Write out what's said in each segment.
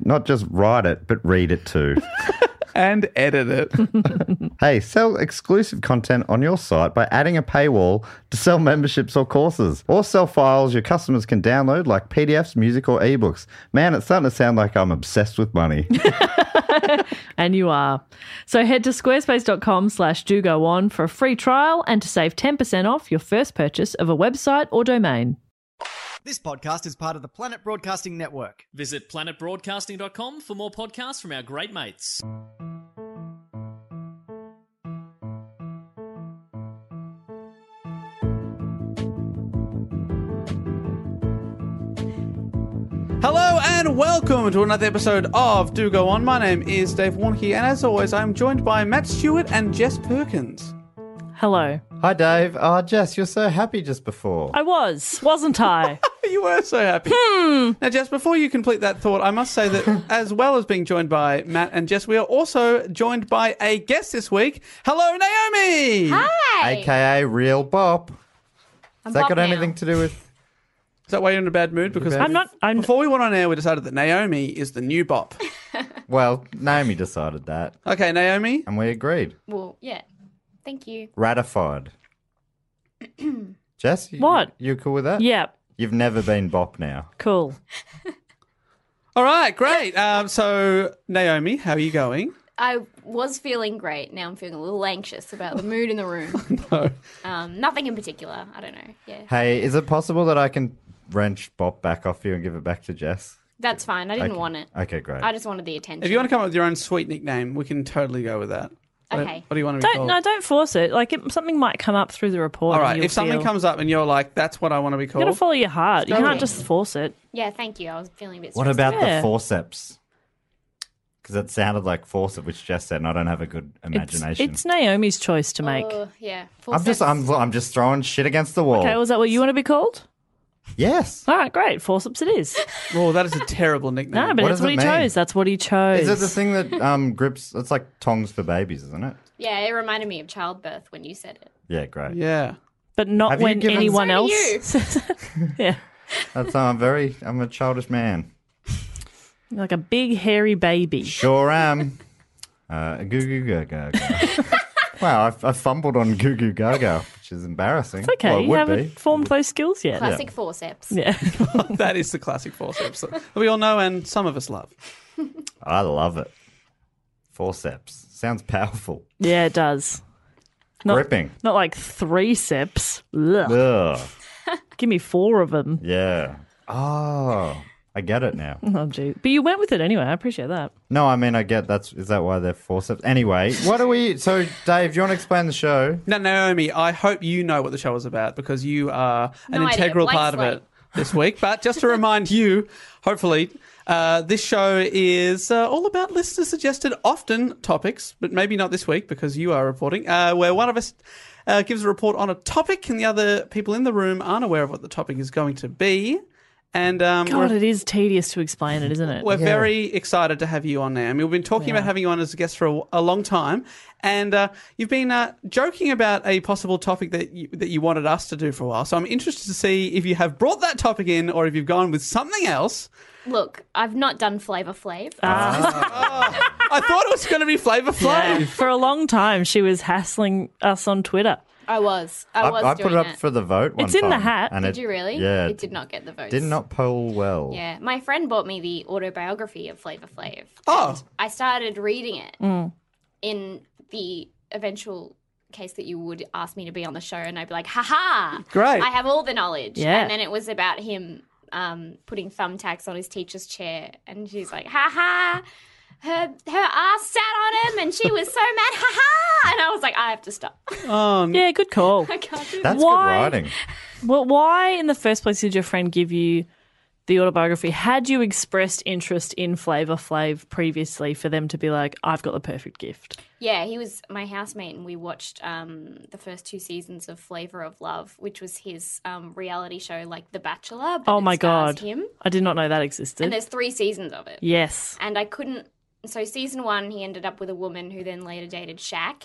not just write it, but read it too. And edit it. hey, sell exclusive content on your site by adding a paywall to sell memberships or courses, or sell files your customers can download like PDFs, music, or ebooks. Man, it's starting to sound like I'm obsessed with money. And you are. So head to squarespace.com slash do go on for a free trial and to save 10% off your first purchase of a website or domain. This podcast is part of the Planet Broadcasting Network. Visit planetbroadcasting.com for more podcasts from our great mates. Hello and welcome to another episode of Do Go On. My name is Dave Warnke, and as always, I'm joined by Matt Stewart and Jess Perkins. Hello. Hi, Dave. Oh, Jess, you're so happy just before. I was, wasn't I? You were so happy. Hmm. Now, Jess, before you complete that thought, I must say that as well as being joined by Matt and Jess, we are also joined by a guest this week. Hello, Naomi. Hi. AKA Real Bop. Has that got anything to do with. Is that why you're in a bad mood? Because I'm not. I'm. Before we went on air, we decided that Naomi is the new bop. Well, Naomi decided that, Okay, Naomi. and we agreed. Well, yeah. Thank you. Ratified. Jess, you, What? You cool with that? Yeah. You've never been Bop now. Cool. All right, great. Um, so, Naomi, how are you going? I was feeling great. Now I'm feeling a little anxious about the mood in the room. No. Um, nothing in particular. I don't know. Yeah, Hey, is it possible that I can wrench Bop back off you and give it back to Jess? that's fine. I didn't want it. Okay, great. I just wanted the attention. If you want to come up with your own sweet nickname, we can totally go with that. What- Okay. What do you want to be Oh. Don't called? no. Don't force it. Like it, something might come up through the report. All and right. you'll If something feel- comes up and you're like, that's what I want to be you gotta called. follow your heart. You Go can't with just force it. yeah, thank you. I was feeling a bit. what stressed about Yeah. the forceps? Because it sounded like forceps, which Jess said, and I don't have a good It's, imagination. it's Naomi's choice to make. out. Oh, yeah. Full I'm just, steps. I'm, I'm just throwing shit against the wall. okay, was that what you want to be called? yes. All right, great. Forceps it is. oh, that is a terrible nickname. No, but What that's does what it he mean? chose. That's what he chose. Is it the thing that um, grips? It's like tongs for babies, isn't it? Yeah, it reminded me of childbirth when you said it. Yeah, great. Yeah. But not Have you when given- anyone So do you. else. yeah, That's I'm very. I'm a childish man. like a big hairy baby. Sure am. Uh, goo goo gaga. wow, I, I fumbled on goo goo gaga, which is embarrassing. It's okay. Well, it you would haven't be. formed those skills yet. Classic forceps. Yeah. that is the classic forceps that we all know and some of us love. I love it. Forceps sounds powerful. Yeah, it does. Not- Gripping. Not like three sips. Ugh. Ugh. Give me four of them. Yeah. Oh, I get it now. Oh, gee. But you went with it anyway. I appreciate that. No, I mean I get that's is that why they're forceps? Anyway, what are we? So, Dave, do you want to explain the show? Now, Naomi, I hope you know what the show is about because you are an No idea. integral Blank part of slate. it this week. But just to remind you, hopefully, uh, this show is uh, all about listener suggested often topics, but maybe not this week because you are reporting, uh, where one of us. Uh, gives a report on a topic, and the other people in the room aren't aware of what the topic is going to be. And um, God, we're- it is tedious to explain it, isn't it? we're very excited to have you on, Naomi. We've been talking about having you on as a guest for a, a long time, and uh, you've been uh, joking about a possible topic that you, that you wanted us to do for a while. So I'm interested to see if you have brought that topic in or if you've gone with something else. Look, I've not done Flavor Flav. Uh, I thought it was going to be Flavor Flav. Yeah. For a long time, she was hassling us on Twitter. I was. I, was I, doing put it up it. for the vote. One It's in the time, hat. and Did it- you really? Yeah, It did not get the votes. did not poll well. Yeah, my friend bought me the autobiography of Flavor Flav. Oh. and I started reading it Mm. in the eventual case that you would ask me to be on the show, and I'd be like, "Ha ha! Great. I have all the knowledge." Yeah. and then it was about him um, putting thumbtacks on his teacher's chair, and she's like, "Ha ha!" Her her ass sat on him, and she was so mad. Ha ha! And I was like, "I have to stop. Yeah, good call. I can't do That's Why? good writing. well, why in the first place did your friend give you the autobiography? Had you expressed interest in Flavor Flav previously for them to be like, I've got the perfect gift? Yeah, he was my housemate, and we watched um, the first two seasons of Flavor of Love, which was his um, reality show, like The Bachelor. but Oh it my stars God. Him, I did not know that and existed. there's three seasons of it. Yes. And I couldn't. So season one, he ended up with a woman who then later dated Shaq,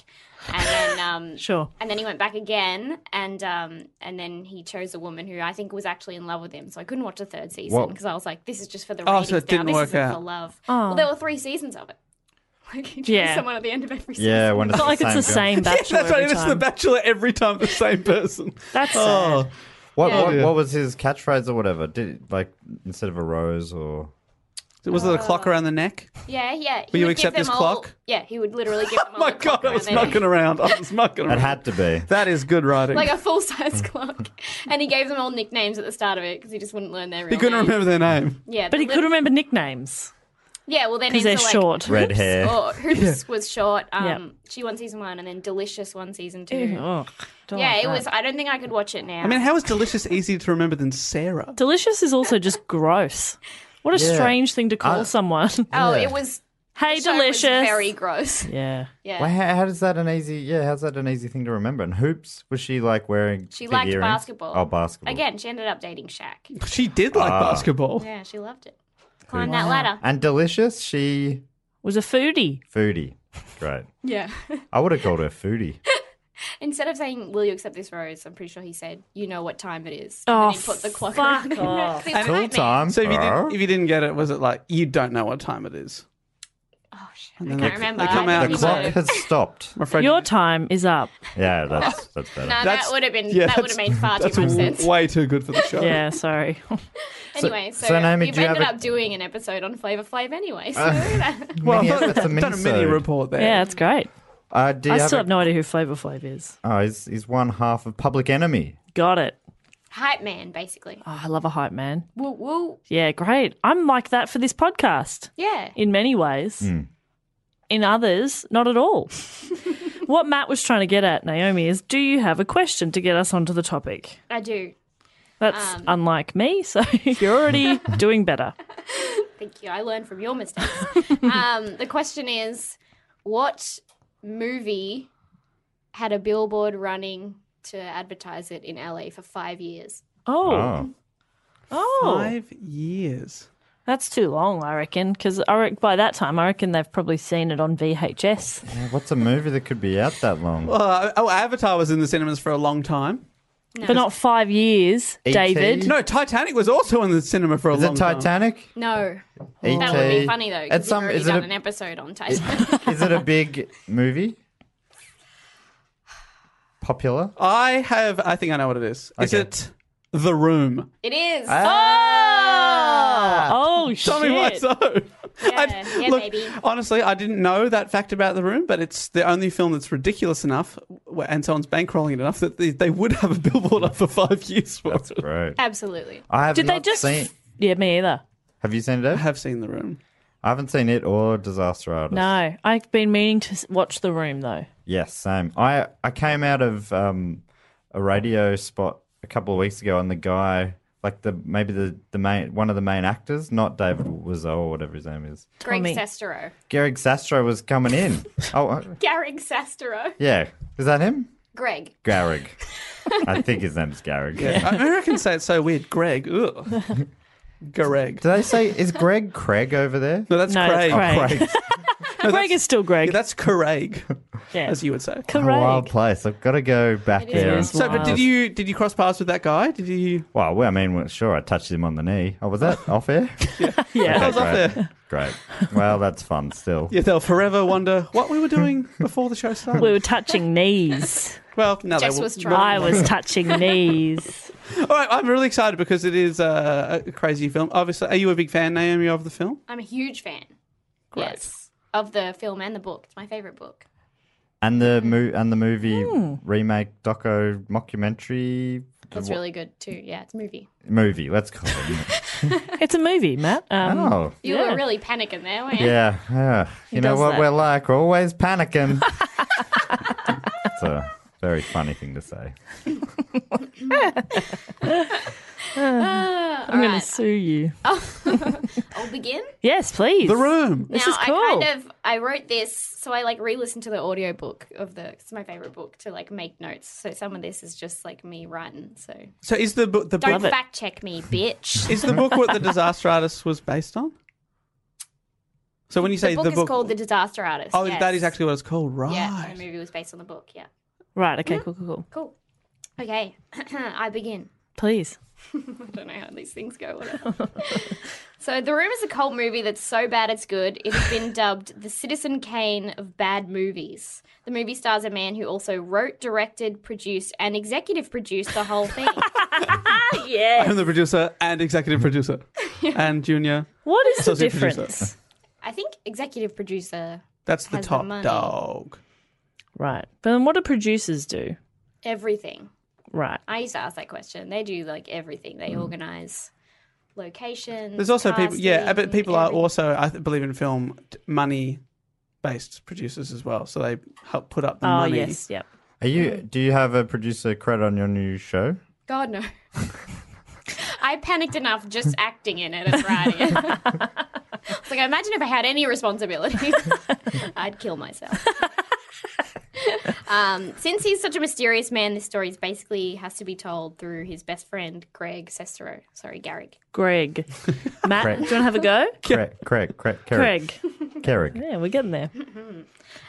and then um, Sure. and then he went back again, and um, and then he chose a woman who I think was actually in love with him. So I couldn't watch the third season Well- because I was like, this is just for the Oh, ratings so it now. didn't this work isn't for out. Oh. love. Well, there were three seasons of it. Like he chose Yeah. someone at the end of every season. Yeah, when it's It's not like it's the girl. same bachelor. That's right. every It's the time. Bachelor every time, the same person. That's Oh. sad. What, Yeah. what, what was his catchphrase or whatever? Did like instead of a rose or Was it a clock Oh. around the neck? Yeah, yeah. He Will you would give accept this them all- clock? Yeah, he would literally give them all My the clock God, I around was their knocking neck. around. I was knocking it around. had to be. That is good writing. Like a full size clock. And he gave them all nicknames at the start of it because he just wouldn't learn their real he couldn't names. remember their name. Yeah, But the he could little- remember nicknames Yeah, well, their because names they're are like, short. Red hair. Oh, Hoops was short. Um, She won season one and then Delicious won season two. Oh, don't Yeah, like it that. was. I don't think I could watch it now. I mean, how is delicious easier to remember than Sarah? Delicious is also just gross. What a Yeah. strange thing to call I- someone. Yeah. oh, it was. hey, the show was delicious. very gross. yeah. Yeah. Well, how, how does that an easy? Yeah, how's that an easy thing to remember? And hoops was she like wearing? She big liked earrings? basketball. Oh, basketball Again, she ended up dating Shaq. She did like basketball. Yeah, she loved it. Climbed that ladder. And delicious. She Was a foodie. foodie. Great. Yeah. I would have called her foodie. Instead of saying "Will you accept this rose," I'm pretty sure he said, "You know what time it is." Oh, and then he put the clock fuck around their neck. off. It was a Cool nightmare. time. So if you, Oh. didn't, if you didn't get it, was it like you don't know what time it is? Oh shit! And I then can't they- remember. they come I out the think and so. clock say- has stopped. I'm afraid Your time is up. Yeah, that's that's better. No, that That's- would have been yeah, that would that's- have made far too that's much sense. way too good for the Oh. show. Yeah, sorry. anyway, so, so, Naomi, you've do you have ended a- Uh. up doing an episode on Flavor Flav anyway. So that- Well, Mini- I've done- that's a done a mini minisode. report there. yeah, it's great. Uh, do you I have still a- have no idea who Flavor Flav is. Oh, he's, he's one half of Public Enemy. Got it. hype man, basically. Oh, I love a hype man. Woo woo. Yeah, great. I'm like that for this podcast Yeah. in many ways. Hmm. In others, not at all. what Matt was trying to get at, Naomi, is do you have a question to get us onto the topic? I do. That's Um. unlike me, so you're already doing better. Thank you. I learned from your mistakes. um, the question is, what movie had a billboard running to advertise it in LA for five years? Oh, Oh. oh, Five years. that's too long, I reckon. Because I reckon by that time, I reckon they've probably seen it on VHS. Yeah, What's a movie that could be out that long? Uh, oh, Avatar was in the cinemas for a long time. But not five years, E.T.? David. E No, Titanic was also in the cinema for a Is long it time. Titanic? No. E.T. That would be funny though. It's E Because some- you've already is it done a- an episode on Titanic. Is it a big movie? Popular? I have. I think I know what it is. Is Okay. it The Room? it is. Ah! Oh Tell me why shit! so. Yeah, I- yeah, look, baby. honestly, I didn't know that fact about The Room, but it's the only film that's ridiculous enough, wh- and someone's bankrolling it enough that they, they would have a billboard up for five years for That's it. great. Absolutely. I have Did they not just? seen. Yeah, me either. Have you seen it? I Dave? have seen the room. I haven't seen it or Disaster Artist. No, I've been meaning to s- watch The Room though. Yes, same. I I came out of um, a radio spot a couple of weeks ago, and the guy, like the maybe the the main one of the main actors, not David Wiseau or whatever his name is, Greg Tommy. Sestero. Garrick Sastro was coming in. oh, uh, Garrig Sestero. yeah, is that him? Greg. Garrig. I think his name's Garrig. Yeah. I Americans say it's so weird. Greg. Ugh. Greg. Do they say is Greg Craig over there? No, that's No, Craig. that's Craig. Craig. No, Greg is still Greg. yeah, that's Craig, yeah. as you would say. A wild Correct. place. I've got to go back It is there. wild. and- So, but did you did you cross paths with that guy? Did you? Well, well, I mean, well, sure, I touched him on the knee. Oh, was that off air? Yeah. I was great. off there. Great. Well, that's fun still. Yeah, they'll forever wonder what we were doing before the show started. We were touching knees. well, no, Jess they will- was trying. I was touching knees. All right, I'm really excited because it is uh, a crazy film. Obviously, are you a big fan, Naomi, of the film? I'm a huge fan. Great. Yes. Of the film and the book. It's my favorite book. And the mo- and the movie remake doco mockumentary It's really good too. Yeah, it's a movie. movie. Let's call it. It's a movie, Matt. Um, oh. You Yeah. were really panicking there, weren't you? Yeah, yeah. You know does what that. we're like? We're always panicking. it's a very funny thing to say. Ah, all I'm going right. to sue you. I'll begin. Yes, please. The Room. This now is I cool. kind of I wrote this so I like re-listened to the audiobook of the it's my favorite book to like make notes. So some of this is just like me writing. So So is the book the don't book it. fact check me, bitch. is the book what the Disaster Artist was based on? So when you say the book is called The Disaster Artist. oh, that yes. is actually what it's called, right? yeah. and The movie was based on the book. Yeah, Right, okay, cool, cool, cool. cool. Okay, I begin. Please. I don't know how these things go. Whatever. so, The Room is a cult movie that's so bad it's good. It has been dubbed the Citizen Kane of bad movies. The movie stars a man who also wrote, directed, produced, and executive produced the whole thing. I'm the producer and executive producer and junior. What is the Associate producer. difference? I think executive producer That's the Has the top money. dog. Right. But then what do producers do? everything. Right. I used to ask that question. They do like everything. They organize locations. Mm. There's also people, yeah, Mm, casting, but people are everything. also I th- believe in film money based producers as well. So they help put up the oh, Ah, money. yes, yep. Are you? Do you have a producer credit on your new show? God no. I panicked enough just acting in it as writing. it. It's like imagine if I had any responsibility, I'd kill myself. um, since he's such a mysterious man, this story is basically has to be told through his best friend Greg Cesaro. Sorry, Garrick. Greg. Matt, Greg. do you want to have a go? Craig, Craig, Craig, Craig, Greg. Craig. Yeah, we're getting there.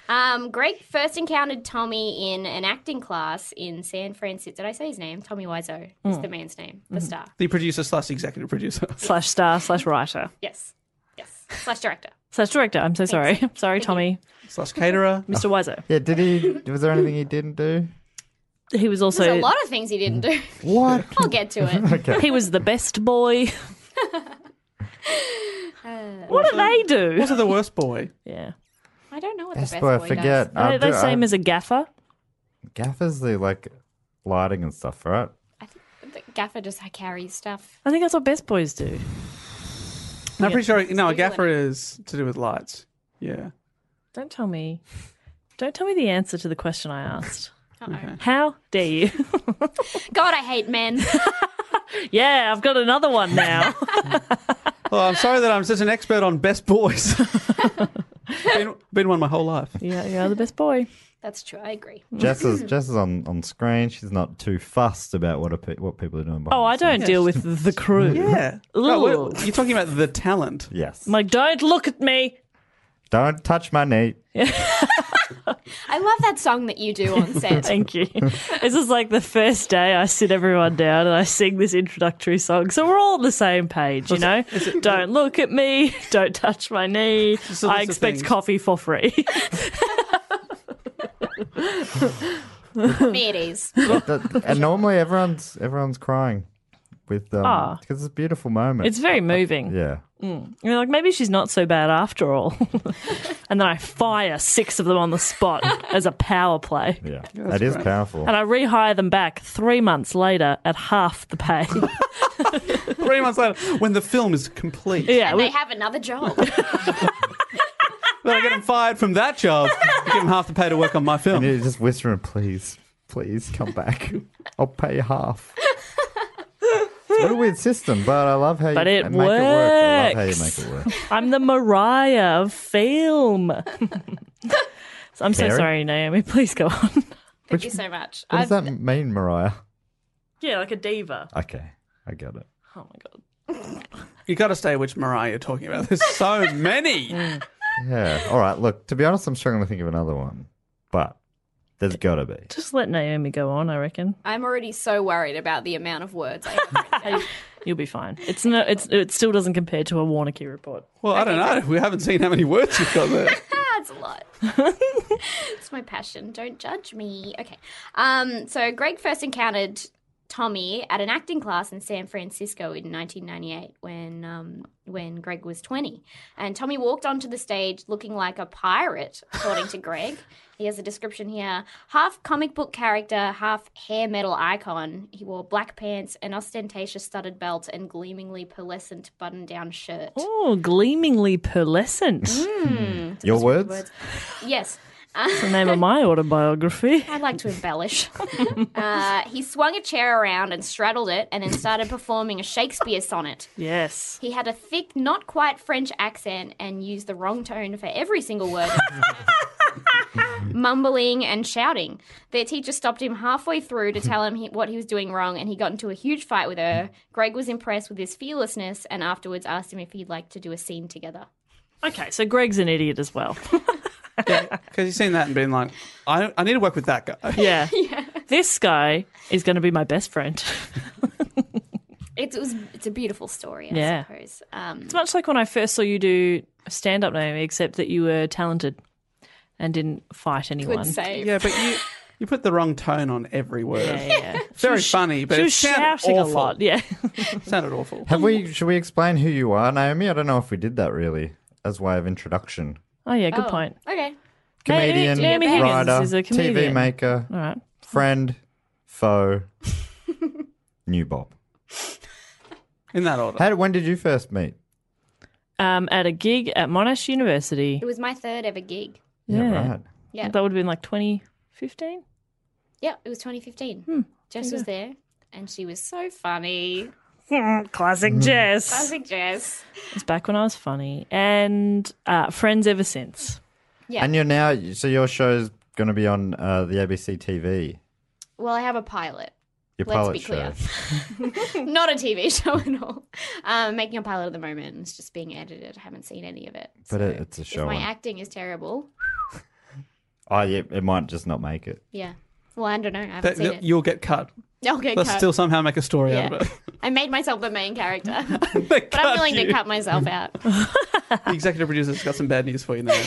Um, Greg first encountered Tommy in an acting class in San Francisco. Did I say his name? Tommy Wiseau is the man's name, the star. The producer slash executive producer. slash star, slash writer, Yes, yes, slash director. slash director. I'm so sorry. I'm sorry, Tommy. slash caterer. Mr. Wiser. Yeah. Did he? Was there anything he didn't do? He was also. There's a lot of things he didn't do. What? I'll get to it. He was the best boy. what do they do? Also the worst boy. Yeah. I don't know what That's the best what boy I forget. does. I Are they do- I- same as a gaffer? Gaffers the like lighting and stuff, right? I think the gaffer just like, carries stuff. I think that's what best boys do. And I'm pretty sure no, a Google gaffer is to do with lights. Yeah. Don't tell me. Don't tell me the answer to the question I asked. Uh-oh. How dare you? God, I hate men. yeah, I've got another one now. Well, I'm sorry that I'm such an expert on best boys. been, been one my whole life. yeah, you're the best boy. That's true. I agree. Jess is Jess is on, on screen. She's not too fussed about what a, pe- what people are doing. Oh, I behind the don't deal with the crew. Yeah. Ooh. we're- you're talking about the talent. scenes. Yes. I'm like, don't look at me. don't touch my knee. I love that song that you do on set. Thank you. this is like the first day I sit everyone down and I sing this introductory song. So we're all on the same page, you know? don't look at me. Don't touch my knee. a list I of expect things. coffee for free. Me it is. That- and normally everyone's everyone's crying with because Ah. it's a beautiful moment. it's very moving. yeah. You're like, maybe she's not so bad after all. and then I fire six of them on the spot as a power play. Yeah, that is powerful. And I rehire them back three months later at half the pay. Three months later, when the film is complete. Yeah, and we- they have another job. Then I get him fired from that job. Give him half the pay to work on my And film. you just whispering, please, please come back. I'll pay half. It's a weird system, but I love how But you it make it work. I love how you make works. it work. I'm the Mariah of film. So I'm so Karen? sorry, Naomi. Please go on. Thank you so much. What does I've- that mean, Mariah? Yeah, like a diva. Okay, I get it. Oh my god. You got to stay which Mariah you're talking about. There's so many. Yeah. All right. Look, to be honest, I'm struggling to think of another one, but there's got to be. Just let Naomi go on. I reckon I'm already so worried about the amount of words I have. you'll be fine. It's no. It's it still doesn't compare to a Warnocky report. Well, I don't know. We haven't seen how many words you've got there. That's a lot. it's my passion. Don't judge me. Okay. Um, so Greg first encountered Tommy at an acting class in San Francisco in 1998 when um, when Greg was 20. And Tommy walked onto the stage looking like a pirate, according to Greg. He has a description here half comic book character, half hair metal icon. He wore black pants, an ostentatious studded belt, and gleamingly pearlescent button down shirt. Oh, gleamingly pearlescent. Your words? Yes. It's the name of my autobiography. I like to embellish. uh, he swung a chair around and straddled it and then started performing a Shakespeare sonnet. Yes. He had a thick, not quite French accent and used the wrong tone for every single word. Mumbling and shouting. Their teacher stopped him halfway through to tell him he, what he was doing wrong, and he got into a huge fight with her. Greg was impressed with his fearlessness and afterwards asked him if he'd like to do a scene together. Okay, so Greg's an idiot as well. Because you've seen that and been like, I, I need to work with that guy. Yeah. This guy is going to be my best friend. It was, it's a beautiful story, I Yeah. suppose. Um, It's much like when I first saw you do stand up, Naomi, except that you were talented and didn't fight anyone. good save. Yeah, but you you put the wrong tone on every word. Yeah, yeah. Very funny, but she it was sounded shouting awful. a lot. Yeah. It sounded awful. Have Oh. we? Should we explain who you are, Naomi? I don't know if we did that really as way of introduction. Oh, yeah, good Oh, point. Okay. Comedian, Naomi Higgins writer, is a comedian. TV maker, All right. friend, foe, new Bob. In that order. How, when did you first meet? Um, at a gig at Monash University. It was my third ever gig. Yeah. right. Yeah. That would have been like 2015. Yeah, it was 2015. Jess was there, and she was so funny. Classic Jess. Classic Jess. It's back when I was funny and uh, friends ever since. Yeah. And you're now. So your show's going to be on uh, the ABC TV. Well, I have a pilot. Your Let's pilot be show. clear. Not a TV show at all. Um, making a pilot at the moment. and It's just being edited. I haven't seen any of it. But it, it's a If show. my on- acting is terrible, oh, yeah, it might just not make it. yeah. Well, I don't know. I haven't That- seen that- it. you'll get cut. I'll get They'll cut. still somehow make a story out Yeah. of it. I made myself the main character, but They I'm cut willing you. to cut myself out. The executive producer's got some bad news for you now.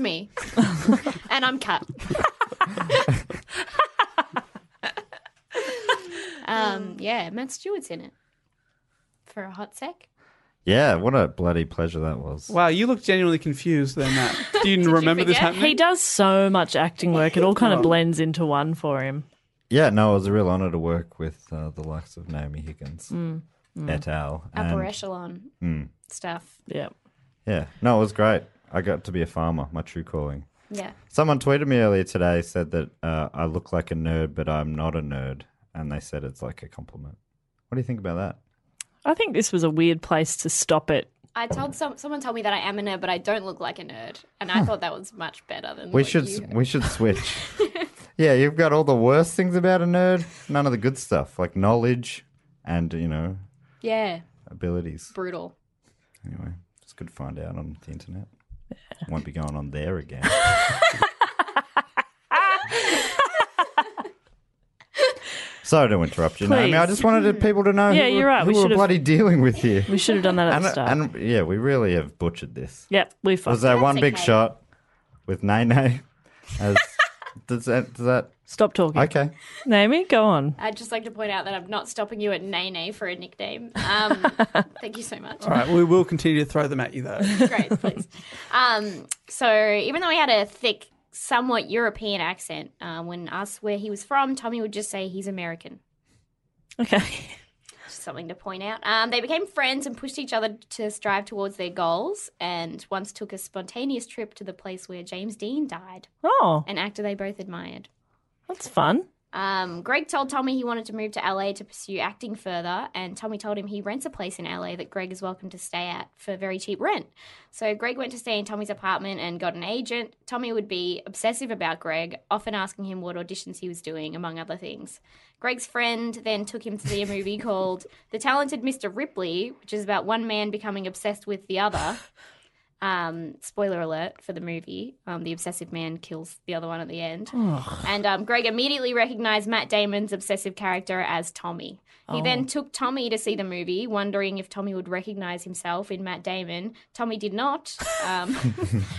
me, and I'm cut. um, yeah, Matt Stewart's in it for a hot sec. Yeah, what a bloody pleasure that was. wow, you look genuinely confused then, Matt. Do you remember this forget? happening? He does so much acting work. It all Oh. kind of blends into one for him. Yeah, no, it was a real honor to work with uh, the likes of Naomi Higgins Mm, et al. Upper And, Hmm. echelon stuff. Yeah. yeah, no, it was great. I got to be a farmer, my true calling. Yeah, Someone tweeted me earlier today, said that uh, I look like a nerd, but I'm not a nerd. And they said it's like a compliment. What do you think about that? I think this was a weird place to stop it. I told some someone told me that I am a nerd, but I don't look like a nerd, and I thought that was much better than We what should you- we should switch. yeah, you've got all the worst things about a nerd, none of the good stuff, like knowledge and, you know, Yeah, abilities. brutal. Anyway, it's good to find out on the internet. Won't be going on there again. Sorry to interrupt you, Naomi. I Please. just wanted people to know Yeah, who, you're we're, right. who We we're should've- bloody dealing with here. We should have done that at And, uh, the start. and yeah, we really have butchered this. yep, we Was fucked. there one big okay. shot with Nene? As does that? Does that? Stop talking. Okay. Naomi, go on. I'd just like to point out that I'm not stopping you at Nene for a nickname. Um, thank you so much. All right, we will continue to throw them at you though. Great, please. Um, so even though he had a thick, somewhat European um, accent, uh, when asked where he was from, Tommy would just say he's American. Okay. something to point out. Um, they became friends and pushed each other to strive towards their goals, and once took a spontaneous trip to the place where James Dean died, Oh, an actor they both admired. that's fun. Um, Greg told Tommy he wanted to move to LA to pursue acting further, and Tommy told him he rents a place in LA that Greg is welcome to stay at for very cheap rent. So Greg went to stay in Tommy's apartment and got an agent. Tommy would be obsessive about Greg, often asking him what auditions he was doing, among other things. Greg's friend then took him to see a movie called The Talented Mr. Ripley, which is about one man becoming obsessed with the other. Um, spoiler alert for the movie. Um, the obsessive man kills the other one at the end. And um, Greg immediately recognized Matt Damon's obsessive character as Tommy. He then took Tommy to see the movie, wondering if Tommy would recognize himself in Matt Damon. Tommy did not, um,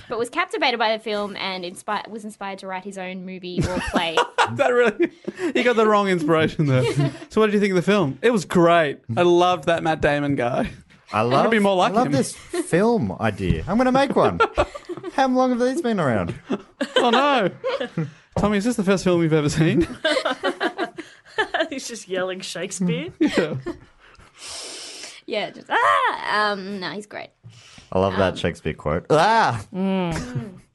but was captivated by the film and inspired, was inspired to write his own movie or play. that really you got the wrong inspiration there. so what did you think of the film? It was great. I loved that Matt Damon guy. I love, be more like I love him. this film idea. I'm going to make one. How long have these been around? Oh no. Tommy, is this the first film you've ever seen? He's just yelling Shakespeare. yeah, just ah, um, no, he's great, I love Um, that Shakespeare quote. Ah,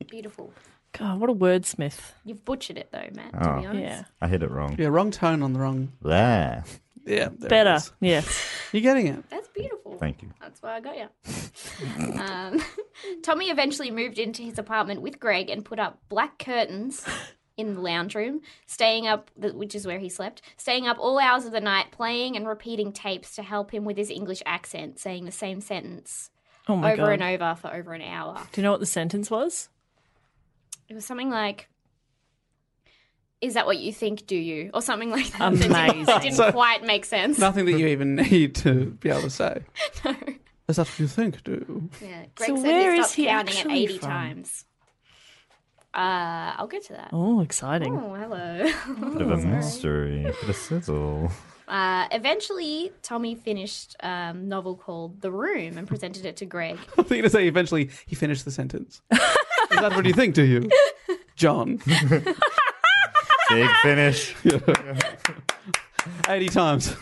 beautiful. God, what a wordsmith. You've butchered it though, Matt. To be honest, Yeah. I hit it wrong. yeah, wrong tone on the wrong There. Yeah. there it Better. is. Yes. You're getting it. that's beautiful. Thank you. That's why I got you. um, Tommy eventually moved into his apartment with Greg and put up black curtains in the lounge room, staying up, th- which is where he slept, staying up all hours of the night, playing and repeating tapes to help him with his English accent, saying the same sentence Oh my over god. and over for over an hour. Do you know what the sentence was? It was something like. Is that what you think? Do you or something like that? It didn't, Amazing. didn't So- quite make sense. Nothing that you even need to be able to say. Is that what you think, do? Yeah. Greg So said where he is stopped he counting at actually 80 from? times. Uh, I'll get to that. Oh, exciting. Oh, hello. Bit of a mystery. Bit of sizzle. uh, eventually, Tommy finished a um, novel called The Room and presented it to Greg. I was going to say eventually he finished the sentence. Is that what you think, do you? John. Big finish. 80 times.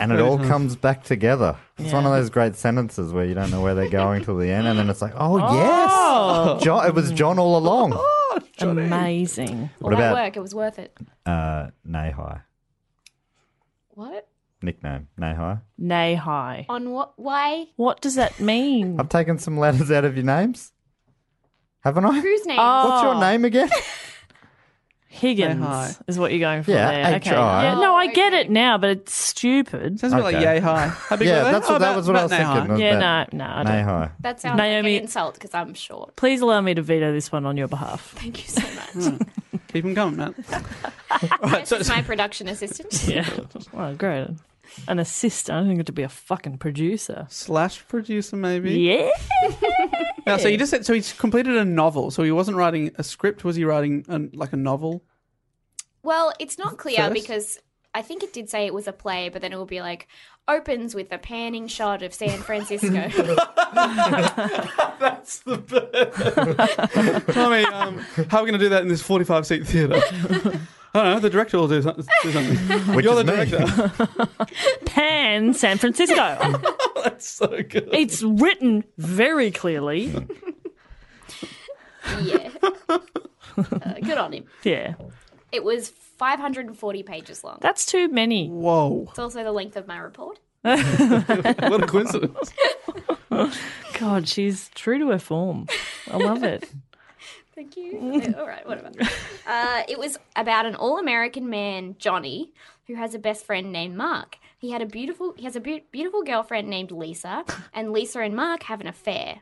And it all comes back together. It's one of those great sentences where you don't know where they're going till the end, and then it's like, oh, yes, John, it was John all along. Oh! Amazing. What All that about- work, it was worth it. Uh, Nahai, What? nickname Nahai. Nay high. On what? Why? What does that mean? I've taken some letters out of your names, haven't I? Whose name? What's your Oh. name again? Higgins Nay high. is what you're going for Yeah, there. Okay. HI. Yeah, no, I get Okay. it now, but it's stupid. Sounds a bit like Okay. yay hi. How big yeah, were they? that's what, Oh, that about- was what I was about now thinking. high. was Yeah, about no, no, I don't. Nahai. That sounds Naomi... Naomi- like an insult because I'm short. Please allow me to veto this one on your behalf. Thank you so much. Keep them coming, Matt. this is my production assistant. Yeah. well, great. An assistant. I don't think it to be a fucking producer. Slash producer, maybe. Yeah. Now, so you just said so he's completed a novel. So he wasn't writing a script. Was he writing an like a novel? Well, it's not clear First? because I think it did say it was a play, but then it would be like opens with a panning shot of San Francisco. Tommy, um, how are we going to do that in this forty-five seat theater? I don't know. The director will do, some- do something. Which You're is the me. director. Pan San Francisco. that's so good. it's written very clearly. yeah. Uh, good on him. Yeah. It was 540 pages long. That's too many. Whoa! It's also the length of my report. What a coincidence. God, she's true to her form. I love it. Thank you. Okay, All right, whatever. Uh, it was about an all-American man, Johnny, who has a best friend named Mark. He had a beautiful, he has a beau- beautiful girlfriend named Lisa, and Lisa and Mark have an affair.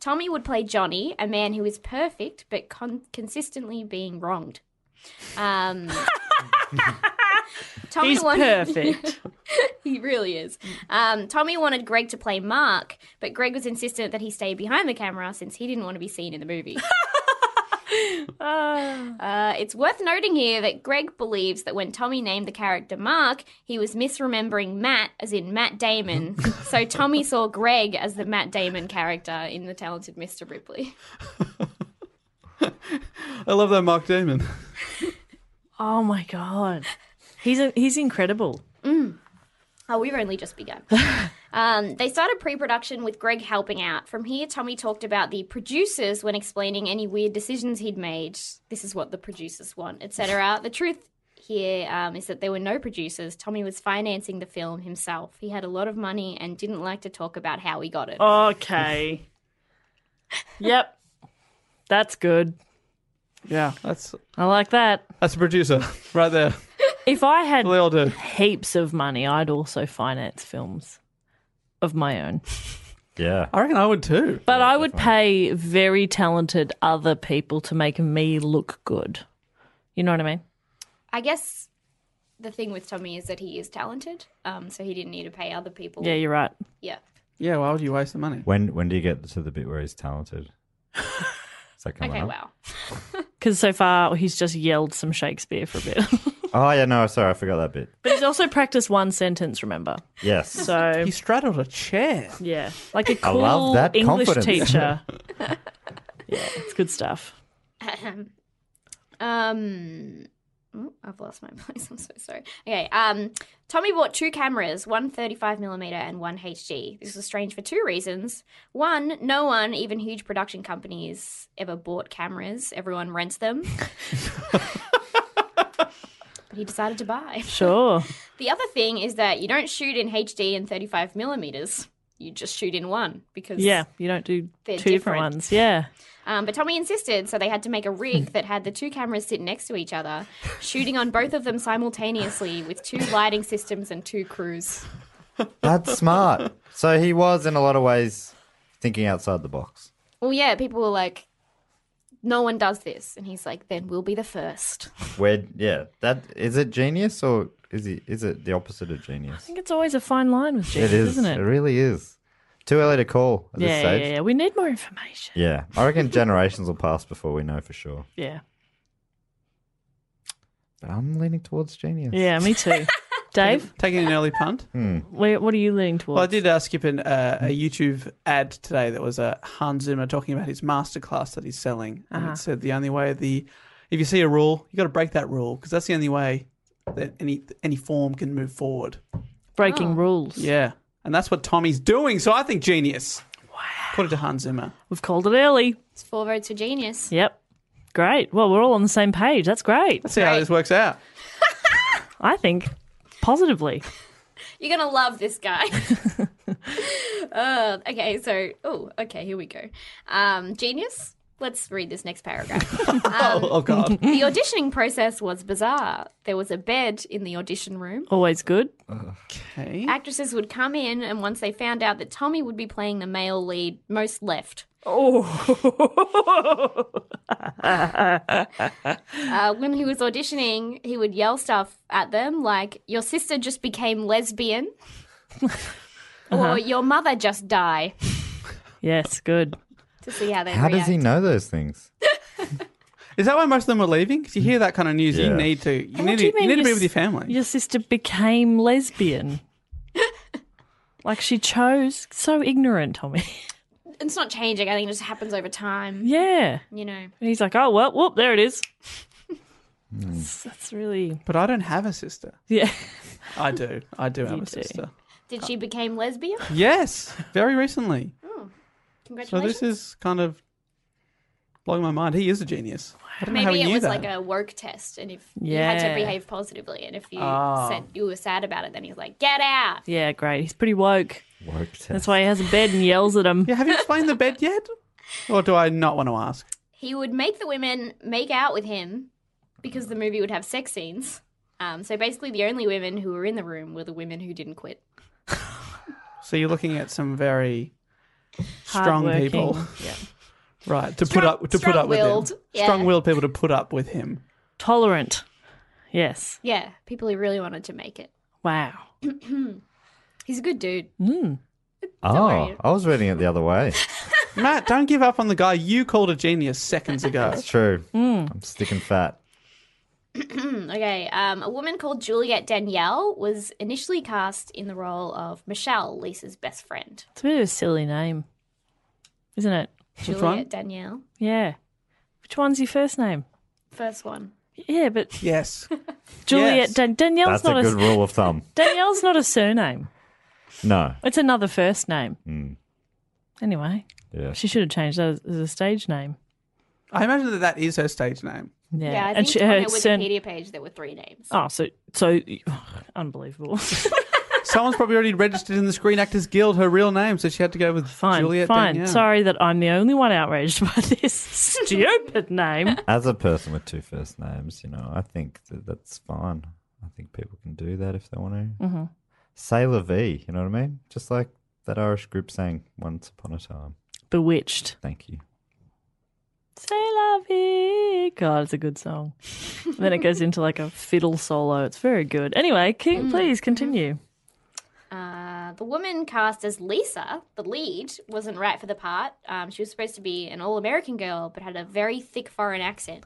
Tommy would play Johnny, a man who is perfect but con- consistently being wronged. Um, Tommy He's wanted- perfect. He really is. Um, Tommy wanted Greg to play Mark, but Greg was insistent that he stay behind the camera since he didn't want to be seen in the movie. Uh, it's worth noting here that Greg believes that when Tommy named the character Mark, he was misremembering Matt, as in Matt Damon. so Tommy saw Greg as the Matt Damon character in The Talented Mr. Ripley. I love that Mark Damon. Oh my god. He's he's incredible. Oh, we've only just begun. um, they started pre production with Greg helping out. From here, Tommy talked about the producers when explaining any weird decisions he'd made. This is what the producers want, etc. the truth here um, is that there were no producers. Tommy was financing the film himself. He had a lot of money and didn't like to talk about how he got it. Oh. Okay. yep. That's good. Yeah, that's I like that. that's a producer right there. If I had They all do. heaps of money, I'd also finance films of my own. Yeah. I reckon I would too. But I would pay very talented other people to make me look good. You know what I mean? I guess the thing with Tommy is that he is talented, um, so he didn't need to pay other people. Yeah, you're right. yeah. Yeah, why would you waste the money? When when do you get to the bit where he's talented? Is that coming Okay, up? wow. Because so far he's just yelled some Shakespeare for a bit. Oh yeah, no, sorry, I forgot that bit. but he's also practiced one sentence, remember? Yes. So He straddled a chair. yeah, like a I cool love that English confidence. teacher. yeah, it's good stuff. Ahem. um, oh, I've lost my place. I'm so sorry. Okay. Um, Tommy bought two cameras, one 35 millimeter and one HD. This was strange for two reasons. One, no one, even huge production companies, ever bought cameras. Everyone rents them. but he decided to buy. Sure. The other thing is that you don't shoot in HD and 35 millimeters. You just shoot in one because Yeah, you don't do They're two different different. ones. Yeah. Um, but Tommy insisted, so they had to make a rig that had the two cameras sit next to each other, shooting on both of them simultaneously with two lighting systems and two crews. That's smart. So he was in a lot of ways thinking outside the box. Well, yeah, people were like, no one does this. And he's like, then we'll be the first. Where yeah, that is it genius or is he is it the opposite of I genius? think it's always a fine line with It Jesus, is. isn't it? really is. Too early to call at this Yeah, stage. yeah, yeah. We need more information. Yeah, I reckon generations will pass before we know for sure. Yeah. But I'm leaning towards genius. Yeah, me too. Dave, Taking an early punt. where, what are you leaning towards? Well, I did uh, skip in uh, a YouTube ad today that was uh, Hans Zimmer talking about his masterclass that he's selling, Uh-huh. and it said the only way the if you see a rule, you got to break that rule because that's the only way that any any form can move forward. Oh. Breaking rules. Yeah, and that's what Tommy's doing. So I think genius. Wow. Put it to Hans Zimmer. We've called it early. It's four votes for genius. Yep. Great. Well, we're all on the same page. That's great. Let's see how this works out. I think positively. You're going to love this guy. uh, okay, so, oh, okay, here we go. Um, genius? Let's read this next paragraph. Um, oh, oh God. the auditioning process was bizarre. There was a bed in the audition room. Always good. okay. actresses would come in, and once they found out that Tommy would be playing the male lead, most left. Oh. Uh, when he was auditioning, he would yell stuff at them like, Your sister just became lesbian, Uh-huh. or Your mother just die, yes, good. to see how they How react. does he know those things? Is that why most of them were leaving? Because you hear that kind of news, Yeah. you need to you What do need to, you you, mean need to be your with your s- family. Your sister became lesbian. like she chose. So ignorant, Tommy. It's not changing. I think it just happens over time. yeah. You know, And he's like, oh, well, whoop, there it is. Hmm. That's, that's really. But I don't have a sister. Yeah. I do. I do have a do. sister. did she became lesbian? Yes, very recently. So Congratulations. this is kind of blowing my mind. He is a genius. I don't know how Maybe he it knew was that. like a woke test, and if you had Yeah. to behave positively, and if you Oh. said you were sad about it, then he's like, "Get out." Yeah, great. He's pretty woke. Woke test. That's why he has a bed and yells at him. Yeah, have you explained the bed yet? Or do I not want to ask? he would make the women make out with him because the movie would have sex scenes. Um, so basically, the only women who were in the room were the women who didn't quit. So you're looking at some very strong Hardworking. people, Yeah. right? To put up to put up with strong-willed, him. yeah. Strong-willed people to put up with him. Tolerant. Yes. Yeah, people who really wanted to make it. Wow. He's a good dude. oh, worry. I was reading it the other way. Matt, don't give up on the guy you called a genius seconds ago. It's true. Hmm. I'm sticking fat. Okay, um, a woman called Juliette Danielle was initially cast in the role of Michelle, Lisa's best friend. It's a bit of a silly name, isn't it? Which Juliette one? Danielle, Yeah. Which one's your first name? first one. Yeah, but Yes. Juliet Yes. Dan- Danielle's That's a not good a, rule of thumb. Danielle's not a surname. No. It's another first name. Anyway, Yeah. she should have changed that as, as a stage name. I imagine that that is her stage name. Yeah, Yeah, I and think she, on her their surn- Wikipedia page there were three names. Oh, so so unbelievable. Someone's probably already registered in the Screen Actors Guild her real name, so she had to go with fine, Juliet fine. Danielle. Sorry that I'm the only one outraged by this stupid name. As a person with two first names, you know, I think that that's fine. I think people can do that if they want to. Mm-hmm. Say la vie, you know what I mean? Just like that Irish group sang Once Upon a Time. Bewitched. Thank you. Say la vie. God, it's a good song. And then it goes into like a fiddle solo. It's very good. Anyway, Mm-hmm. King, please continue. Uh, the woman cast as Lisa, the lead, wasn't right for the part. Um, she was supposed to be an all American girl, but had a very thick foreign accent.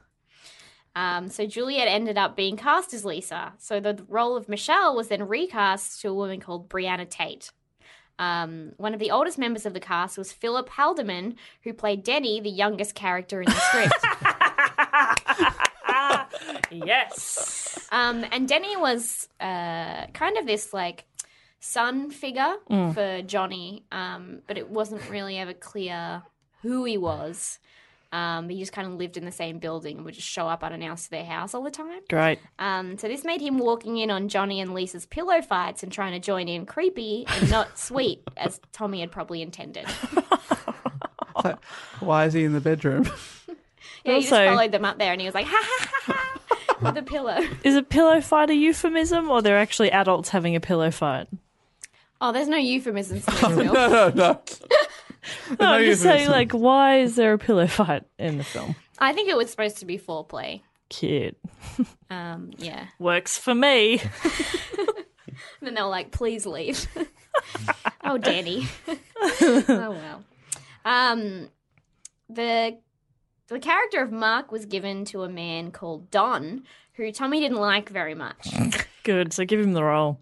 Um, so Juliet ended up being cast as Lisa. So the role of Michelle was then recast to a woman called Brianna Tate. Um, one of the oldest members of the cast was Philip Haldeman, who played Denny, the youngest character in the script. Yes. Um, and Denny was uh, kind of this like son figure for Johnny, um, but it wasn't really ever clear who he was. Um, he just kind of lived in the same building and would just show up unannounced to their house all the time. Great. Um, so this made him walking in on Johnny and Lisa's pillow fights and trying to join in creepy and not sweet as Tommy had probably intended. Why is he in the bedroom? Yeah, he just Also- followed them up there and he was like, ha ha ha ha, with a pillow. Is a pillow fight a euphemism or they're actually adults having a pillow fight? Oh, there's no euphemisms in this film. no, no. No, I'm just saying, euphemism. like, why is there a pillow fight in the film? I think it was supposed to be foreplay. Cute. Um, yeah. Works for me. And then they were like, please leave. oh, Danny. oh, well. Um, the, the character of Mark was given to a man called Don, who Tommy didn't like very much. Good. So give him the role.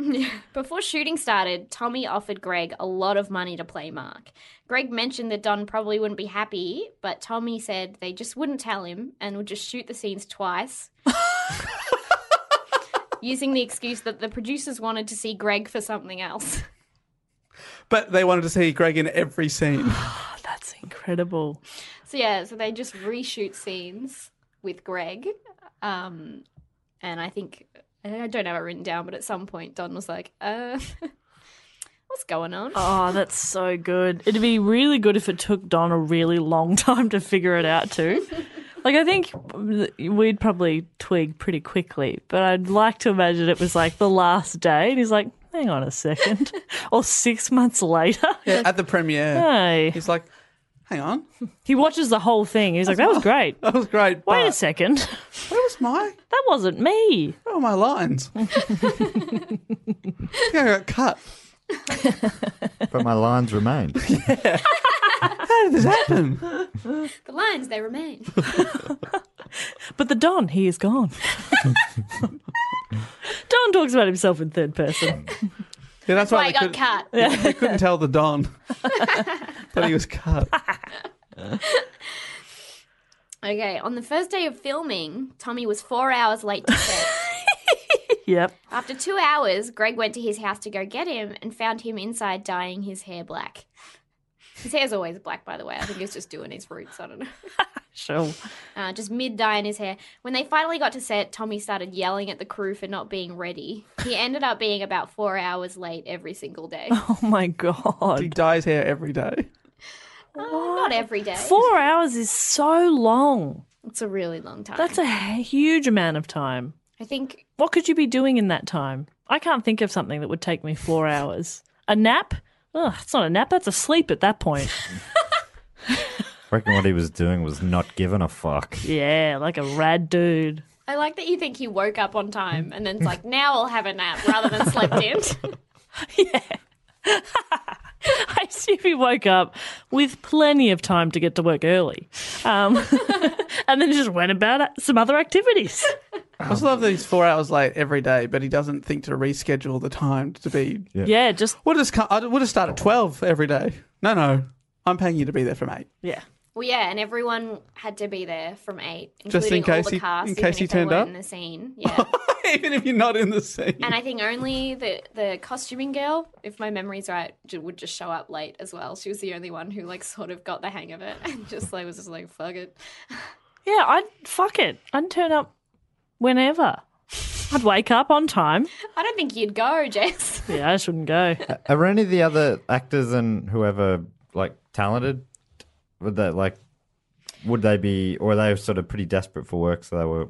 Before shooting started, Tommy offered Greg a lot of money to play Mark. Greg mentioned that Don probably wouldn't be happy, but Tommy said they just wouldn't tell him and would just shoot the scenes twice. using the excuse that the producers wanted to see Greg for something else. But they wanted to see Greg in every scene. That's incredible. So yeah, so they just reshoot scenes with Greg, um, and I think I don't have it written down, but at some point Don was like, uh, "What's going on?" Oh, that's so good. It'd be really good if it took Don a really long time to figure it out, too. Like, I think we'd probably twig pretty quickly, but I'd like to imagine it was like the last day, and he's like, hang on a second. or six months later. Yeah, at the premiere. Hey. He's like, hang on. He watches the whole thing. He's like, that was great. That was great. Wait a but second. Where was my, That wasn't me. where were my lines? I think I got cut. But my lines remain. How did this happen? The lines they remain. But the Don, he is gone. Don talks about himself in third person. Yeah, that's Why why I they got could, cut. they couldn't tell the Don. Thought he was cut. Okay, on the first day of filming, Tommy was four hours late to set. Yep. After two hours, Greg went to his house to go get him and found him inside dyeing his hair black. His hair's always black, by the way. I think he's just doing his roots. I don't know. Sure. uh, just mid dye in his hair. When they finally got to set, Tommy started yelling at the crew for not being ready. He ended up being about four hours late every single day. Uh, Oh my He god. dyes hair every day. Oh, not every day. Four hours is so long. It's a really long time. That's a huge amount of time. I think What could you be doing in that time? I can't think of something that would take me four hours. A nap? Ugh, it's not a nap. That's a sleep at that point. reckon what he was doing was not giving a fuck. Yeah, like a rad dude. I like that you think he woke up on time and then it's like now I'll have a nap rather than slept in. I assume he woke up with plenty of time to get to work early, um, and then just went about some other activities. I also love that he's four hours late every day, but he doesn't think to reschedule the time to be. Yeah, just We'll just, co- I- we'll just start at 12 every day. No, no. I'm paying you to be there from 8. yeah. Well, yeah, and everyone had to be there from eight, Just in including all case the he- cast, in even case he if they turned weren't up? in the scene. Yeah, Even if you're not in the scene. and I think only the the costuming girl, if my memory's right, ju- would just show up late as well. She was the only one who like sort of got the hang of it and just like was just like fuck it. Yeah, I'd fuck it. I'd turn up whenever. I'd wake up on time. I don't think you'd go, Jess. Yeah, I shouldn't go. Are any of the other actors and whoever like talented? Would they like? Would they be, or are they sort of pretty desperate for work? So they were.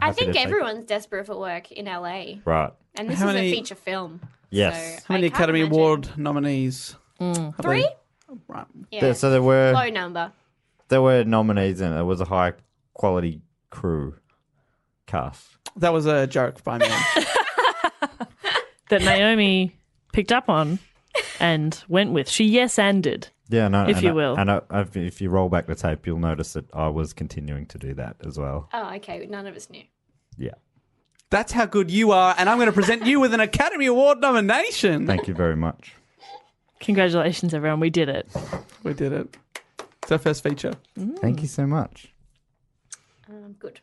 I happy to think take- everyone's desperate for work in LA, Right. and this How is many- a feature film. Yes. So How many I can't Academy imagine- Award nominees? Have they- Three? Right. Yeah, There- so there were low number. there were nominees and it was a high quality crew cast. That was a joke by me. That Naomi picked up on and went with. She yes anded. Yeah, no, If and you I- will. and I, I've, if you roll back the tape, you'll notice that I was continuing to do that as well. Oh, okay. None of us knew. Yeah, That's how good you are, and I'm going to present you with an Academy Award nomination. thank you very much. Congratulations, everyone. We did it. We did it. It's our first feature. Thank you so much. Um, good.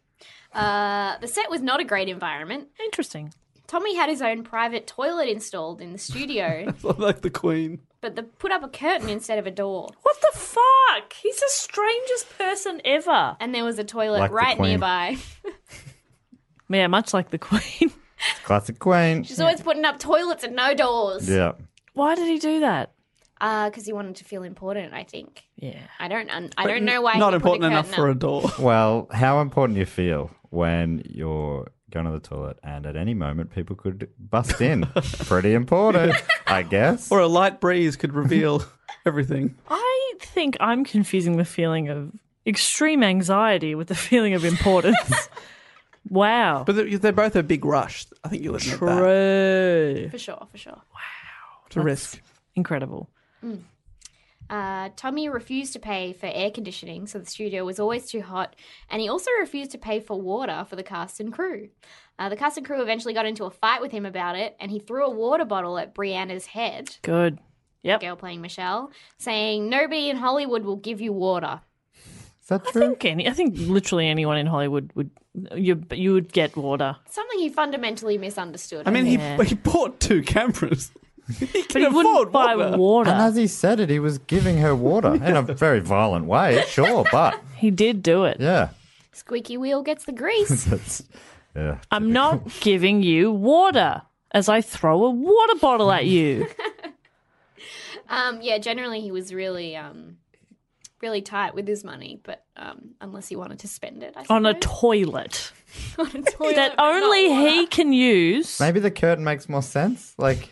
Uh, the set was not a great environment. Interesting. Tommy had his own private toilet installed in the studio, like the Queen. but they put up a curtain instead of a door. What the fuck? He's the strangest person ever. And there was a toilet Like the right Queen. nearby. Yeah, much like the Queen. Classic Queen. She's always putting up toilets and no doors. Yeah, Why did he do that? Because he wanted to feel important, I think. Yeah. I don't. un- I don't know why. Not he important put a enough curtain for a up. door. Well, how important you feel when you're going to the toilet and at any moment people could bust in. Pretty important, I guess. or a light breeze could reveal everything. I think I'm confusing the feeling of extreme anxiety with the feeling of importance. wow. But they- they're both a big rush. I think you'll admit that. True. for sure. For sure. To risk. Incredible. Uh, Tommy refused to pay for air conditioning, so the studio was always too hot, and he also refused to pay for water for the cast and crew. Uh, the cast and crew eventually got into a fight with him about it, and he threw a water bottle at Brianna's head, Good. the girl playing Michelle, saying, Nobody in Hollywood will give you water. Is that I true? think any, I think literally anyone in Hollywood would you you would get water, Something he fundamentally misunderstood. I mean, Yeah. he, he bought two cameras. He but can he afford wouldn't buy water. water. And as he said it, he was giving her water in a very violent way, sure, but He did do it. yeah. Squeaky wheel gets the grease. That's, yeah. I'm not giving you water as I throw a water bottle at you. um, yeah, generally he was really, um, really tight with his money, but um, unless he wanted to spend it, I on a suppose. toilet on a toilet, that but not only water. he can use. Maybe the curtain makes more sense. Like that-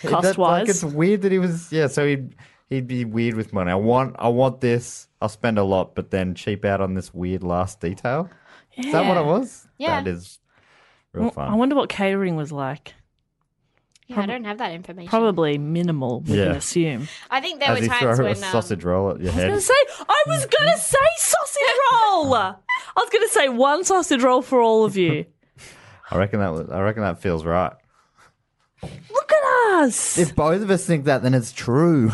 like, Cost-wise. it's weird that he was. Yeah, so he'd he'd be weird with money. I want I want this. I'll spend a lot, but then cheap out on this weird last detail. Is that what it Yeah. was? Yeah. that is real Well, fun. I wonder what catering was like. Yeah, I don't have that information. Probably minimal, we Yeah. can assume. I think there As were he threw times a when um, sausage roll at your I head. was gonna say I was gonna say sausage roll. I was gonna say one sausage roll for all of you. I reckon that was, I reckon that feels right. Look at us, If both of us think that, then it's true.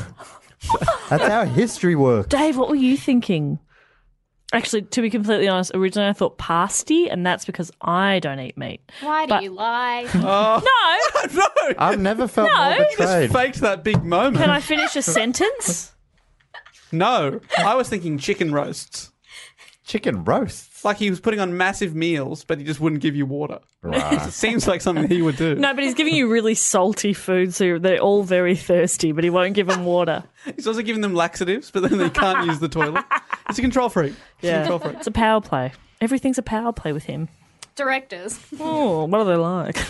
That's how history works. Dave. What were you thinking? Actually, to be completely honest, originally I thought pasty, and that's because I don't eat meat. why do but- you lie? No, no, I've never felt more he just betrayed. faked that big moment. can I finish a sentence? No, I was thinking chicken roasts. Chicken roasts. Like he was putting on massive meals, but he just wouldn't give you water. It seems like something he would do. No, but he's giving you really salty food, so they're all very thirsty, but he won't give them water. He's also giving them laxatives, but then they can't use the toilet. It's a control freak. It's a control freak. It's a power play. Everything's a power play with him. Directors. Oh, what are they like?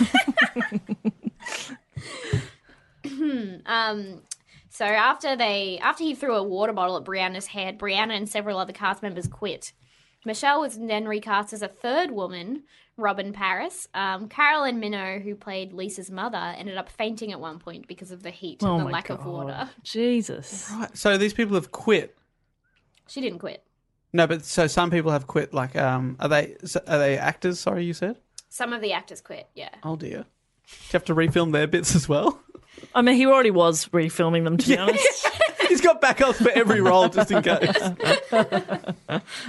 Um, so after they, after he threw a water bottle at Brianna's head, Brianna and several other cast members quit. Michelle was then recast as a third woman, Robin Paris. Um, Carolyn Minow, who played Lisa's mother, ended up fainting at one point because of the heat oh and the my lack God. of water. Jesus. Right, So these people have quit. She didn't quit. No, but so some people have quit. Like, um, are they so- are they actors? Sorry, you said. Some of the actors quit. Yeah. Oh dear. Do you have to refilm their bits as well? I mean, he already was refilming them, to be honest. He's got backups for every role just in case.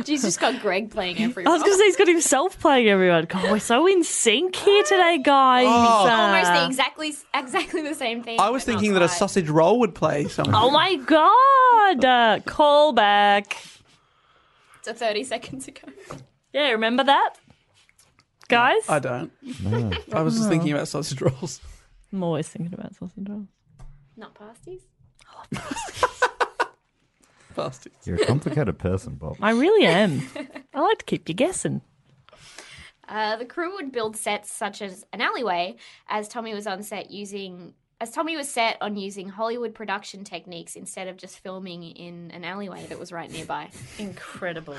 He's just got Greg playing every I was role. going to say he's got himself playing everyone. God, we're so in sync here today, guys. It's Uh, almost the exactly exactly the same thing. I was but thinking that a outside. sausage roll would play something. Oh my god! Uh, call back. to thirty seconds ago. Yeah, remember that, guys? I don't. I was just thinking about sausage rolls. I'm always thinking about sausage rolls. Not pasties. Pasties. You're a complicated person, Bob. I really am. I like to keep you guessing. Uh, the crew would build sets such as an alleyway, as Tommy was on set using. As Tommy was set on using Hollywood production techniques instead of just filming in an alleyway that was right nearby. Incredible.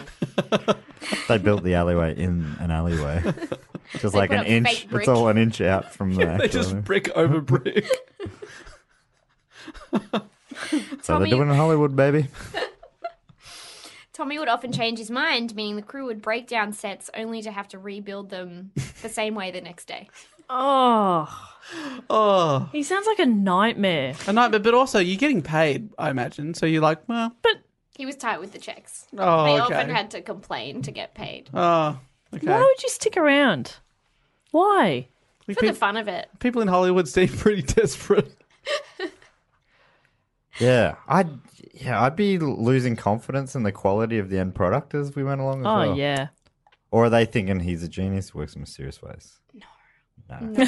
They built the alleyway in an alleyway. Just like put an up fake inch. brick. It's all an inch out from the actual. They just brick over brick. so they're Tommy- doing it in Hollywood, baby. Tommy would often change his mind, meaning the crew would break down sets only to have to rebuild them the same way the next day. Oh, Oh, he sounds like a nightmare. a nightmare. But also, you're getting paid, I imagine. So you're like, well, He was tight with the checks. Oh, they okay. often had to complain to get paid oh, okay. Why would you stick around? Why? Like, for pe- the fun of it. people in Hollywood seem pretty desperate. Yeah, I'd yeah, I'd be losing confidence in the quality of the end product as we went Uh-huh. along. As Oh well. yeah. Or are they thinking he's a genius who works in mysterious ways? No. No.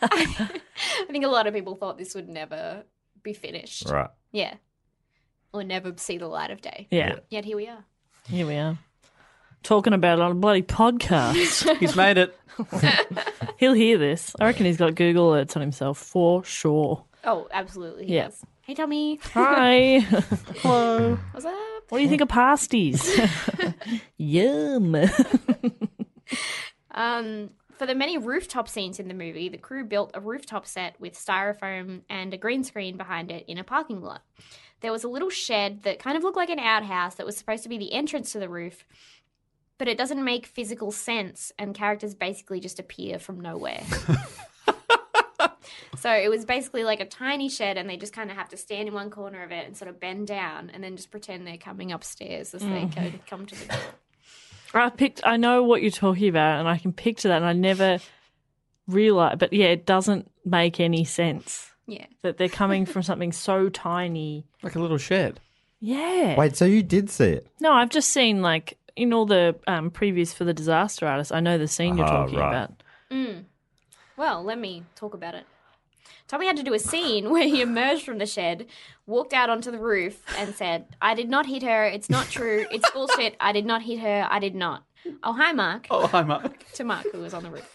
I think a lot of people thought this would never be finished. Right. Yeah. Or never see the light of day. yeah, Yet here we are. Here we are talking about it on a bloody podcast. He's made it. He'll hear this. I reckon he's got Google alerts on himself for sure. Oh, absolutely. Yeah. Yes. Hey, Tommy. Hi. What's up? What do you think of pasties? Yum. Um, for the many rooftop scenes in the movie, the crew built a rooftop set with styrofoam and a green screen behind it in a parking lot. There was a little shed that kind of looked like an outhouse that was supposed to be the entrance to the roof, but it doesn't make physical sense, and characters basically just appear from nowhere. so it was basically like a tiny shed, and they just kind of have to stand in one corner of it and sort of bend down and then just pretend they're coming upstairs as they go, come to the door. I picked. I know what you're talking about, and I can picture that. And I never realized, but yeah, it doesn't make any sense Yeah. that they're coming from something so tiny. Like a little shed. Yeah. Wait, so you did see it? No, I've just seen like in all the um, previews for the Disaster Artist. I know the scene you're Ah, talking right. about. Well, let me talk about it. Tommy had to do a scene where he emerged from the shed, walked out onto the roof, and said, I did not hit her. It's not true. It's bullshit. I did not hit her. I did not. Oh, hi, Mark. Oh, hi, Mark. To Mark, who was on the roof.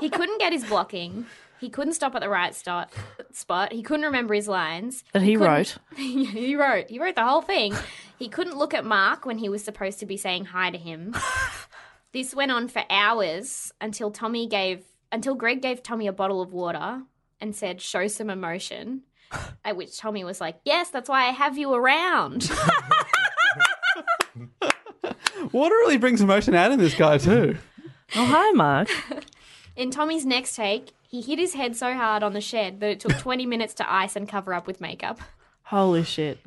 He couldn't get his blocking. He couldn't stop at the right start, spot. He couldn't remember his lines. That he couldn't- wrote. he wrote. He wrote the whole thing. He couldn't look at Mark when he was supposed to be saying hi to him. this went on for hours until Tommy gave until Greg gave Tommy a bottle of water and said, "Show some emotion." At which Tommy was like, "Yes, that's why I have you around." Water really brings emotion out in this guy, too. Oh, hi, Mark. In Tommy's next take, he hit his head so hard on the shed that it took 20 minutes to ice and cover up with makeup. Holy shit.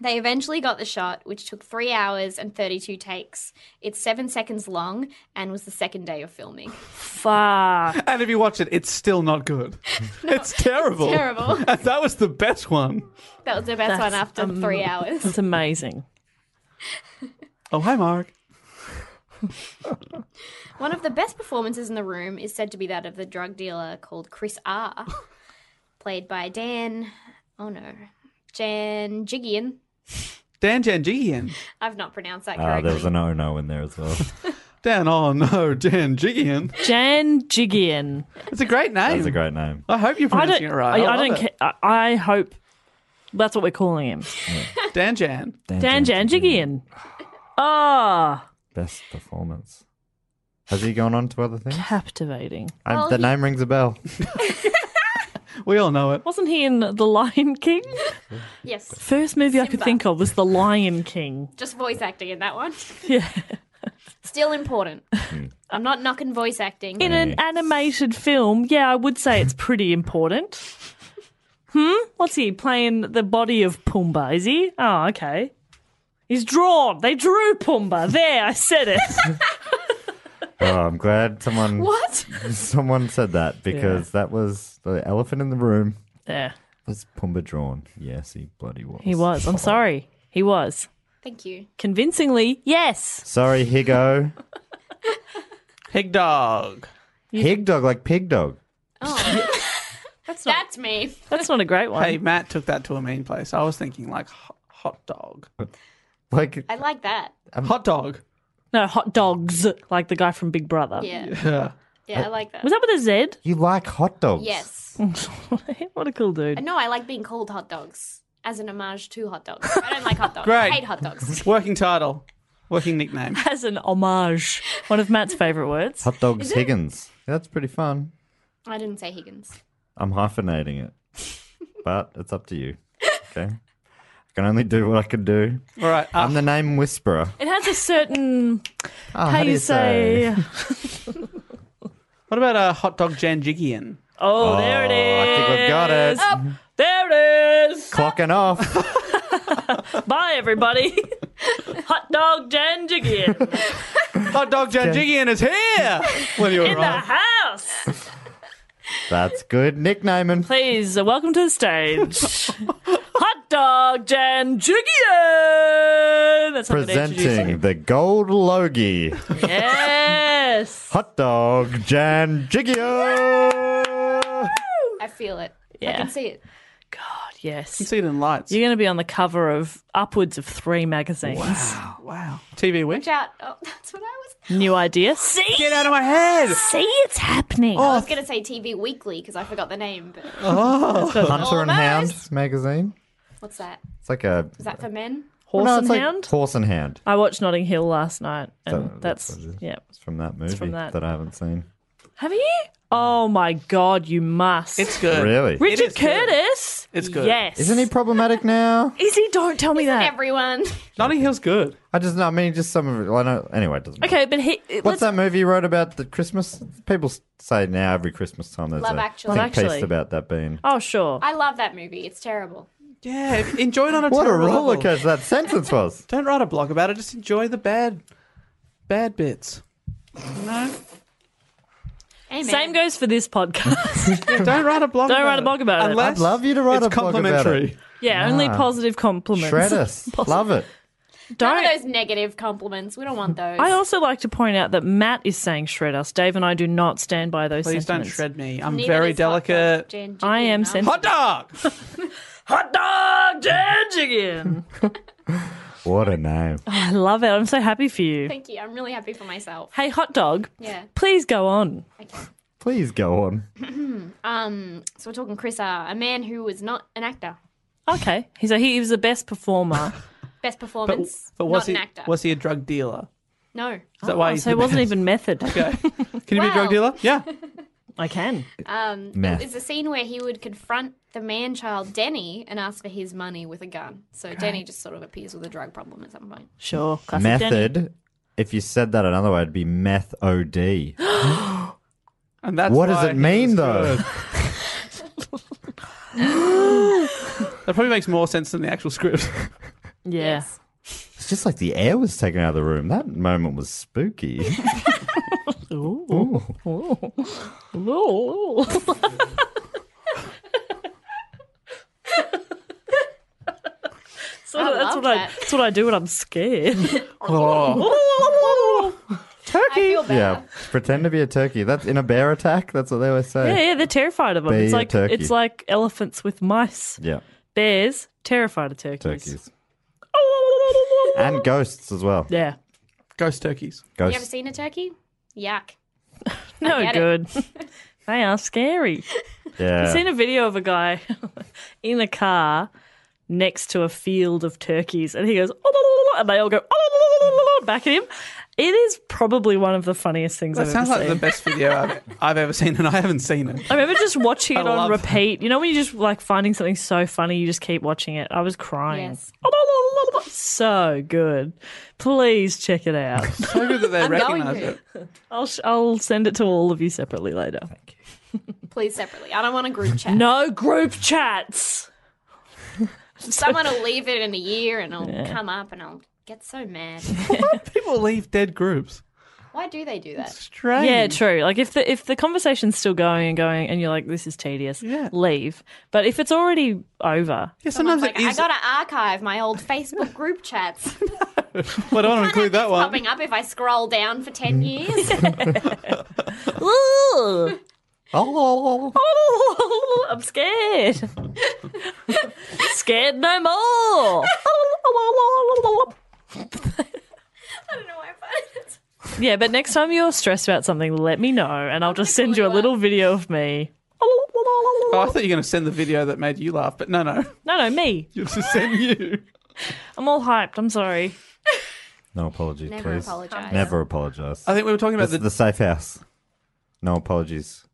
They eventually got the shot, which took three hours and 32 takes. It's seven seconds long and was the second day of filming. Fuck. And if you watch it, it's still not good. it's terrible. terrible. And that was the best one. That was the best one after three hours. It's amazing. Oh, hi, Mark. One of the best performances in the room is said to be that of the drug dealer called Chris R, played by Dan. Oh no, Jan Jigian. Dan Janjigian. I've not pronounced that Ah, correctly. there was an oh no in there as well. Dan, oh no, Janjigian. Jan Jigian. It's a great name. That's a great name. I hope you're I pronouncing don't. it right. I, I love don't. it. Ca- I, I hope that's what we're calling him. Dan Jan. Dan Jan Jigian. Ah, Best performance. Has he gone on to other things? captivating. I, Well, the he- name rings a bell. We all know it. Wasn't he in The Lion King? Yes, First movie I could Simba. think of was The Lion King. just voice acting in that one. Yeah. Still important. I'm not knocking voice acting. In an animated film, yeah, I would say it's pretty important. Hmm? What's he playing the body of Pumbaa, is he? Oh, okay. He's drawn. They drew Pumbaa. There, I said it. Oh, I'm glad someone What? someone said that because that was the elephant in the room. yeah. Was Pumba drawn? Yes, he bloody was. He was. I'm sorry. He was. Thank you. Convincingly, yes. Sorry, Higo. Pig dog. Hig dog, like pig dog. That's, Oh. That's me. That's not a great one. Hey, Matt took that to a mean place. I was thinking like hot, hot dog. Like I like that. hot dog. No, hot dogs, like the guy from Big Brother. Yeah. Yeah. Yeah, I like that. Oh, Was that with a Z? you like hot dogs. Yes. what a cool dude. Uh, No, I like being called hot dogs as an homage to hot dogs. I don't like hot dogs. Great. I hate hot dogs. Working title. Working nickname. As an homage. One of Matt's favourite words. Hot dogs Higgins. Yeah, that's pretty fun. I didn't say Higgins. I'm hyphenating it. but it's up to you. Okay. I can only do what I can do. All right. Uh, I'm the name whisperer. It has a certain, Oh, how you say? what about a hot dog Janjigian? Oh, there it Oh, is. I think I've got it. There it is. Clocking off. Bye, everybody. Hot dog Janjigian Hot dog Janjigian is here. When you in the arrive. house. That's good nicknaming. Please, uh, welcome to the stage. Hot dog Janjigian. That's not gonna introduce you. Presenting the gold logie. Yes. Hot dog Jan Jiggio. I feel it. I Yeah. can see it. God, yes. You see it in lights. You're going to be on the cover of upwards of three magazines. Wow. Wow. TV Watch witch. out. Oh, that's what I was. New idea. See? Get out of my head. Oh, See, it's happening. I was going to say TV Weekly because I forgot the name, but Hunter and Hound Almost. magazine. what's that? It's like a Is that for men? Horse No, it's and like Hound. Horse and Hound. I watched Notting Hill last night, and That- that's, what it is. yeah. It's from that movie from that. I haven't seen. Have you? Oh my God, you must. It's good. Really? Richard is good. Curtis. It's good. Yes. Isn't he problematic now? Is he? Don't tell me that. Everyone. Notting Hill's good. I just no, I mean just some of it. I know. Anyway, it doesn't. matter. okay, but he. What's let's- that movie you wrote about the Christmas? People s- say now every Christmas time there's Love a Actually. think Love Actually. piece about that being. Oh sure. I love that movie. It's terrible. Yeah. if- Enjoy it on a Oh, What a terrible roller level. coaster that sentence was. Don't write a blog about it. Just enjoy the bad, bad bits. No. Amen. Same goes for this podcast. Don't write a blog. Don't about write a it. blog about it. Unless I'd love you to write it's a blog about complimentary. it. yeah, only positive compliments. Shred us. Love it. None Don't. of those negative compliments. We don't want those. I also like to point out that Matt is saying shred us. Dave and I do not stand by those Please don't sentiments. shred me. I'm Neither very is hot dog delicate. Jan- I am Jan- sensitive. Hot dog. Hot dog judge Oh, again. What a name. I love it. I'm so happy for you. Thank you. I'm really happy for myself. Hey, hot dog, Yeah. please go on. Please go on. Um. So we're talking Chris R, a man who was not an actor. Okay, he's a, he was the best performer. But, Best performance. but was not he an actor. was he a drug dealer? no. Is that why? Oh, he's so he the wasn't best? even method. Can you be a drug Wow. dealer? Yeah. I can. Um, Meth. It's a scene where he would confront the man child Denny and ask for his money with a gun. So Denny just sort of appears with a drug problem at some point. Sure. Classic Denny. Method. If you said that another way, it'd be meth OD. And that's What does why it he mean, was though? good. that probably makes more sense than the actual script. Yeah. It's just like the air was taken out of the room. That moment was spooky. Ooh. Sort of- I that's love what I. that. That's what I do when I'm scared. Oh. I feel better. yeah. Pretend to be a turkey. That's in a bear attack. That's what they always yeah, say. yeah, they're terrified of them. Be It's a like turkey. it's like elephants with mice. Yeah. Bears terrified of turkeys. Turkeys. And ghosts as well. Yeah. Ghost turkeys. You ever Ghosts. seen a turkey? Yuck. No get it. good. they are scary. I've Yeah. seen a video of a guy in a car next to a field of turkeys, and he goes, "Oh," and they all go "Oh," back at him. It is probably one of the funniest things That I've sounds ever like seen. the best video I've, I've ever seen, and I haven't seen it. I remember just watching it I on love that. repeat. You know when you just like finding something so funny, you just keep watching it. I was crying. Oh, Yes. So good. Please check it out. So good that they I'm going recognise to. it. I'll sh- I'll send it to all of you separately later. Please separately. I don't want a group chat. No group chats. Someone will leave it in a year and it'll come up and I'll get so mad. People leave dead groups. Why do they do that? Strange. Yeah, true. Like if the if the conversation's still going and going, and you're like, "This is tedious," Yeah. leave. But if it's already over, Yeah, Someone's sometimes like, it I is. gotta archive my old Facebook group chats. but I don't want to Can't have include this that one. popping up if I scroll down for ten years. Ooh, Oh, I'm scared. scared no more. I don't know why I find it. yeah, but next time you're stressed about something, let me know, and I'll just send you a little video of me. Oh, I thought you were going to send the video that made you laugh, but no, no. No, no, me. You'll just send you. I'm all hyped. I'm sorry. No apologies, Never please. apologize. Never apologize. I think we were talking about This the, is the safe house. No apologies.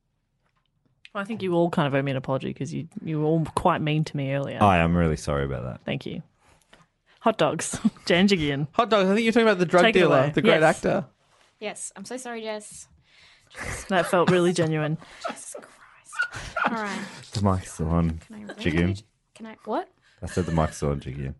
I think you all kind of owe me an apology because you you were all quite mean to me earlier. I am really sorry about that. Thank you. Hot dogs, Janjigian. hot dogs. I think you were talking about the drug Take it dealer, away. the great Yes. actor. Yes, I'm so sorry, Jess. That felt really genuine. Jesus Christ. All right. The mic's on, Can I Oh. really- Jigoon. Can I what? I said the mic's on, Jigoon.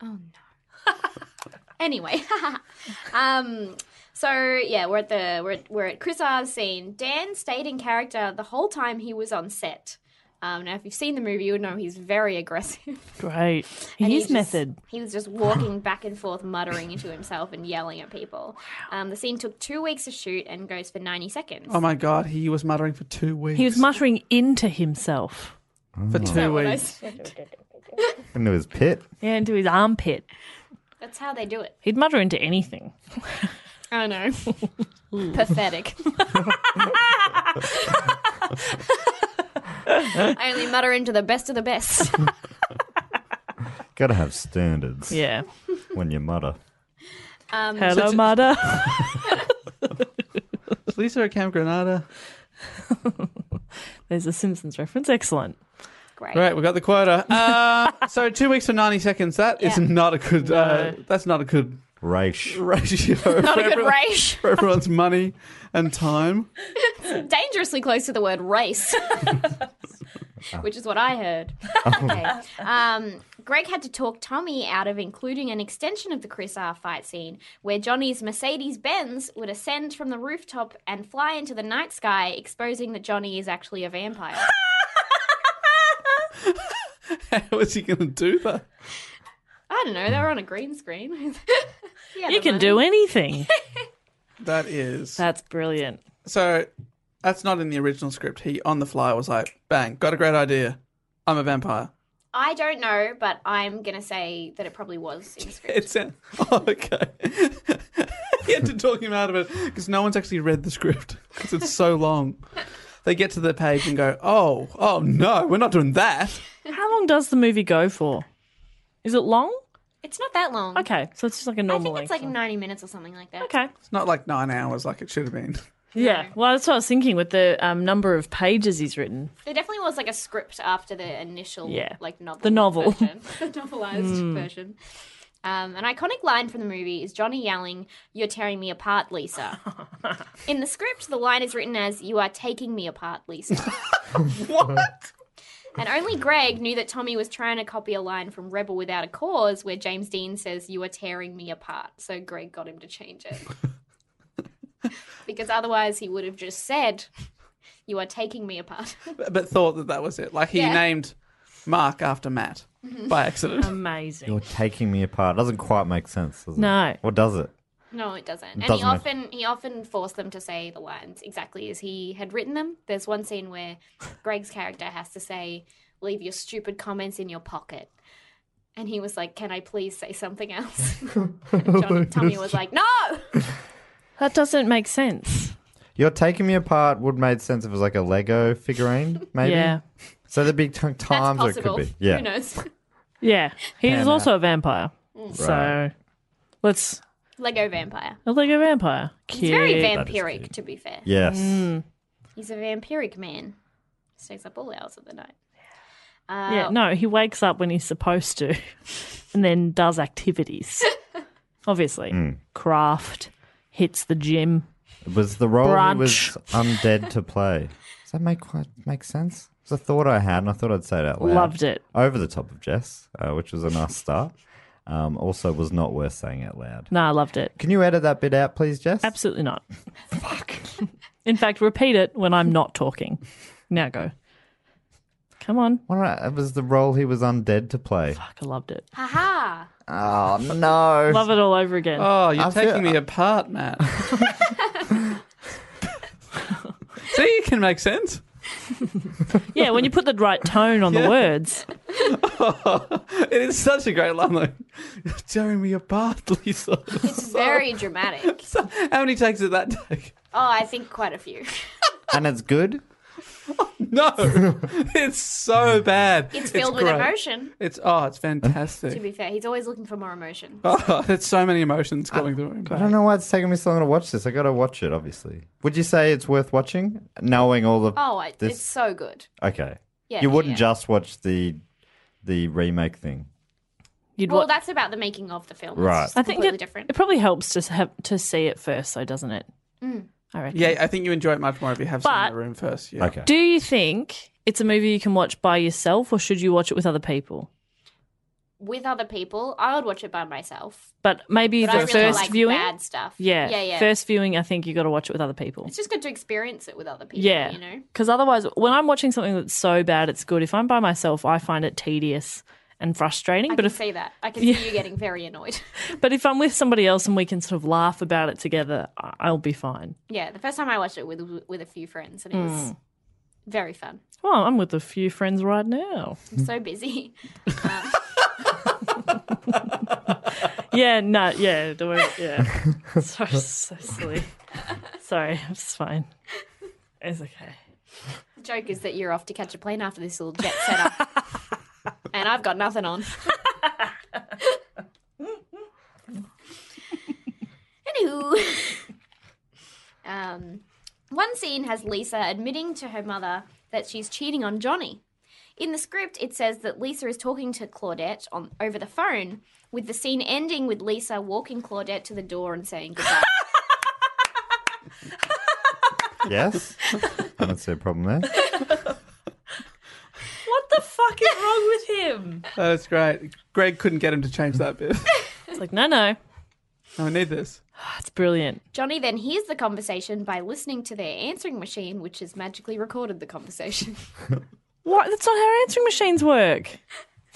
Anyway, um, so yeah, we're at the we're at, we're at Chris R's scene. Dan stayed in character the whole time he was on set. Um, now, if you've seen the movie, you would know he's very aggressive. Great. His And he just- method. He was just walking back and forth, muttering into himself and yelling at people. Um, the scene took two weeks to shoot and goes for ninety seconds. Oh my god, he was muttering for two weeks. He was muttering into himself. for two What I weeks. said. Into his pit. Yeah, into his armpit. That's how they do it. He'd mutter into anything. I know. Pathetic. I only mutter into the best of the best. Gotta have standards Yeah. when you mutter. Hello, mutter. Is Lisa at Camp Granada. There's a Simpsons reference. Excellent. Great. Right, we got the quota. Uh, so two weeks for ninety seconds. That is Yeah. not a good. Uh, that's not a good Raish. ratio. Not for a good everyone- race. For everyone's money and time. Dangerously close to the word race, which is what I heard. Okay. Um, Greg had to talk Tommy out of including an extension of the Chris R fight scene where Johnny's Mercedes Benz would ascend from the rooftop and fly into the night sky, exposing that Johnny is actually a vampire. How is he going to do that? I don't know. They were on a green screen. yeah, You can do anything. That is That's brilliant. so. That's not in the original script. He on the fly was like, "Bang, got a great idea. I'm a vampire." I don't know, but I'm gonna say that it probably was in the script. It's a, oh, okay. he had to talk him out of it because no one's actually read the script because it's so long. They get to the page and go, "Oh, oh no, we're not doing that." How long does the movie go for? Is it long? It's not that long. Okay, so it's just like a I normal think it's like length. 90 minutes or something like that. okay. It's not like nine hours like it should have been. Yeah. Well, that's what I was thinking with the um, number of pages he's written. There definitely was like a script after the initial, Yeah. like novel, The novel. version. the novelized version. Um, an iconic line from the movie is Johnny yelling, "You're tearing me apart, Lisa." in the script, the line is written as, "You are taking me apart, Lisa." Uh-huh. what? And only Greg knew that Tommy was trying to copy a line from Rebel Without a Cause where James Dean says, You are tearing me apart. So Greg got him to change it. because otherwise he would have just said, You are taking me apart. But, but thought that that was it. Like he Yeah. named Mark after Matt by accident. Amazing. You're taking me apart. Doesn't quite make sense, does it? No. Or does it? no, it doesn't. And he Doesn't it? often he often forced them to say the lines exactly as he had written them. There's one scene where Greg's character has to say, Leave your stupid comments in your pocket. And he was like, Can I please say something else? and John, Tommy was like, No! That doesn't make sense. You're taking me apart would made sense if it was like a Lego figurine, maybe. Yeah. So the big t- times That's it could possible. be. Yeah. Who knows? Yeah. He is Hammer. also a vampire. Right. So let's Lego vampire. a Lego vampire. Cute. He's very is vampiric, to be fair. Yes. He's a vampiric man. Stays up all hours of the night. Uh, yeah. No, he wakes up when he's supposed to and then does activities. Obviously. Craft, hits the gym. It was the role he was Brunch. undead to play. Is that make quite make sense? It's a thought I had, and I thought I'd say it out loud. Loved it. Over the top of Jess, uh, which was a nice start. Um, also, was not worth saying out loud. Nah, I loved it. Can you edit that bit out, please, Jess? Absolutely not. Fuck. In fact, repeat it when I'm not talking. Now go. Come on. Why not? It uh, was the role he was undead to play. Fuck, I loved it. Haha. Oh no! Love it all over again. Oh, you're I feel- taking me apart, Matt. See, it can make sense. Yeah, when you put the right tone on the words. It is such a great line. Like, you're tearing me apart, Lisa. It's very dramatic. Oh, So, how many takes did that take? I think quite a few. and it's good. No, it's so bad. It's filled with great. emotion. It's oh, it's To fantastic. be fair, he's always looking for more emotion. Oh, it's so many emotions coming through. him. I don't know why it's taking me so long to watch this. I got to watch it, obviously. Would you say it's worth watching, knowing all the? Oh, I, this- it's so good. okay. Yeah, you yeah, wouldn't yeah. just watch the the remake thing. You'd Well, wa- that's about the making of the film. Right. It's just I think completely it, different. it probably helps to have, to see it first, though, doesn't it? I reckon. Yeah, I think you enjoy it much more if you have some But- in the room first. Yeah. Okay. Do you think it's a movie you can watch by yourself, or should you watch it with other people? With other people, I would watch it by myself. But maybe But the I really first like viewing. bad stuff. Yeah, Yeah, yeah. First viewing, I think you got to watch it with other people. It's just good to experience it with other people. Yeah, You know? because otherwise, when I'm watching something that's so bad it's good, if I'm by myself, I find it tedious and frustrating. I but can if see that. I can see you getting very annoyed. but if I'm with somebody else and we can sort of laugh about it together, I- I'll be fine. yeah, the first time I watched it with with a few friends, and it Hmm. was very fun. Well, I'm with a few friends right now. I'm so busy. Yeah, no, yeah, don't worry, yeah. so, so silly. Sorry, it's fine. It's okay. The joke is that you're off to catch a plane after this little jet setup, and I've got nothing on. Anywho, um, one scene has Lisa admitting to her mother that she's cheating on Johnny. In the script, it says that Lisa is talking to Claudette on over the phone, with the scene ending with Lisa walking Claudette to the door and saying goodbye. Yes. I don't see a problem there. What the fuck is wrong with him? Oh, That's great. Greg couldn't get him to change that bit. It's like, no, no, no, we need this. that's brilliant. Johnny then hears the conversation by listening to their answering machine, which has magically recorded the conversation. What? That's not how answering machines work.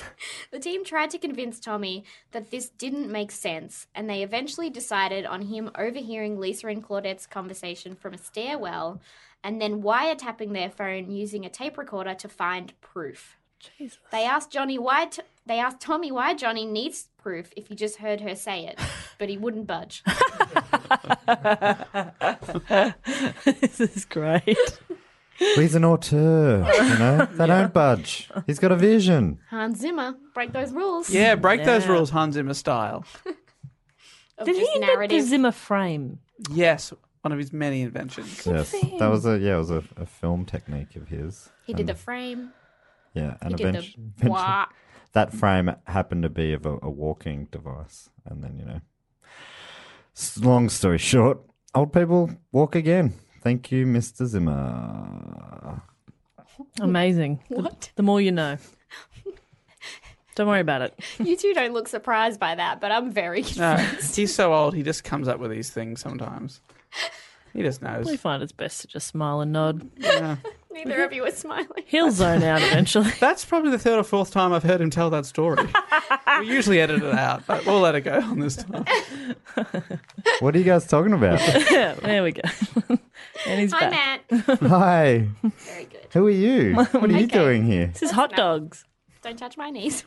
the team tried to convince Tommy that this didn't make sense, and they eventually decided on him overhearing Lisa and Claudette's conversation from a stairwell and then wiretapping their phone using a tape recorder to find proof. Jesus. They asked Johnny why t- they asked Tommy why Johnny needs proof if he just heard her say it, but he wouldn't budge. this is great. He's an auteur, you know? They don't budge. He's got a vision. Hans Zimmer, break those rules. Yeah, break those rules, Hans Zimmer style. of Did he just invent the Zimmer frame? Yes, one of his many inventions. Yes. That was a yeah, it was a, a film technique of his. He did the And- frame. Yeah, and He did the eventually, eventually wah. that frame happened to be of a, a walking device. And then, you know. s- Long story short, old people walk again. Thank you, Mr. Zimmer. Amazing. What? The, the more you know. Don't worry about it. You two don't look surprised by that, but I'm very. No, he's so old. He just comes up with these things sometimes. He just We knows. find it's best to just smile and nod. Neither of you are smiling. He'll zone out eventually. That's probably the third or fourth time I've heard him tell that story. we usually edit it out, but we'll let it go on this time. What are you guys talking about? yeah, there we go. and he's Hi, back. Matt. Hi. Very good. Who are you? What are you Okay. doing here? This is hot dogs. Don't touch my knees.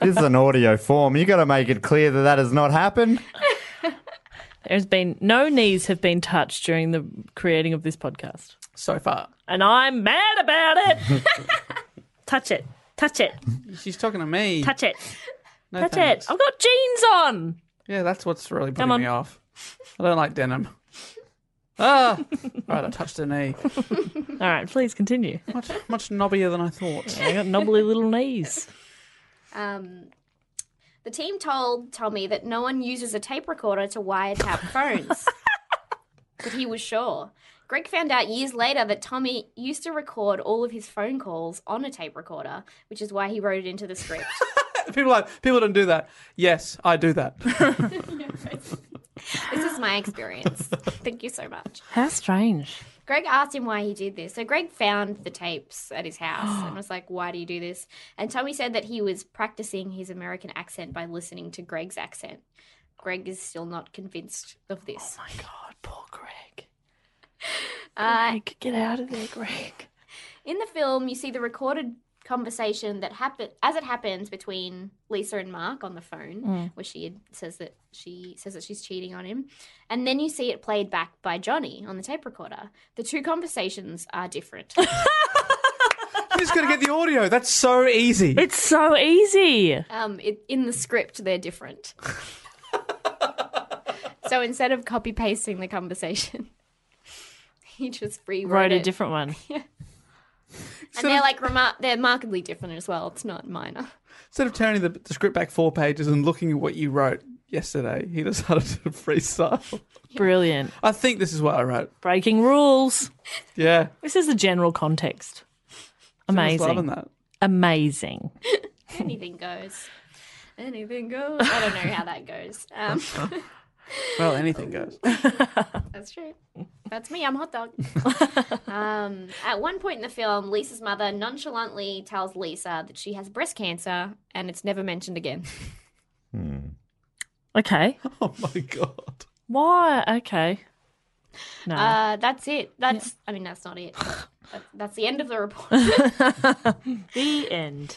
This is an audio form. You got to make it clear that that has not happened. There's been no knees have been touched during the creating of this podcast. So far, And I'm mad about it. Touch it. Touch it. she's talking to me. Touch it. No Touch thanks. it. I've got jeans on. Yeah, that's what's really Come putting me on. off. I don't like denim. Ah, right. I touched her knee. All right, please continue. Much, much knobbier than I thought. I got knobbly little knees. Um, the team told Tommy that no one uses a tape recorder to wiretap phones, which that he was sure. Greg found out years later that Tommy used to record all of his phone calls on a tape recorder, which is why he wrote it into the script. People like people don't do that. Yes, I do that. this is my experience. Thank you so much. How strange. Greg asked him why he did this. So Greg found the tapes at his house and was like, "Why do you do this?" And Tommy said that he was practicing his American accent by listening to Greg's accent. Greg is still not convinced of this. Oh my God, poor Greg. Uh, Greg, get out of there, Greg. in the film, you see the recorded conversation that happened as it happens between Lisa and Mark on the phone, where she had- says that she says that she's cheating on him, and then you see it played back by Johnny on the tape recorder. The two conversations are different. I'm just gonna get the audio. That's so easy. It's so easy. Um, it, in the script, they're different. so instead of copy pasting the conversation, he just rewrote Wrote a it. different one. and they're like remar- they're markedly different as well. It's not minor. Instead of turning the, the script back four pages and looking at what you wrote yesterday, he decided to freestyle. Brilliant. I think this is what I wrote. Breaking rules. Yeah, This is the general context. I was loving Amazing. that. Amazing. Anything goes. Anything goes. I don't know how that goes. Um, Well, anything goes. that's true. That's me. I'm hot dog. um, at one point in the film, Lisa's mother nonchalantly tells Lisa that she has breast cancer, and it's never mentioned again. Okay. Oh my god. Why? Okay. No. Uh, that's it. That's I mean that's not it. but that- that's the end of the report. the end.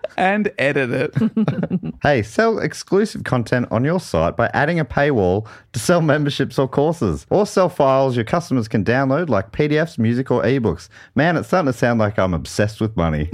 And edit it. hey, sell exclusive content on your site by adding a paywall to sell memberships or courses, or sell files your customers can download like PDFs, music, or ebooks. Man, it's starting to sound like I'm obsessed with money.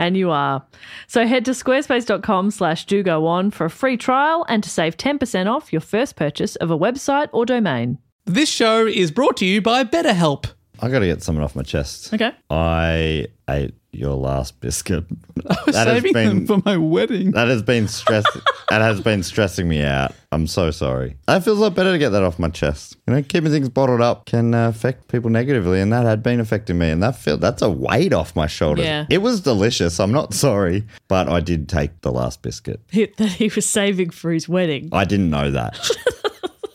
And you are. So head to squarespace.com slash do go on for a free trial and to save 10% off your first purchase of a website or domain. this show is brought to you by BetterHelp. I got to get something off my chest. Okay. I ate your last biscuit. that has Saving been them for my wedding. that has been stress that has been stressing me out. I'm so sorry. That feels a lot better to get that off my chest. You know, keeping things bottled up can uh, affect people negatively, and that had been affecting me. And that feel that's a weight off my shoulders. Yeah. It was delicious. I'm not sorry, but I did take the last biscuit. Hit that he was saving for his wedding. I didn't know that.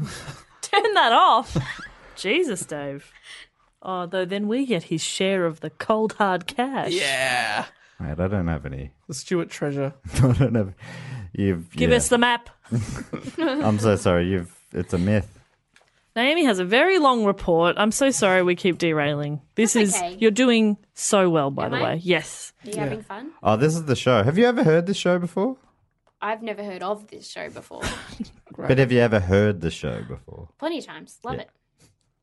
Turn that off. Jesus, Dave. Oh, though then we get his share of the cold hard cash. Yeah. Mate, I don't have any. The Stuart treasure. I don't have. You've Give yeah. us the map. I'm so sorry. You've. It's a myth. Naomi has a very long report. I'm so sorry we keep derailing. This That's is okay. you're doing so well by Am the I? way. Yes. Are you having fun? Oh, this is the show. Have you ever heard this show before? I've never heard of this show before. But have you ever heard the show before? Plenty of times. Love Yeah. it.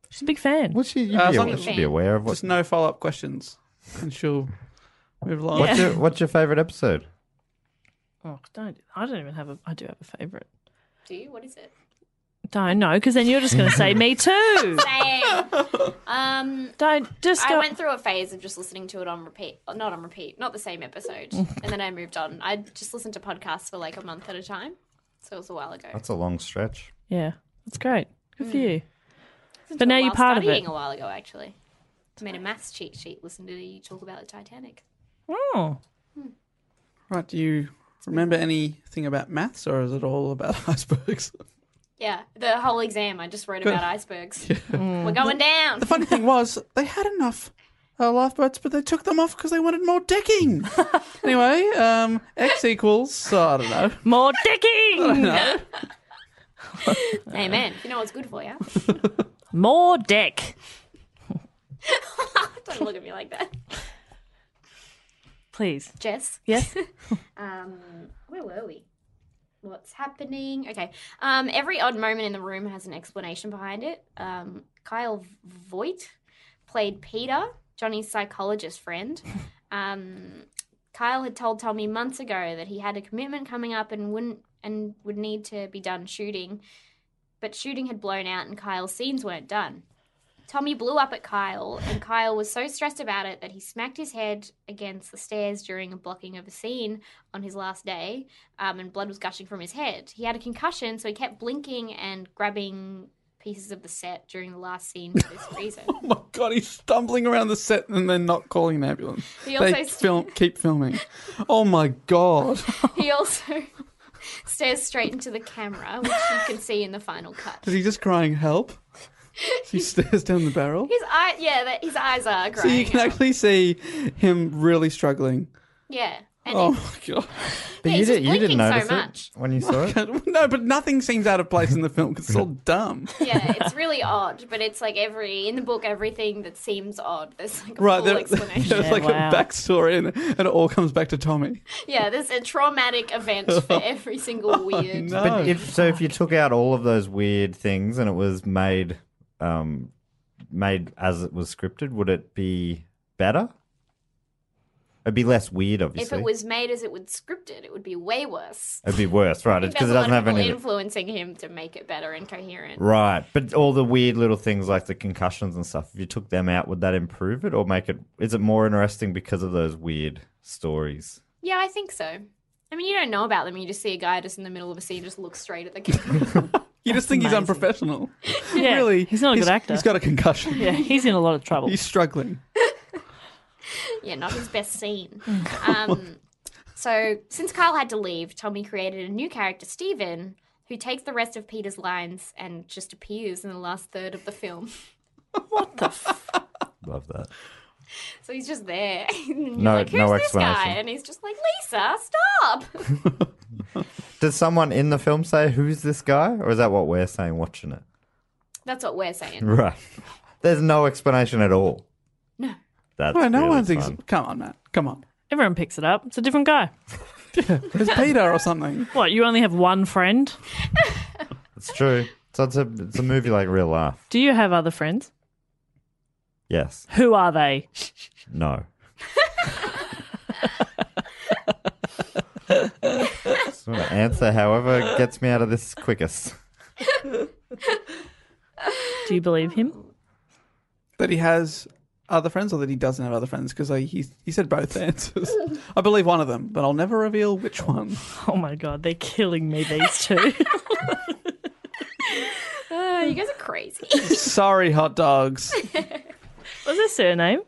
She's a big fan. Well, she, you'd Uh, be, some- you should be aware of what. Just no follow up questions. And she'll move along. What's your What's your favorite episode? Oh, don't I don't even have a I do have a favorite. Do you? What is it? Don't know because then you're just going to say me too. Dang. um, Don't just I go. went through a phase of just listening to it on repeat. Not on repeat. Not the same episode. and then I moved on. I just listened to podcasts for like a month at a time. So it was a while ago. That's a long stretch. Yeah, that's great. Good Hmm. for you. but Listened to now it you're while part of studying it. a while ago, actually. I made a maths cheat sheet. Listened to you talk about the Titanic. Oh, Right, do you remember anything about maths or is it all about icebergs? Yeah, the whole exam. I just wrote about icebergs. We're going down. The funny thing was, they had enough uh, lifeboats, but they took them off because they wanted more decking. anyway, um, x equals, oh, I don't know. more decking. Amen. You know what's good for you? More deck. Don't look at me like that. Please. Jess, Yes. um, where were we? What's happening? Okay. Um, every odd moment in the room has an explanation behind it. Um, Kyle Voigt played Peter, Johnny's psychologist friend. Um, Kyle had told Tommy months ago that he had a commitment coming up and wouldn't and would need to be done shooting, but shooting had blown out and Kyle's scenes weren't done. Tommy blew up at Kyle, and Kyle was so stressed about it that he smacked his head against the stairs during a blocking of a scene on his last day, um, and blood was gushing from his head. He had a concussion, so he kept blinking and grabbing pieces of the set during the last scene for this reason. Oh my god, he's stumbling around the set and then not calling an ambulance. He they also st- film, keep filming. Oh my god. He also stares straight into the camera, which you can see in the final cut. Is he just crying help? He stares down the barrel. His eye, yeah, that, his eyes are So you crying. can actually see him really struggling. yeah, And Oh it- my god! But Yeah, you, he's did, just you didn't blinking so notice much. it when you saw it. no, but nothing seems out of place in the film because it's all dumb. yeah, it's really odd, but it's like every in the book, everything that seems odd. There's like a Right, full there- explanation. there's like wow. a backstory, and, and it all comes back to Tommy. yeah, there's a traumatic event for every single Oh, weird. no. But if so, if you took out all of those weird things and it was made, um, made as it was scripted, would it be better? It'd be less weird, If obviously. it was made as it was scripted, it would be way worse. It'd be worse, right? I think Because it there's a doesn't lot of have people any. influencing him to make it better and coherent. Right, but all the weird little things like the concussions and stuff. If you took them out, would that improve it or make it? Is it more interesting because of those weird stories? Yeah, I think so. I mean, you don't know about them. You just see a guy just in the middle of a scene, just looks straight at the camera. you just think he's unprofessional. Yeah, really, he's not a good actor. He's got a concussion. Yeah, he's in a lot of trouble. He's struggling. yeah, not his best scene. Um, so, since Carl had to leave, Tommy created a new character, Steven, who takes the rest of Peter's lines and just appears in the last third of the film. Love that. So he's just there. And you're No- like, Who's no this guy? explanation. And he's just like, Lisa, stop. Does someone in the film say who's this guy, or is that what we're saying watching it? That's what we're saying. Right. There's no explanation at all. No. That's Well, no really one thinks. fun. Come on, Matt. Come on. Everyone picks it up. It's a different guy. It's Peter or something. What? You only have one friend? It's true. So it's a it's a movie like real life. Do you have other friends? Yes. Who are they? No. Just want to answer however gets me out of this quickest. Do you believe him? That he has other friends, or that he doesn't have other friends, because he he said both answers. I believe one of them, but I'll never reveal which one. Oh my god, they're killing me. These two. Oh, you guys are crazy. Sorry, hot dogs. What's their surname?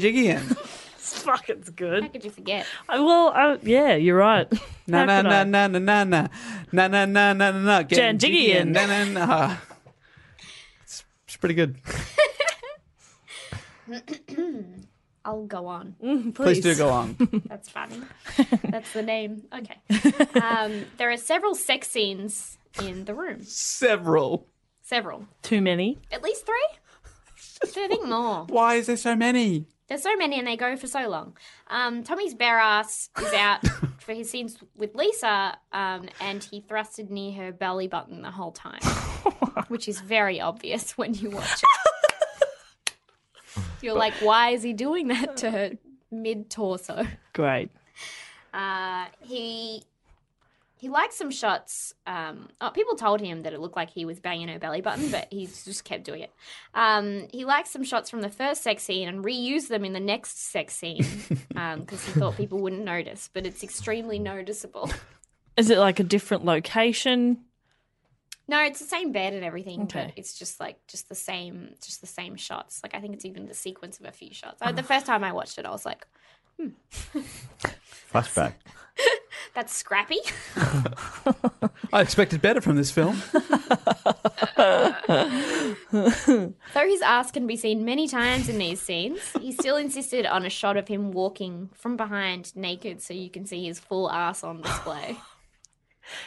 Jigian. Fuck, it's How good. could you forget? I- Well, I, yeah, you're right. Na How na could na I? na na na na na na na na na na Jan Jigian. Na na na. It's it's pretty good. I'll go on. Mm. Please do go on. That's funny. That's the name. Okay. Um, there are several sex scenes in the room. Several. Several. Too many. At least three? I think more. Why is there so many? There's so many and they go for so long. Um, Tommy's bare ass is out for his scenes with Lisa, um, and he thrusted near her belly button the whole time, which is very obvious when you watch it. You're like, why is he doing that to her mid torso? Great. Uh, he he liked some shots. Um, oh, people told him that it looked like he was banging her belly button, but he just kept doing it. Um, he liked some shots from the first sex scene and reused them in the next sex scene because he thought people wouldn't notice, but it's extremely noticeable. Is it like a different location? No, it's the same bed and everything, Okay. but it's just like just the same, just the same shots. Like I think it's even the sequence of a few shots. Uh, the first time I watched it, I was like, Flashback. "That's scrappy." I expected better from this film. Though his ass can be seen many times in these scenes, he still insisted on a shot of him walking from behind naked so you can see his full ass on display.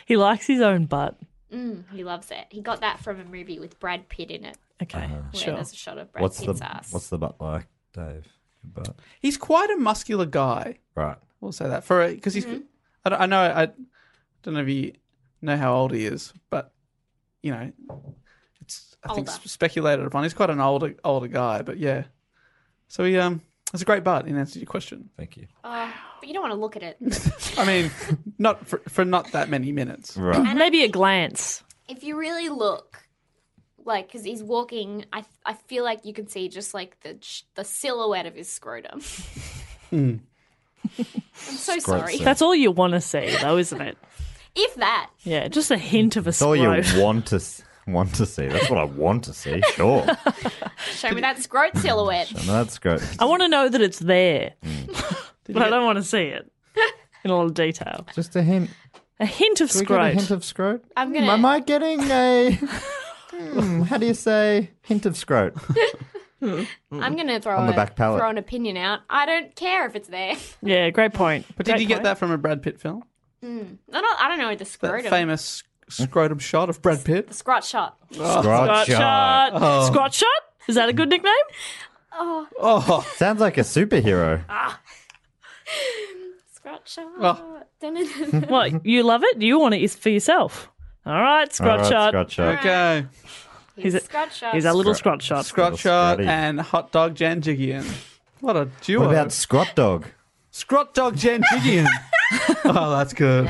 He likes his own butt. Mm, he loves it. He got that from a movie with Brad Pitt in it, Okay, Uh-huh. where sure. there's a shot of Brad What's the Pitt's ass. what's the butt like, Dave? Your butt. He's quite a muscular guy. Right. We'll say that for because he's. I, don't, I know. I don't know if you know how old he is, but you know, it's I think Older. sp- speculated upon. He's quite an older older guy, but yeah. So he um, it's a great butt in answer to your question. Thank you. Oh, but you don't want to look at it. I mean, not for, for not that many minutes. Right. Maybe a glance. if you really look, like, because he's walking, I, I feel like you can see just like the sh- the silhouette of his scrotum. Hmm. I'm so sorry. scene. That's all you want to see, though, isn't it? If that, Yeah, just a hint of a It's all you scrote. want to s- want to see. That's what I want to see. Sure. show me that scrot silhouette. And that's great. I want to know that it's there, Did but you I get- don't want to see it in a lot of detail. Just a hint. A hint of Do we get a hint scrote. of scrote? I'm Am gonna. I getting a? Hmm, how do you say hint of scrote? I'm going to throw On the a- back pallet. throw an opinion out. I don't care if it's there. Yeah, great point. But did you get that from a Brad Pitt film? Mm. I don't. I don't know the That scrotum. famous scrotum shot of Brad Pitt? The scrot shot. Squat Scrot shot. Oh. Squat shot. Is that a good nickname? Oh, Oh, Sounds like a superhero. scrot shot. Oh. Dun-dun-dun. What you love it? You want it is for yourself. All right, All scrot right, shot. Scrot shot. okay. He's He's a- a scrot shot. Here's our little scrot shot. Scrot shot Scrotty. and hot dog Jan Jigian. What a duo. What about Scrot Dog? Scrot dog Jan Jigian? oh, that's good.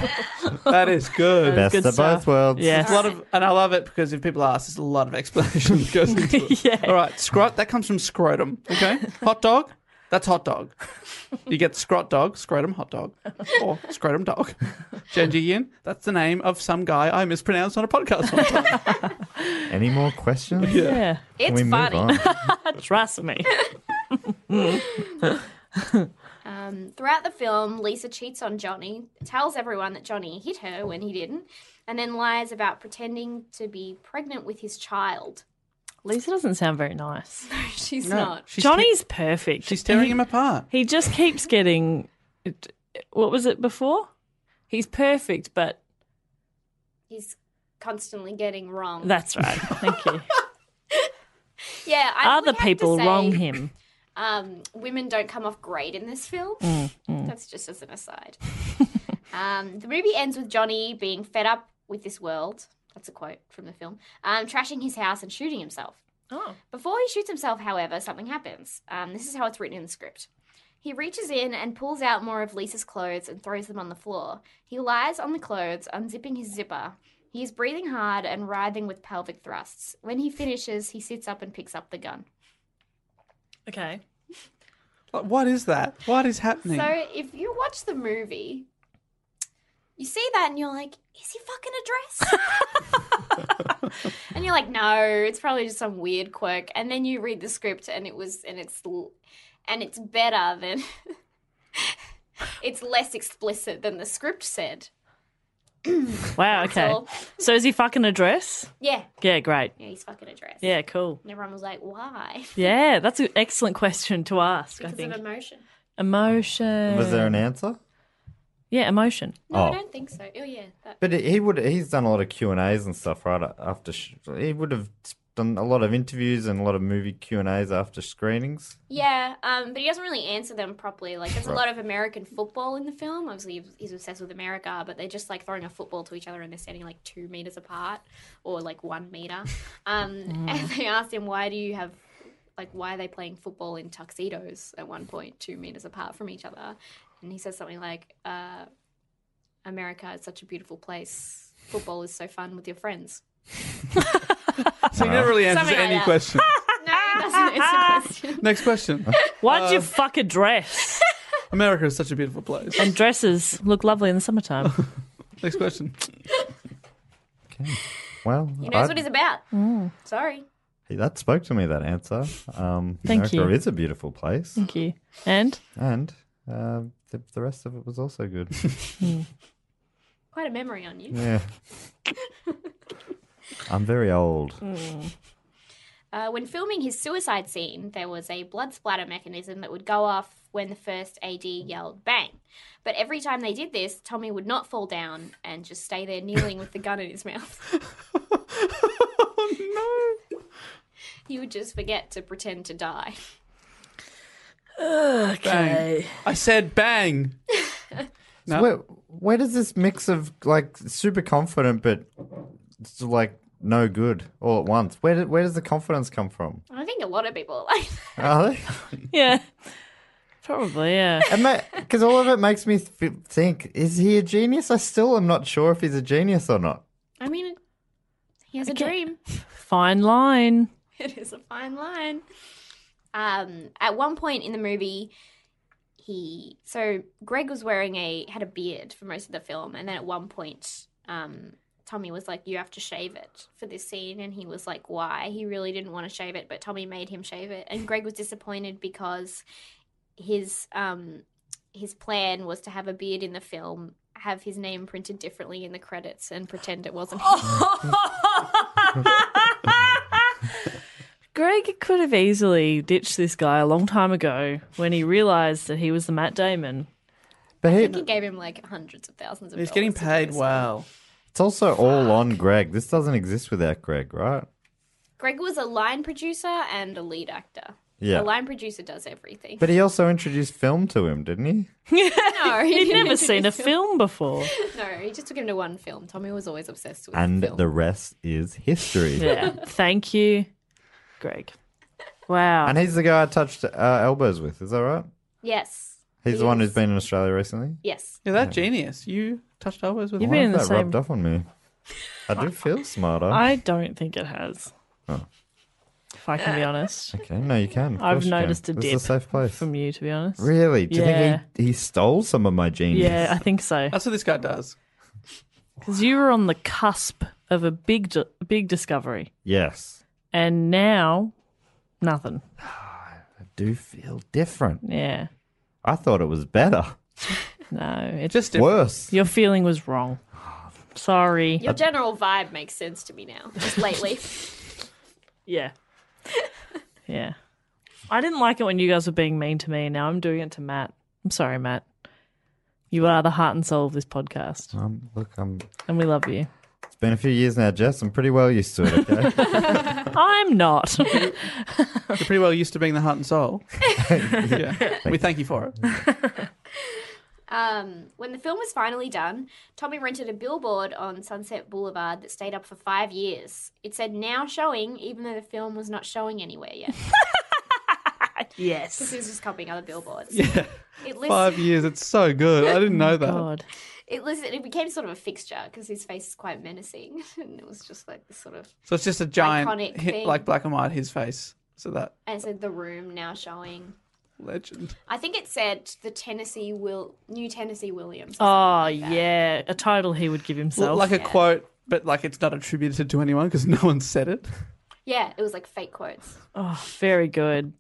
That is good. Best good of stuff. both worlds. Yes. It's a lot of, and I love it because if people ask, there's a lot of explanation that goes into it. Yeah. All right, scrot, that comes from scrotum, okay? Hot dog, that's hot dog. You get scrot dog, scrotum hot dog, or scrotum dog. Genji Yin, that's the name of some guy I mispronounced on a podcast one time. Any more questions? Yeah, Can It's we funny. move on? trust me. Um, throughout the film, Lisa cheats on Johnny, tells everyone that Johnny hit her when he didn't, and then lies about pretending to be pregnant with his child. Lisa doesn't sound very nice. She's No, not. she's Johnny's perfect. She's tearing he, him apart. He just keeps getting. What was it before? He's perfect, but He's constantly getting wrong. that's right. Thank you. yeah, I would Other have to people say, wrong him. Um, women don't come off great in this film. That's just as an aside. um, the movie ends with Johnny being fed up with this world. That's a quote from the film. Um, trashing his house and shooting himself. Oh. Before he shoots himself, however, something happens. Um, this is how it's written in the script. He reaches in and pulls out more of Lisa's clothes and throws them on the floor. He lies on the clothes, unzipping his zipper. He is breathing hard and writhing with pelvic thrusts. When he finishes, he sits up and picks up the gun. Okay. Like, What is that? What is happening? So if you watch the movie, you see that and you're like, is he fucking a dress? and you're like, no, it's probably just some weird quirk. And then you read the script and it was and it's l- and it's better than it's less explicit than the script said. Wow. Okay. all. So is he fucking a dress? Yeah. Yeah. Great. Yeah, he's fucking a dress. Yeah. Cool. And everyone was like, why? Yeah. That's an excellent question to ask. I Because think of emotion. emotion. Was there an answer? Yeah. Emotion. No, I Oh. don't think so. Oh yeah. That, But he would. He's done a lot of Q and A's and stuff, right? After sh- he would have done a lot of interviews and a lot of movie Q and A's after screenings. Yeah, um, but he doesn't really answer them properly. Like, there's a Right. lot of American football in the film. Obviously, he's- he's obsessed with America, but they're just like throwing a football to each other and they're standing like two meters apart or like one meter. Um, And they asked him, why do you have, like, why are they playing football in tuxedos at one point, two meters apart from each other? And he says something like, uh, America is such a beautiful place. Football is so fun with your friends. So he never really answers Something any like that. question. No, he doesn't answer questions. Next question. Why'd Uh, you fuck a dress? America is such a beautiful place. and dresses look lovely in the summertime. Next question. Okay. Well, He knows I- what he's about. Sorry. that spoke to me. That answer. Um, Thank America you. is a beautiful place, Thank you. And and uh, the, the rest of it was also good. Quite a memory on you. yeah. I'm very old. Mm. Uh, when filming his suicide scene, there was a blood splatter mechanism that would go off when the first AD yelled bang. But every time they did this, Tommy would not fall down and just stay there kneeling with the gun in his mouth. oh, no. He would just forget to pretend to die. Bang. I said bang. So where, where does this mix of like super confident but s- like no good all at once? Where did, where does the confidence come from? I think a lot of people are like Are they? yeah, probably yeah. Because all of it makes me th- think: Is he a genius? I still am not sure if he's a genius or not. I mean, he has a dream. Fine line. It is a fine line. Um, at one point in the movie, he so Greg was wearing a had a beard for most of the film, and then at one point, um, Tommy was like, "You have to shave it for this scene," and he was like, "Why?" He really didn't want to shave it, but Tommy made him shave it, and Greg was disappointed because his um his plan was to have a beard in the film, have his name printed differently in the Oh, credits, and pretend it wasn't. him. Greg could have easily ditched this guy a long time ago when he realized that he was the Matt Damon. But I he, think he gave him like hundreds of thousands of He's dollars. getting to do paid this. well. it's also all on Greg. This doesn't exist without Greg, right? Greg was a line producer and a lead actor. Yeah. A line producer does everything. But he also introduced film to him, didn't he? no, he He'd didn't never do seen a this film before. No, he just took him to one film. Tommy was always obsessed with And film. the rest is history. Yeah. Thank you, Greg. Wow. And he's the guy I touched uh, elbows with. Is that right? Yes. He's He the one is. who's been in Australia recently. Yes. You're that genius. You touched elbows with You've Why been in has the that same. rubbed off on me? I do feel smarter. I don't think it has. Oh. If I can be honest, Okay, no, you can. Of I've course you can. noticed a This dip is a safe place. from you, to be honest. Really? Do you Yeah. think he, he stole some of my genius? Yeah, I think so. That's what this guy does. Because you were on the cusp of a big, di- big discovery, Yes. and now nothing. I do feel different. Yeah, I thought it was better. no, it just Just different. Worse. your feeling was wrong. Sorry. Uh, Your general vibe makes sense to me now. Just lately. Yeah, yeah. I didn't like it when you guys were being mean to me. and Now I'm doing it to Matt. I'm sorry, Matt. You are the heart and soul of this podcast, Um, look, I'm, and we love you. it's been a few years now, Jess. I'm pretty well used to it, okay? I'm not. You're pretty well used to being the heart and soul. yeah. We thank you for it. Um, when the film was finally done, Tommy rented a billboard on Sunset Boulevard that stayed up for five years. It said now showing, even though the film was not showing anywhere yet. yes. He was just copying other billboards. Yeah. It lists, Five years. It's so good. I didn't know that. Oh God. it listed, it became sort of a fixture because his face is quite menacing, and it was just like this sort of. So it's just a giant, Iconic hit, thing. like black and white, his face. So that And it said the room now showing. legend. I think it said the Tennessee will new Tennessee Williams. or Oh something like that. yeah, a title he would give himself. like a yeah. quote, but like it's not attributed to anyone because no one said it. yeah, it was like fake quotes. oh, very good.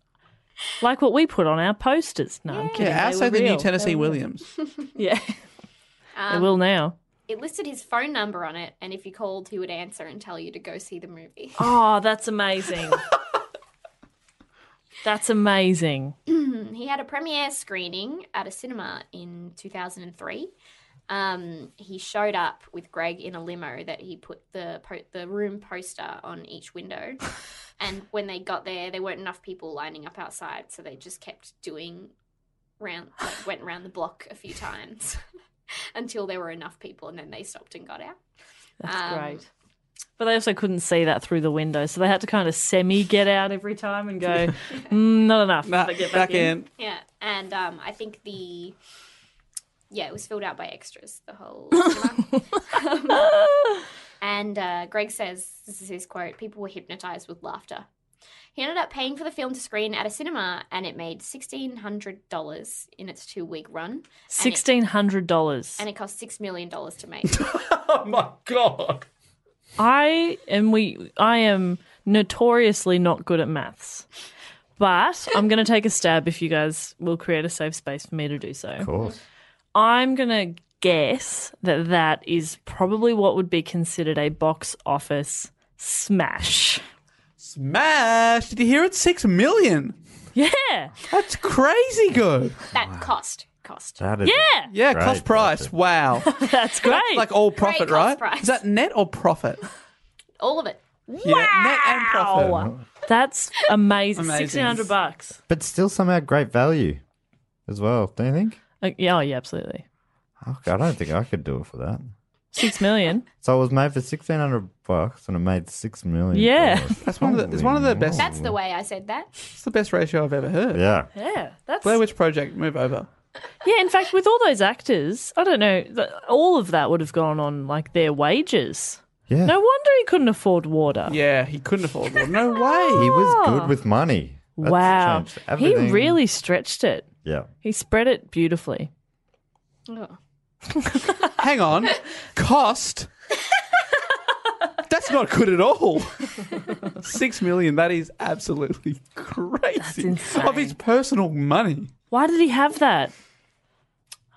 Like what we put on our posters. No, I'm kidding. Yeah, they I say were the new real. Tennessee Williams. Yeah, they Um, will now. It listed his phone number on it, and if you called, he would answer and tell you to go see the movie. Oh, that's amazing. that's amazing. Um, He had a premiere screening at a cinema in 2003. Um, he showed up with Greg in a limo that he put the po- the room poster on each window. and when they got there, there weren't enough people lining up outside, so they just kept doing round like, went round the block a few times until there were enough people, and then they stopped and got out. That's Um, great. But they also couldn't see that through the window, so they had to kind of semi get out every time and go, mm, not enough. Nah, They back, get in. Yeah, and um, I think the yeah, it was filled out by extras the whole. cinema. Um, and uh, Greg says this is his quote: "People were hypnotized with laughter." He ended up paying for the film to screen at a cinema, and it made sixteen hundred dollars in its two-week run, Sixteen hundred dollars. and it cost six million dollars to make. Oh my god! I am we I am notoriously not good at maths. But I'm going to take a stab if you guys will create a safe space for me to do so. of course. I'm going to guess that that is probably what would be considered a box office smash. Smash! Did you hear it? Six million. Yeah. That's crazy good. that cost cost. That is Yeah. Yeah, Great, cost price. perfect. Wow. That's great. like all profit, cost right? price. Is that net or profit? All of it. Yeah, net and profit. That's amazing. Amazing. 1600 bucks. But still somehow great value as well, don't you think? Uh, yeah, oh, yeah, absolutely. Oh, God, I don't think I could do it for that. 6 million. So it was made for sixteen hundred bucks, and it made six million. Yeah. That's one of the- it's one of the best- That's the way I said that. It's the best ratio I've ever heard. Yeah, Yeah. That's Blair Witch Project, move over. Yeah, in fact, with all those actors, I don't know, th- all of that would have gone on like their wages. yeah. No wonder he couldn't afford water. Yeah, he couldn't afford one. No way. he was good with money. That's wow. changed He everything. really stretched it. Yeah. He spread it beautifully. Hang on. Cost. That's not good at all. Six million. That is absolutely crazy. insane. Of his personal money. Why did he have that?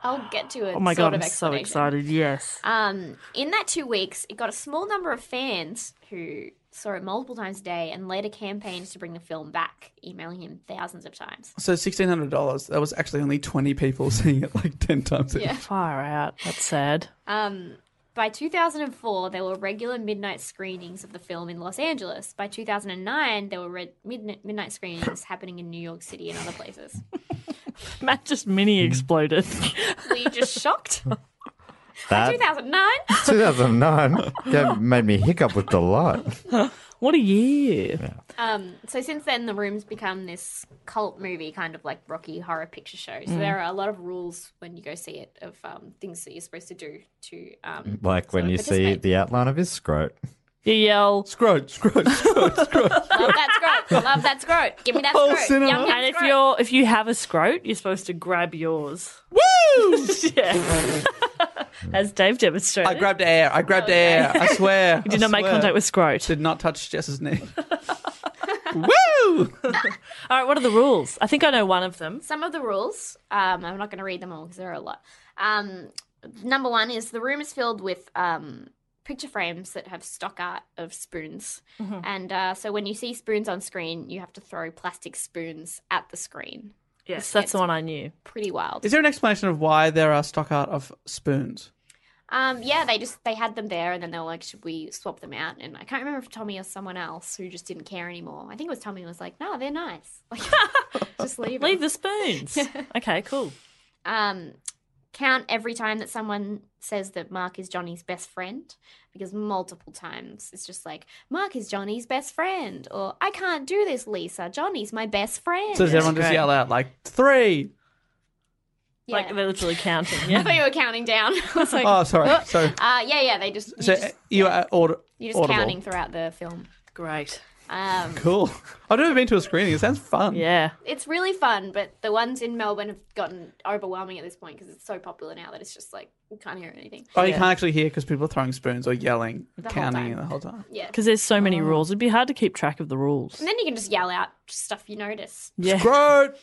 I'll get to it. Oh my sort god, of I'm so explanation. excited. Yes. Um, in that two weeks, it got a small number of fans who saw it multiple times a day, and later campaigned to bring the film back, emailing him thousands of times. So sixteen hundred dollars. That was actually only twenty people seeing it like ten times. each. Yeah. Far out. That's sad. Um, by 2004, there were regular midnight screenings of the film in Los Angeles. By 2009, there were red midnight, midnight screenings happening in New York City and other places. Matt just mini Mm. exploded. Were you just shocked? That 2009? 2009 that made me hiccup with delight. what a year. Um, so since then, the room's become this cult movie, kind of like Rocky Horror Picture Show. So Mm. there are a lot of rules when you go see it of um, things that you're supposed to do to um, Like when sort of you see participate. the outline of his scrote. You yell. Scrote, scrote, scrote, scrote. love that scrote, love that scrote, give me that Whole scrote, cinema. yum, yum, And if scrote. you're if you have a scrote, you're supposed to grab yours. Woo! yeah. As Dave demonstrated. I grabbed air. I grabbed air. I swear. you did not make contact with scrote. Did not touch Jess's knee. Woo! All right, what are the rules? I think I know one of them. Some of the rules, um, I'm not going to read them all because there are a lot. Um, number one is the room is filled with um, picture frames that have stock art of spoons. Mm-hmm. And uh, so when you see spoons on screen, you have to throw plastic spoons at the screen. Yes, that's the one I knew. Pretty wild. Is there an explanation of why there are stock art of spoons? Um, yeah, they just they had them there, and then they were like, "Should we swap them out?" And I can't remember if Tommy or someone else who just didn't care anymore. I think it was Tommy who was like, "No, they're nice. Like, just leave." Leave them. the spoons. okay, cool. Um, count every time that someone says that Mark is Johnny's best friend, because multiple times it's just like Mark is Johnny's best friend, or I can't do this, Lisa. Johnny's my best friend. So does everyone just great. yell out like three? yeah. Like they're literally counting. I Yeah. thought you were counting down. I was like, Oh, sorry. So, uh, yeah, yeah. They just you so uh, just, you are aud- you're just audible. counting throughout the film. Great. Um, Cool. I've never been to a screening. It sounds fun. Yeah. it's really fun, but the ones in Melbourne have gotten overwhelming at this point because it's so popular now that it's just like you can't hear anything. Oh, you can't actually hear because people are throwing spoons or yelling, The whole counting time. the whole time. Yeah. Because there's so Oh. many rules. It'd be hard to keep track of the rules. And then you can just yell out stuff you notice. Yeah. Scrote!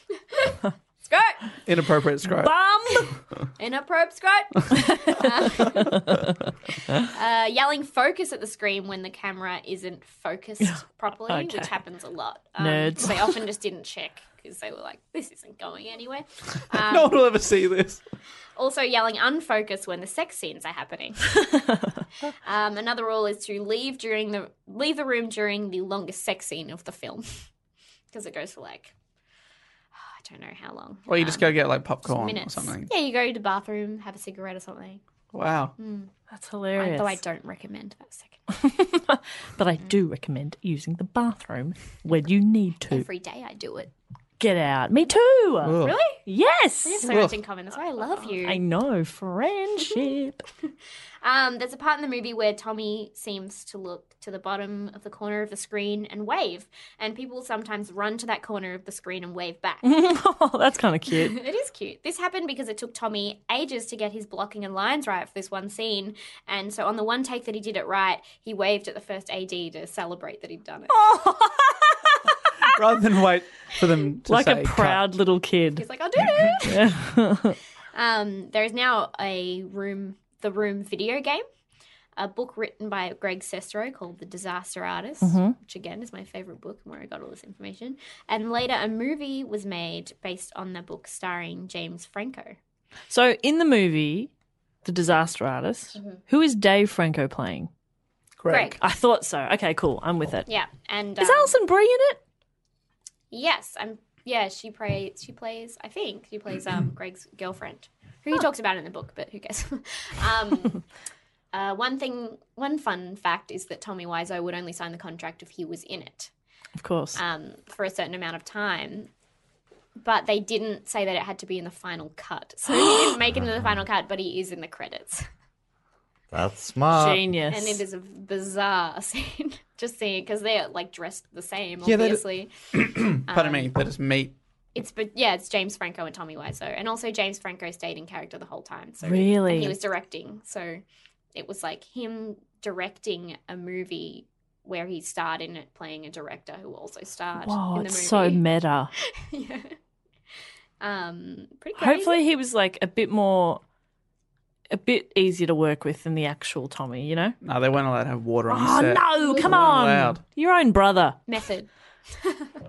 Scrote! Inappropriate scrote. Bum! Inappropriate scrote! uh, yelling focus at the screen when the camera isn't focused properly, which Okay. happens a lot. Um, Nerds. They often just didn't check because they were like, this isn't going anywhere. Um, no one will ever see this. Also yelling unfocus when the sex scenes are happening. um, another rule is to leave during the leave the room during the longest sex scene of the film because it goes for like I don't know how long. Or you just go get like popcorn or Um, minutes. something. Yeah, you go to the bathroom, have a cigarette or something. Wow. That's hilarious. Though I don't recommend that second one. but I do recommend using the bathroom when you need to. every day. I do it. Get out. Me too. Really? Yes. We have so much in common. That's why I love you. I know. Friendship. Um, there's a part in the movie where Tommy seems to look to the bottom of the corner of the screen and wave, and people sometimes run to that corner of the screen and wave back. oh, that's kind of cute. It is cute. This happened because it took Tommy ages to get his blocking and lines right for this one scene. And so on the one take that he did it right, he waved at the first AD to celebrate that he'd done it. Rather than wait for them to like say a cut. proud little kid. He's like, I'll do it. um, there is now a room, the room video game, a book written by Greg Sestero called The Disaster Artist, which again is my favorite book and where I got all this information. And later a movie was made based on the book starring James Franco. So in the movie, The Disaster Artist, Mm-hmm. who is Dave Franco playing? Greg. Greg. I thought so. Okay, cool. I'm with it. Is Yeah. And um, Alison Brie in it? Yes, I'm. Yeah, she plays. She plays. I think she plays um Greg's girlfriend, who he talks about in the book. But who cares? um, uh, one thing, one fun fact is that Tommy Wiseau would only sign the contract if he was in it Of course. um, for a certain amount of time. But they didn't say that it had to be in the final cut, so he didn't make it into the final cut. But he is in the credits, That's smart. Genius. and it is a bizarre scene. Just seeing because they're like dressed the same, Yeah, they- obviously. Pardon me. They just meet. It's but yeah, it's James Franco and Tommy Wiseau, and also James Franco stayed in character the whole time. So Really? and he was directing, so it was like him directing a movie where he starred in it, playing a director who also starred Whoa, in the it's so movie. meta. yeah. Um, pretty crazy. Hopefully, he was like a bit more a bit easier to work with than the actual Tommy, you know? No, they weren't allowed to have water on Oh, the set. no, come They weren't on. allowed. Your own brother. method.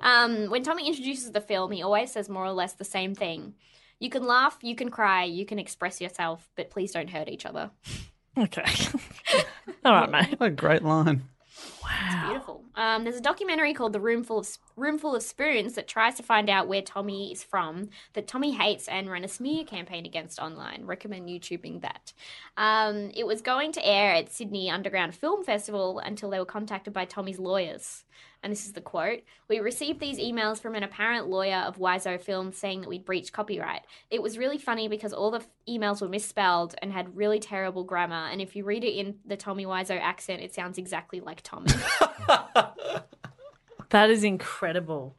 um, when Tommy introduces the film, he always says more or less the same thing. You can laugh, you can cry, you can express yourself, but please don't hurt each other. Okay. All right, mate. What a great line. It's beautiful. Um, there's a documentary called The Roomful of Sp- Roomful of Spoons that tries to find out where Tommy is from that Tommy hates and ran a smear campaign against online. Recommend YouTubing that. Um, it was going to air at Sydney Underground Film Festival until they were contacted by Tommy's lawyers. And this is the quote We received these emails from an apparent lawyer of Wiseau Films saying that we'd breached copyright. It was really funny because all the f- emails were misspelled and had really terrible grammar. And if you read it in the Tommy Wiseau accent, it sounds exactly like Tommy. That is incredible.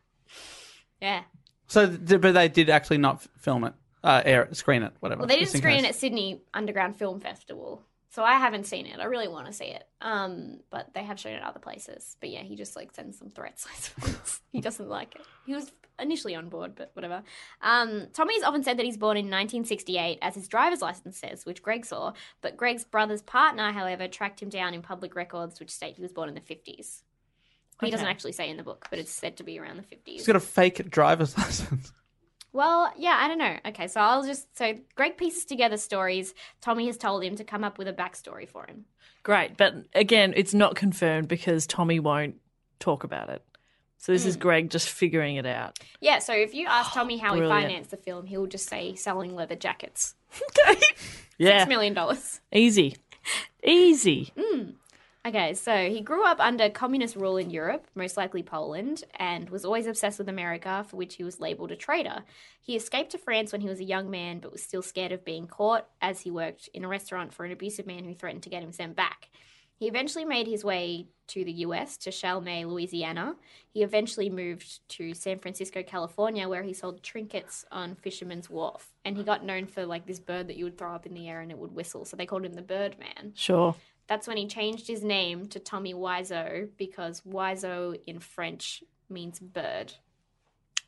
yeah. So, th- but they did actually not f- film it, uh, air it, screen it, whatever. Well, they didn't just in screen it case. at Sydney Underground Film Festival, so I haven't seen it. I really want to see it, um, but they have shown it other places. But yeah, he just like sends some threats. I suppose he doesn't like it. He was initially on board, but whatever. Um, Tommy's often said that he's born in 1968, as his driver's license says, which Greg saw. But Greg's brother's partner, however, tracked him down in public records, which state he was born in the 50s. He doesn't Okay. actually say in the book, but it's said to be around the 50s. He's got a fake driver's license. Well, yeah, I don't know. Okay, so I'll just so Greg pieces together stories Tommy has told him to come up with a backstory for him. Great. But again, it's not confirmed because Tommy won't talk about it. So this is Greg just figuring it out. Yeah, so if you ask Tommy how Brilliant. he financed the film, he'll just say selling leather jackets. Yeah. Six million dollars. Easy. Easy. Okay, so he grew up under communist rule in Europe, most likely Poland, and was always obsessed with America, for which he was labeled a traitor. He escaped to France when he was a young man, but was still scared of being caught as he worked in a restaurant for an abusive man who threatened to get him sent back. He eventually made his way to the US, to Chalmette, Louisiana. He eventually moved to San Francisco, California, where he sold trinkets on Fisherman's Wharf. And he got known for like this bird that you would throw up in the air and it would whistle, so they called him the Birdman. Sure. That's when he changed his name to Tommy Wiseau because Wiseau in French means bird,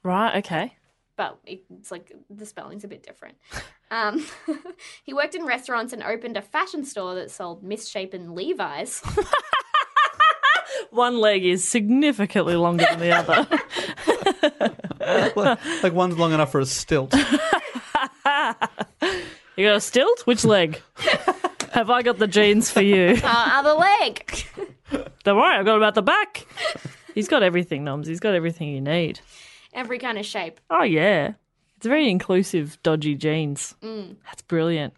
Right. Okay. but it's like the spelling's a bit different. Um, he worked in restaurants and opened a fashion store that sold misshapen Levi's. One leg is significantly longer than the other. like, like one's long enough for a stilt. You got a stilt? Which leg? Have I got the jeans for you? Uh, other leg. Don't worry, I've got 'em about the back. He's got everything, Noms. He's got everything you need. Every kind of shape. Oh, yeah. It's very inclusive, dodgy jeans. That's brilliant.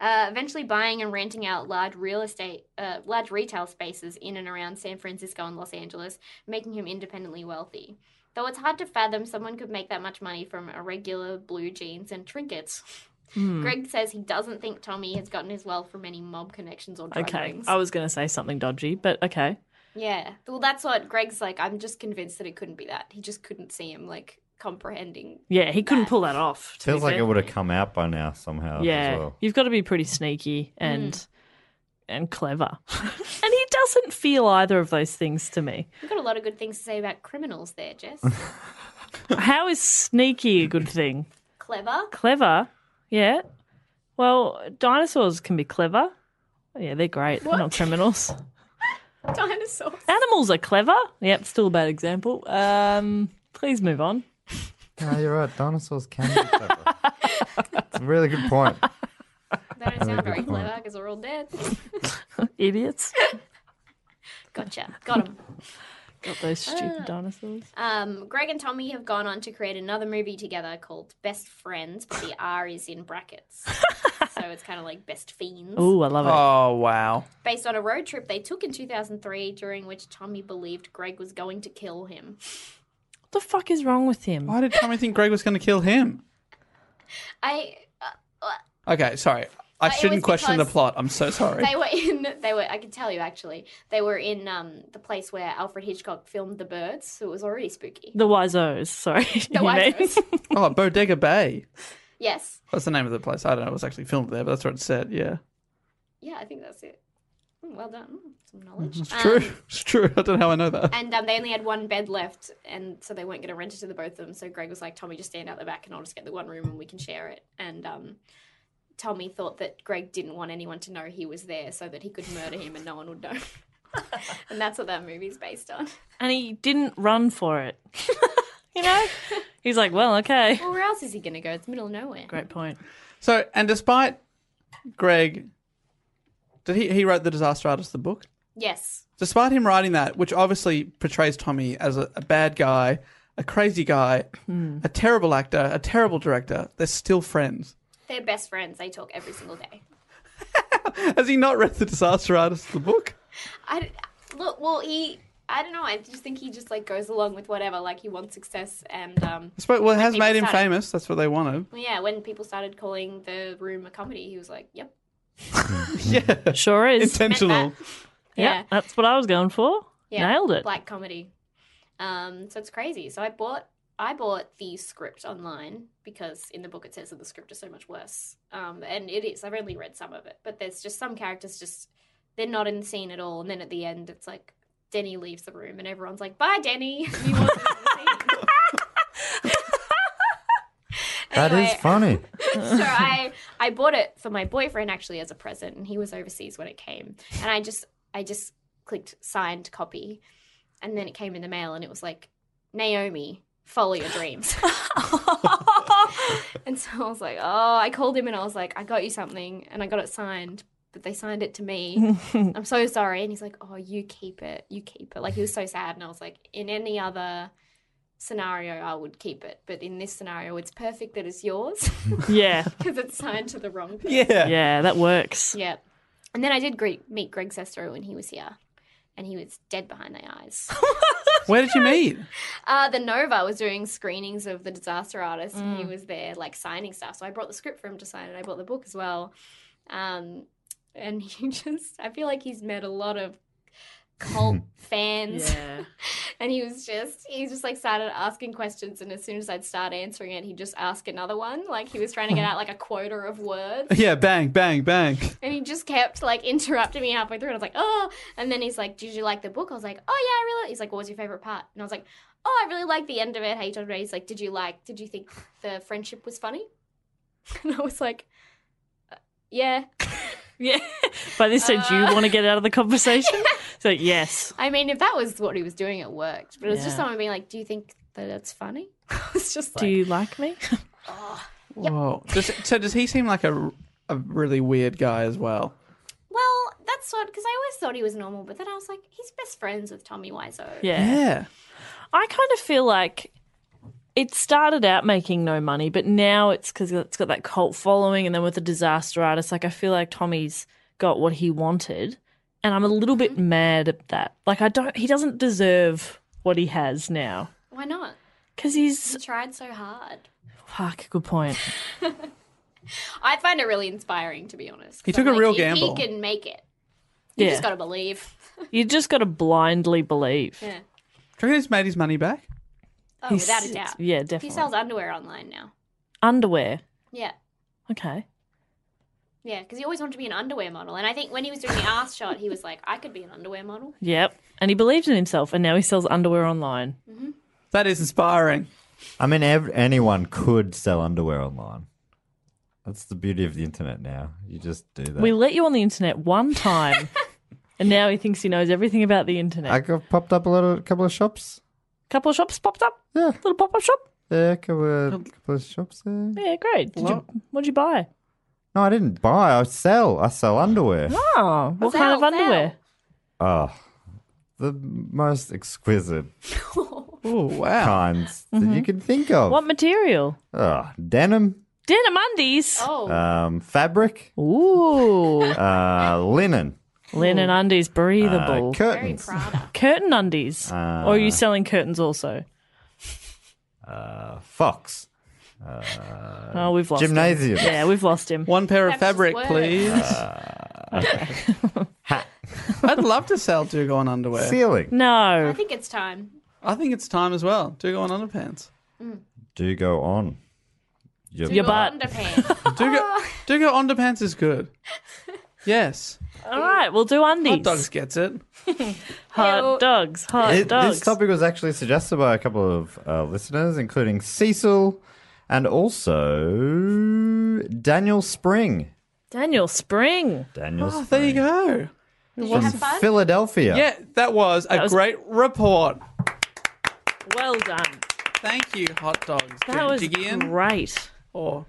Uh, eventually buying and renting out large real estate, uh, large retail spaces in and around San Francisco and Los Angeles, making him independently wealthy. Though it's hard to fathom someone could make that much money from irregular blue jeans and trinkets. Hmm. Greg says he doesn't think Tommy has gotten his wealth from any mob connections or drug Okay. rings. I was going to say something dodgy, but okay. Yeah. Well, that's what Greg's like. I'm just convinced that it couldn't be that. He just couldn't see him like comprehending. Yeah, he couldn't pull that off. to be Feels like fair. it would have come out by now somehow. Yeah. As well. You've got to be pretty sneaky and. And clever. and he doesn't feel either of those things to me. You've got a lot of good things to say about criminals there, Jess. How is sneaky a good thing? Clever. clever. Yeah. Well, dinosaurs can be clever. Yeah, they're great. They're not criminals. Dinosaur. Animals are clever. Yep, still a bad example. Um, please move on. No, you're right. Dinosaurs can be clever. It's a really good point. They don't sound very good point. clever because we're all dead. Idiots. Gotcha. Got him. Got those stupid dinosaurs. Um, Greg and Tommy have gone on to create another movie together called Best Friends, but the R is in brackets. so it's kind of like Best Fiends. Ooh, I love it. Oh, wow. Based on a road trip they took in 2003, during which Tommy believed Greg was going to kill him. What the fuck is wrong with him? Why did Tommy think Greg was going to kill him? I. Okay, sorry. I it shouldn't was question the because plot. I'm so sorry. They were in. They were. I can tell you actually. They were in um, the place where Alfred Hitchcock filmed The Birds, so it was already spooky. The Wiseaus, sorry. The You mean? Wiseaus. Oh, Bodega Bay. yes. That's the name of the place. I don't know. It was actually filmed there, but that's what it said. Yeah. Yeah, I think that's it. Mm, Well done. Mm, Some knowledge. It's true. Um, it's true. I don't know how I know that. And um, they only had one bed left, and so they weren't going to rent it to the both of them. So Greg was like, "Tommy, just stand out the back, and I'll just get the one room, and we can share it." And um, Tommy thought that Greg didn't want anyone to know he was there so that he could murder him and no one would know. and that's what that movie's based on. And he didn't run for it. you know? He's like, well, okay. Well, where else is he going to go? It's middle of nowhere. Great point. So, and despite Greg, did he he wrote the Disaster Artist the book? Yes. Despite him writing that, which obviously portrays Tommy as a, a bad guy, a crazy guy, a terrible actor, a terrible director, they're still friends. They're best friends. They talk every single day. Has he not read the Disaster Artist the book? I d- look. Well, he. I don't know. I just think he just like goes along with whatever. Like he wants success, and um, I suppose, well, it has people made him started- famous. That's what they wanted. well, yeah. When people started calling the room a comedy, he was like, "Yep." Yeah, Sure is. intentional. yeah, Yeah. that's what I was going for. Nailed it. Black comedy. Um, so it's crazy. So I bought I bought the script online because in the book it says that the script is so much worse. Um, and it is. I've only read some of it, but there's just some characters just they're not in the scene at all. And then at the end, it's like Denny leaves the room and everyone's like, "Bye, Denny." And he wasn't in the scene. That is Anyway. funny. so I I bought it for my boyfriend actually as a present, and he was overseas when it came. And I just I just clicked signed copy, and then it came in the mail, and it was like Naomi, follow your dreams. and so I was like, oh, I called him and I was like, I got you something, and I got it signed. But they signed it to me. I'm so sorry. And he's like, Oh, you keep it. You keep it. Like, he was so sad. And I was like, In any other scenario, I would keep it. But in this scenario, it's perfect that it's yours. yeah, because it's signed to the wrong person. Yeah. yeah, that works. Yeah. And then I did greet, meet Greg Sestero when he was here, and he was dead behind the eyes. Where did you meet? uh, the Nova was doing screenings of The Disaster Artist, and he was there, like, signing stuff. So I brought the script for him to sign, and I bought the book as well. Um, and he just, I feel like he's met a lot of cult fans. Yeah. And he was just, he just like started asking questions. And as soon as I'd start answering it, he'd just ask another one. Like he was trying to get out like a quota of words. Yeah, bang, bang, bang. And he just kept like interrupting me halfway through. And I was like, oh. And then he's like, did you like the book? I was like, oh, yeah, I really. He's like, what was your favorite part? And I was like, oh, I really liked the end of it. How you talked about it. He's like, did you like, did you think the friendship was funny? And I was like, "Uh, yeah. Yeah. By this stage, you Uh. want to get out of the conversation? So, yes. I mean, if that was what he was doing, it worked. But it was just Yeah. someone being like, do you think that it's funny? I was just like, Do you like me? Whoa. Does, so does he seem like a, a really weird guy as well? well, that's what, because I always thought he was normal. But then I was like, he's best friends with Tommy Wiseau. Yeah. I kind of feel like it started out making no money, but now it's because it's got that cult following, and then with the disaster artist, like I feel like Tommy's got what he wanted, and I'm a little bit Mm-hmm. mad at that. Like I don't, he doesn't deserve what he has now Why not? because He he's tried so hard. fuck. Good point. I find it really inspiring, to be honest. 'cause He took a real gamble. He can make it. You Yeah, just got to believe. you just got to blindly believe. Yeah. Do you reckon he's made his money back? Oh, He's- without a doubt. Yeah, He definitely. sells underwear online now. Underwear. Yeah. Okay. Yeah, because he always wanted to be an underwear model. And I think when he was doing the ass shot, he was like, I could be an underwear model. Yep. And he believed in himself, and now he sells underwear online. That is inspiring. I mean, ev- anyone could sell underwear online. That's the beauty of the internet now. You just do that. We let you on the internet one time, and now he thinks he knows everything about the internet. I got popped up a lot of, a couple of shops. couple of shops popped up. Yeah. Little pop up shop. Yeah, a couple of, couple of shops there. Yeah, great. Did you, Well- what'd you buy? No, I didn't buy. I sell. I sell underwear. Oh, what Sell, kind of sell. underwear? Oh, the most exquisite Oh, wow. kinds that you can think of. Mm-hmm. What material? Oh, denim, Denim undies. Oh, um, fabric, Ooh, uh, linen, linen undies, uh, breathable. very curtains. Prada. Curtain undies. or are you selling curtains also? Uh, fox. oh, we've lost uh, Gymnasium. him. Yeah, we've lost him. One pair of That's just fabric, words. please. I'd love to sell Dugo on underwear. Ceiling. I No. think it's time. I think it's time as well. Dugo on underpants. Do go on. Your, Your Your butt. underpants. Dugo, Dugo underpants is good. Yes. All right, we'll do undies. Hot Dogs gets it. Hot dogs. Hot It- dogs. this topic was actually suggested by a couple of uh, listeners, including Cecil and also Daniel Spring. Daniel Spring. Daniel Oh, Spring. there you go. Did you have From fun? Philadelphia. Yeah, that was a That was- great report. Well done. Thank you, hot dogs. That was great. or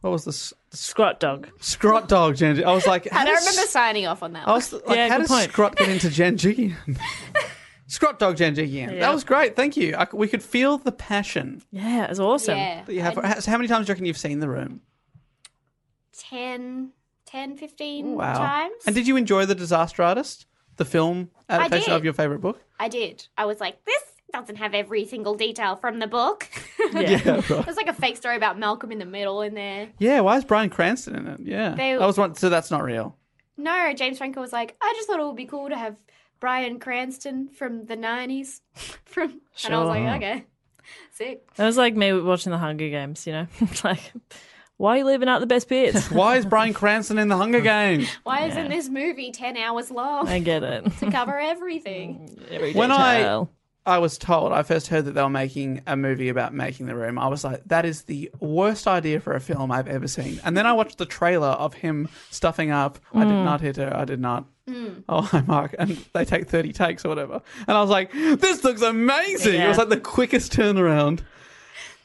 what was the s- Scrot dog. scrot dog Jan? I was like, I how don't does- remember signing off on that I one. was like, Yeah, how good does point. Scrot get into Janjigian? Scrot dog Janjigian. That was great. Thank you. I c we could feel the passion Yeah, it was awesome. Yeah. that you have. How, how many times do you reckon you've seen the room? 10, 10, 15 Wow. Mm, times. And did you enjoy the Disaster Artist, the film adaptation of did. your favorite book? I did. I was like, this doesn't have every single detail from the book. yeah. There's like a fake story about Malcolm in the middle in there. Yeah. Why is Brian Cranston in it? Yeah. They- I was wondering. So that's not real. No, James Franco was like, I just thought it would be cool to have Brian Cranston from the 90s. from And I was like, okay, sick. It was like me watching the Hunger Games, you know? It's like, why are you leaving out the best bits? Why is Brian Cranston in the Hunger Games? Why isn't this movie 10 hours long I get it. to cover everything? Every When I- detail. I was told, I first heard that they were making a movie about making the room. I was like, that is the worst idea for a film I've ever seen. And then I watched the trailer of him stuffing up. I Mm. did not hit her. I did not. Oh, hi, Mark. And they take 30 takes or whatever. And I was like, this looks amazing. It was Yeah. like the quickest turnaround.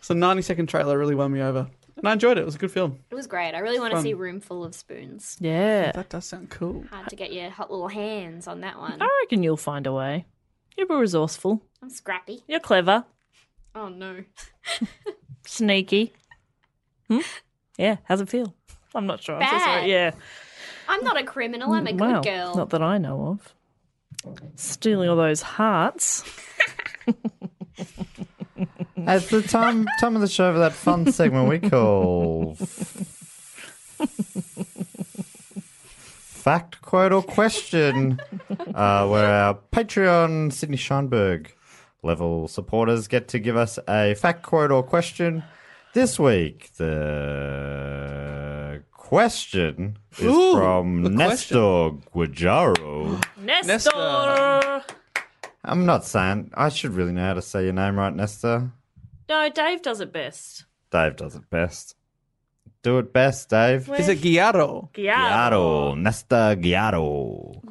So, 90 second trailer really won me over. And I enjoyed it. It was a good film. It was great. I really want to see Room Full of Spoons. Yeah. That does sound cool. Hard to get your hot little hands on that one. I reckon you'll find a way. You're resourceful. I'm scrappy. You're clever. Oh, no. Sneaky. Hmm? Yeah. How's it feel? I'm not sure. I'm so Bad. sorry. Yeah. I'm not a criminal. I'm a good Wow. girl. Mm, Not that I know of. Stealing all those hearts. At the time time of the show for that fun segment we call Fact, quote, or question, uh, where our Patreon Sydney Scheinberg level supporters get to give us a fact, quote, or question. This week, the question is Ooh, from the Nestor Guajaro. Nestor. Nestor. I'm not saying, I should really know how to say your name right, Nestor. No, Dave does it best. Dave does it best. Do it best, Dave. Is it Giaro? Yeah. Giaro, Nesta Giaro.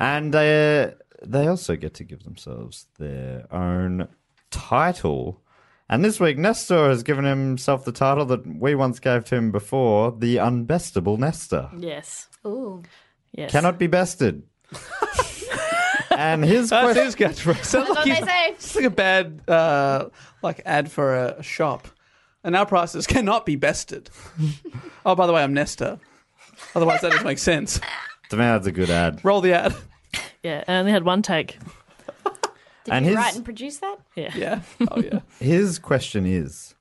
and uh, they also get to give themselves their own title. And this week, Nestor has given himself the title that we once gave to him before the unbestable Nestor. Yes. Ooh. Yes. Cannot be bested. and his That's question. his catchphrase. Sounds That's what like they he's- say. It's like a bad uh, like ad for a shop. And our prices cannot be bested. oh, by the way, I'm Nesta. Otherwise, that doesn't make sense. To me, that's a good ad. Roll the ad. Yeah. I only had one take. Did And you his- write and produce that? Yeah. Oh, yeah. His question is.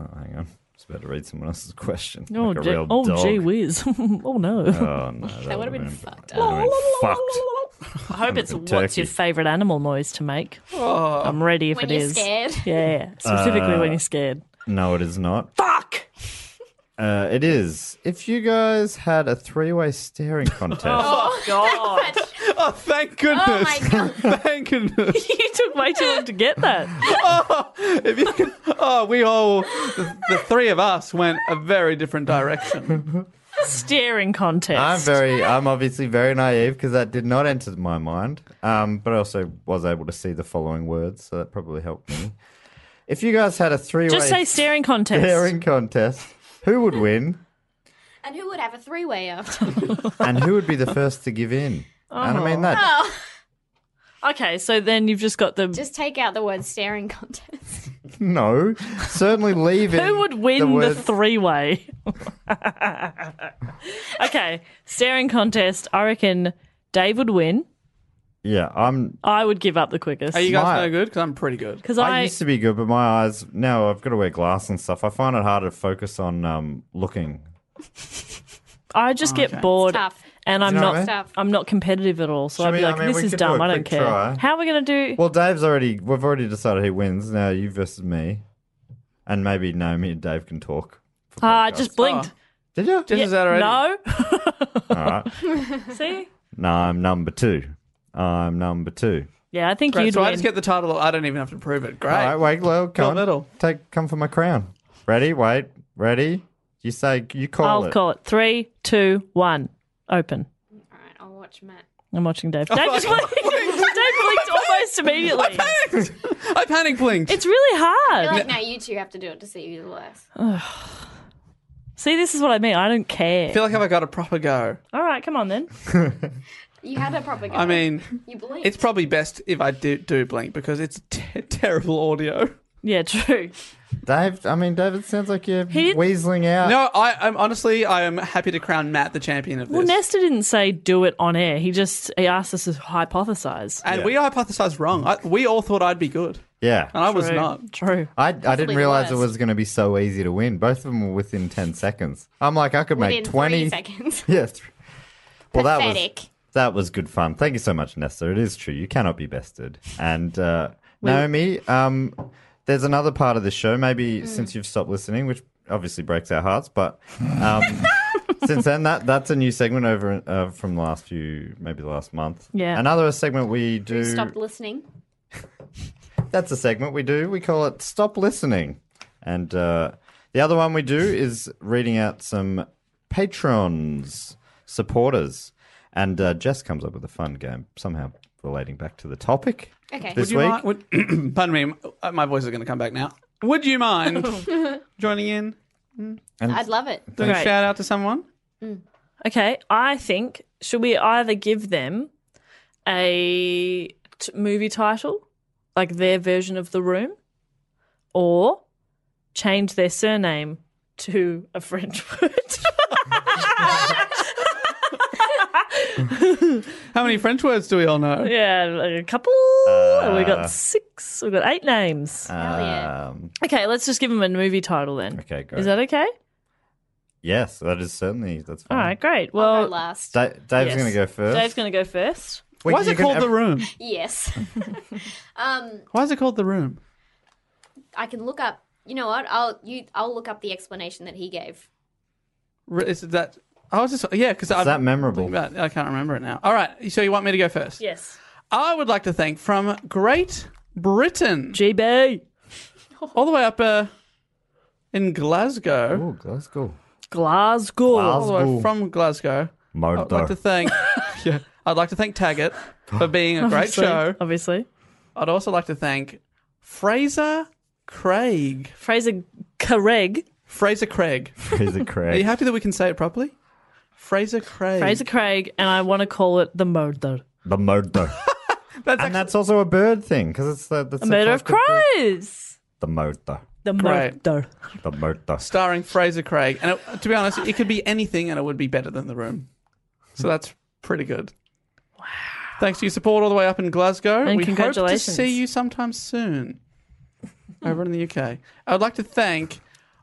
Oh, hang on. Just about to read someone else's question. Oh, like a gee- real oh dog. gee whiz. oh, no. Oh no, that would've would've been fucked that would've been fucked. I hope it's Turkey. what's your favourite animal noise to make. Oh. I'm ready if When it you're is. scared. Yeah, yeah. Specifically Uh, when you're scared. No, it is not. Fuck. Uh, it is. If you guys had a three-way staring contest, God. Oh, thank goodness. Oh, my God. thank goodness. you took way too long to get that. If you could- oh, we all, the, the three of us went a very different direction. Staring contest. I'm very, I'm obviously very naive because that did not enter my mind. Um, but I also was able to see the following words, so that probably helped me. If you guys had a three-way Just say staring contest. staring contest, who would win And who would have a three way after? and who would be the first to give in? And I mean that. Uh-huh. Oh. Okay, so then you've just got the. Just take out the word staring contest. No, certainly leave it. who would win the, word- three way? okay, staring contest. I reckon Dave would win. Yeah, I'm. I would give up the quickest. Are you guys Smart. no good? Because I'm pretty good. Because I, I, used to be good, but my eyes now I've got to wear glass and stuff. I find it harder to focus on um, looking. I just Oh, get bored, Tough. and I'm know what I not, mean? Tough. I'm not competitive at all. So Should I'd be we- I like, mean, this we is could do dumb. a I don't quick care. try. How are we going to do? Well, Dave's already. We've already decided who wins. Now you versus me, and maybe no, me and Dave can talk. for Ah, I podcast. just blinked. did you? Just as Oh. that already? No. All right. See? No, I'm number two. I'm number two. Yeah, I think Great. you'd So win. I just get the title. I don't even have to prove it. Great. All right, wait, Leo, come medal. Take come for my crown. Ready? Wait. Ready? You say you call I'll it. call it three, two, one. Open. All right, I'll watch Matt. I'm watching Dave. Oh Dave just blinked. Dave blinked almost immediately. I panic blinked. It's really I feel hard. like now you two have to do it to see who's worse. See, this is what I mean. I don't care. I feel like I've got a proper go. All right, come on then. You had a proper go. I mean, you blinked. it's probably best if I do, do blink because it's te- terrible audio. Yeah, true. Dave, I mean, David, sounds like you're did- weaseling out. No, I, I'm honestly, I am happy to crown Matt the champion of this. Well, Nesta didn't say do it on air. He just he asked us to hypothesize. and we hypothesized wrong. I, we all thought I'd be good, Yeah. and I was True. not. True. I, I the didn't realize it worst. was going to be so easy to win. Both of them were within 10 seconds. I'm like, I could Within make 20. three seconds. Yeah. th- well, that Pathetic. was, that was good fun. Thank you so much, Nesta. It is true. You cannot be bested. And uh, Naomi, um, there's another part of the show, maybe Hmm. since you've stopped listening, which obviously breaks our hearts, but. Um, Since then, that that's a new segment over uh, from the last few, maybe the last month. Yeah. another segment we do. Who stopped listening? That's a segment we do. We call it Stop Listening. And uh, the other one we do is reading out some patrons, supporters. And uh, Jess comes up with a fun game, somehow relating back to the topic. Okay. This Would you week? mind? Would, pardon me, m- my voice is going to come back now. Would you mind joining in? I'd love it. Doing a Great. shout out to someone? Okay, I think should we either give them a t- movie title, like their version of the room, or change their surname to a French word? How many French words do we all know? yeah, like a couple. Oh, we Uh. got six. We got eight names. Hell yeah. Um, okay, let's just give them a movie title then. okay, great. Is that okay? yes, that is certainly that's fine. All right, great. I'll go Well, last. Da- Dave's yes. going to go first. Dave's going to go first. Wait, Why is you it can called ev- the room? yes. um, Why is it called the room? I can look up. You know what? I'll you. I'll look up the explanation that he gave. R- Is it that? I was just yeah, because Is that memorable? I can't remember it now. All right, so you want me to go first? Yes. I would like to thank from Great Britain, GB. all the way up uh, in Glasgow, Oh, Glasgow. Glasgow. all the way Glasgow. from Glasgow. Murder. I'd like to thank, yeah, I'd like to thank Taggart for being a great Obviously- show. Obviously. I'd also like to thank Fraser Craig, Fraser Craig. Fraser Craig. Is it Are you correct? happy that we can say it properly? Fraser Craig. Fraser Craig, and I want to call it The Murder. the murder. That's and actually that's also a bird thing because it's the that's The Murder of Crows. The murder. The Great. Murder. The murder. starring Fraser Craig. And it, to be honest, it could be anything and it would be better than The Room. So that's pretty good. Wow. Thanks for your support all the way up in Glasgow. And we congratulations. hope to see you sometime soon over in the UK. I'd like to thank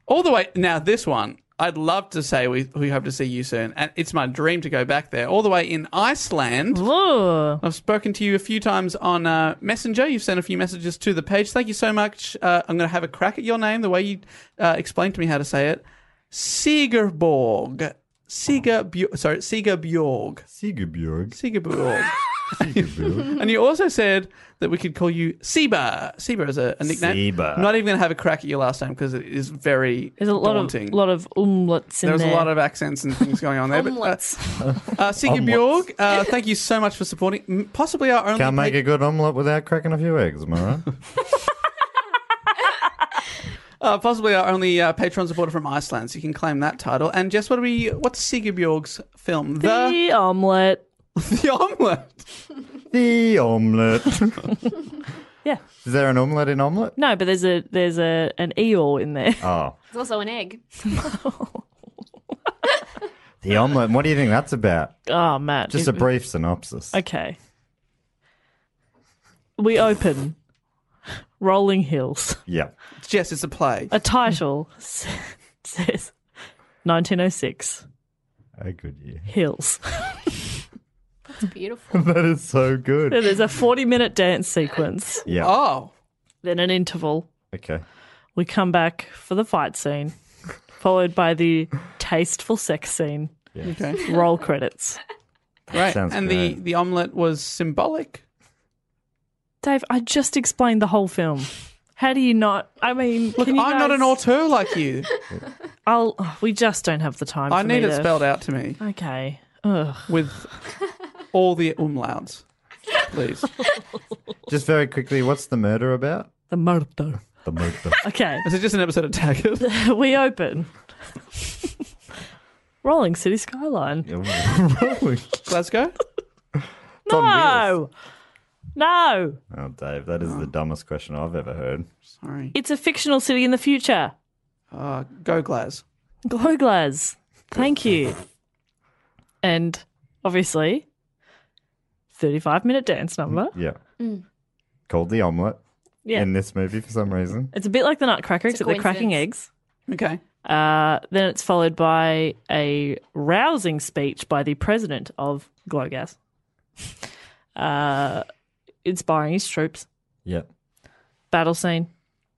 all the way now this one. I'd love to say we, we hope to see you soon. And it's my dream to go back there all the way in Iceland. Ooh. I've spoken to you a few times on uh, Messenger. You've sent a few messages to the page. Thank you so much. Uh, I'm going to have a crack at your name, the way you uh, explained to me how to say it. Sigerborg. Sigerbjorg. Sorry, Sigerbjorg. Sigurbjörg. Sigerbjorg. Sigurbjörg. and you also said that we could call you Seba. Seba is a, a nickname. Seba. I'm not even going to have a crack at your last name because it is very There's a lot daunting. of lot of umlauts in There's there. a lot of accents and things going on there. but, uh, Omelets. uh, Sigerbjorg, uh, thank you so much for supporting. m- Possibly our only. Can't make pa- a good omelette without cracking a few eggs, am I right? Uh, possibly our only uh, Patreon supporter from Iceland, so you can claim that title. And Jess, what do we? What's Sigurbjorg's film? The the omelette. The Omelette. the omelette. Yeah. Is there an omelette in omelette? No, but there's a there's a an eeyore in there. Oh. There's also an egg. The omelette. What do you think that's about? Oh, Matt. Just it- a brief synopsis. Okay. We open Rolling Hills. Yeah. Jess, it's a play. A title s- says 1906 A good year. Hills. It's beautiful. that is so good. There's a 40 minute dance sequence, Yeah. Oh, then an interval. Okay. We come back for the fight scene, followed by the tasteful sex scene. okay, Roll credits. right. Sounds and the great. the omelette was symbolic. Dave, I just explained the whole film. How do you not? I mean, Look, can I'm you not an guys- auteur like you. I'll. oh, we just don't have the time. I for need me it to- spelled out to me Okay. Ugh. with all the umlauts, please. Just very quickly, what's the murder about? The murder. The murder. Okay. Is it just an episode of Taggart? we open. Rolling City Skyline. Oh, Glasgow? No. No. oh, Dave, that is the dumbest question I've ever heard. Sorry. It's a fictional city in the future. Uh, go Glas. Glowglas. Thank you. And obviously, 35 minute dance number. Yeah. Called the omelette Mm. Yeah. in this movie for some reason. It's a bit like the Nutcracker, It's a except they're cracking eggs. Okay. Uh, then it's followed by a rousing speech by the president of Glowgas, uh, inspiring his troops. Yep. Battle scene,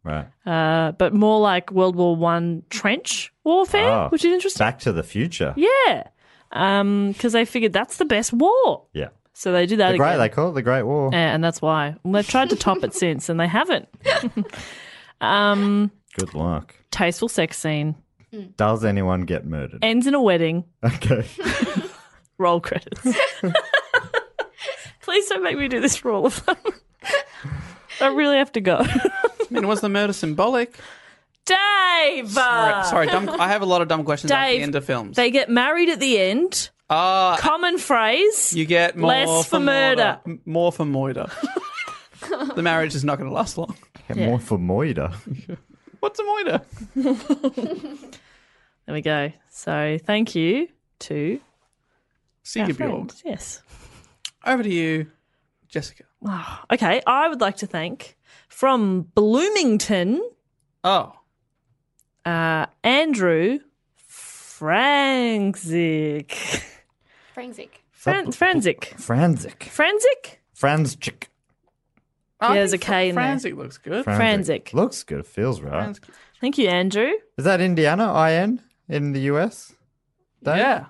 Right. uh, but more like World War One trench warfare, Ah, which is interesting. Back to the future. Yeah, because they figured that's the best war, Yeah. so they do that The great, again. they call it the Great War. Yeah, and that's why And they've tried to top it since, and they haven't. um, Good luck. tasteful sex scene Does anyone get murdered? ends in a wedding. okay. roll credits. Please don't make me do this for all of them. I really have to go. I mean, was the murder symbolic? Dave! Right, sorry, dumb, I have a lot of dumb questions at Uh. Dave, the end of films. They get married at the end. Ah, Common phrase. you get more Less for murder. moider. M- More for moider. the marriage is not going to last long. Get more for Moida. What's a moider? There we go. So thank you to our Seagabjorg. friends. Yes. Over to you, Jessica. Okay, I would like to thank from Bloomington, Oh, uh, Andrew Franzik. Forensic. Fran- Franzik. Franzic. Franzik? Franzic. I there's think a K in there. Franzic looks good. Franzic. Looks good. Feels right. Franzic. Thank you, Andrew. Is that Indiana? IN in the US? Dave? Yeah.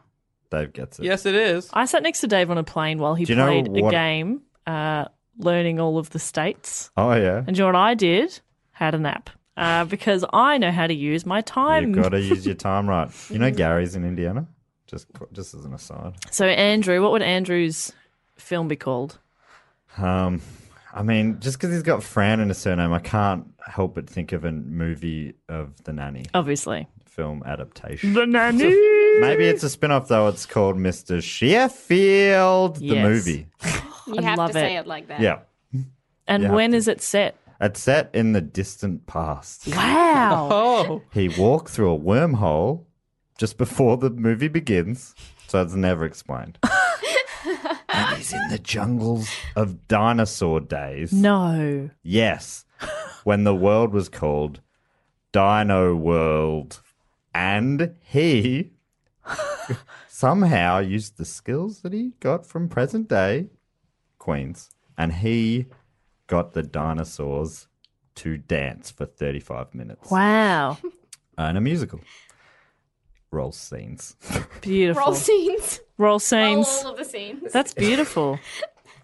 Dave gets it. Yes, it is. I sat next to Dave on a plane while he Do you know played a what- game, uh, learning all of the states. Oh, yeah. And you know what I did? Had a nap uh, because I know how to use my time. You've got to use your time right. You know Gary's in Indiana? Just just as an aside. So, Andrew, what would Andrew's film be called? Um, I mean, just because he's got Fran in his surname, I can't help but think of a movie of The Nanny Obviously, film adaptation. nanny. Maybe it's a spin off, though. It's called Mr. Sheffield, the Yes. movie. You I'd have love to say it. it like that. Yeah. And Yeah. when is it set? It's set in the distant past. Wow. Oh, He walked through a wormhole just before the movie begins, so it's never explained. and he's in the jungles of dinosaur days. no. Yes, when the world was called Dino World, and he somehow used the skills that he got from present day Queens, and he got the dinosaurs to dance for 35 minutes Wow. and a musical. Roll scenes. Beautiful. Roll Roll, scenes. Roll scenes. all of the scenes. That's beautiful.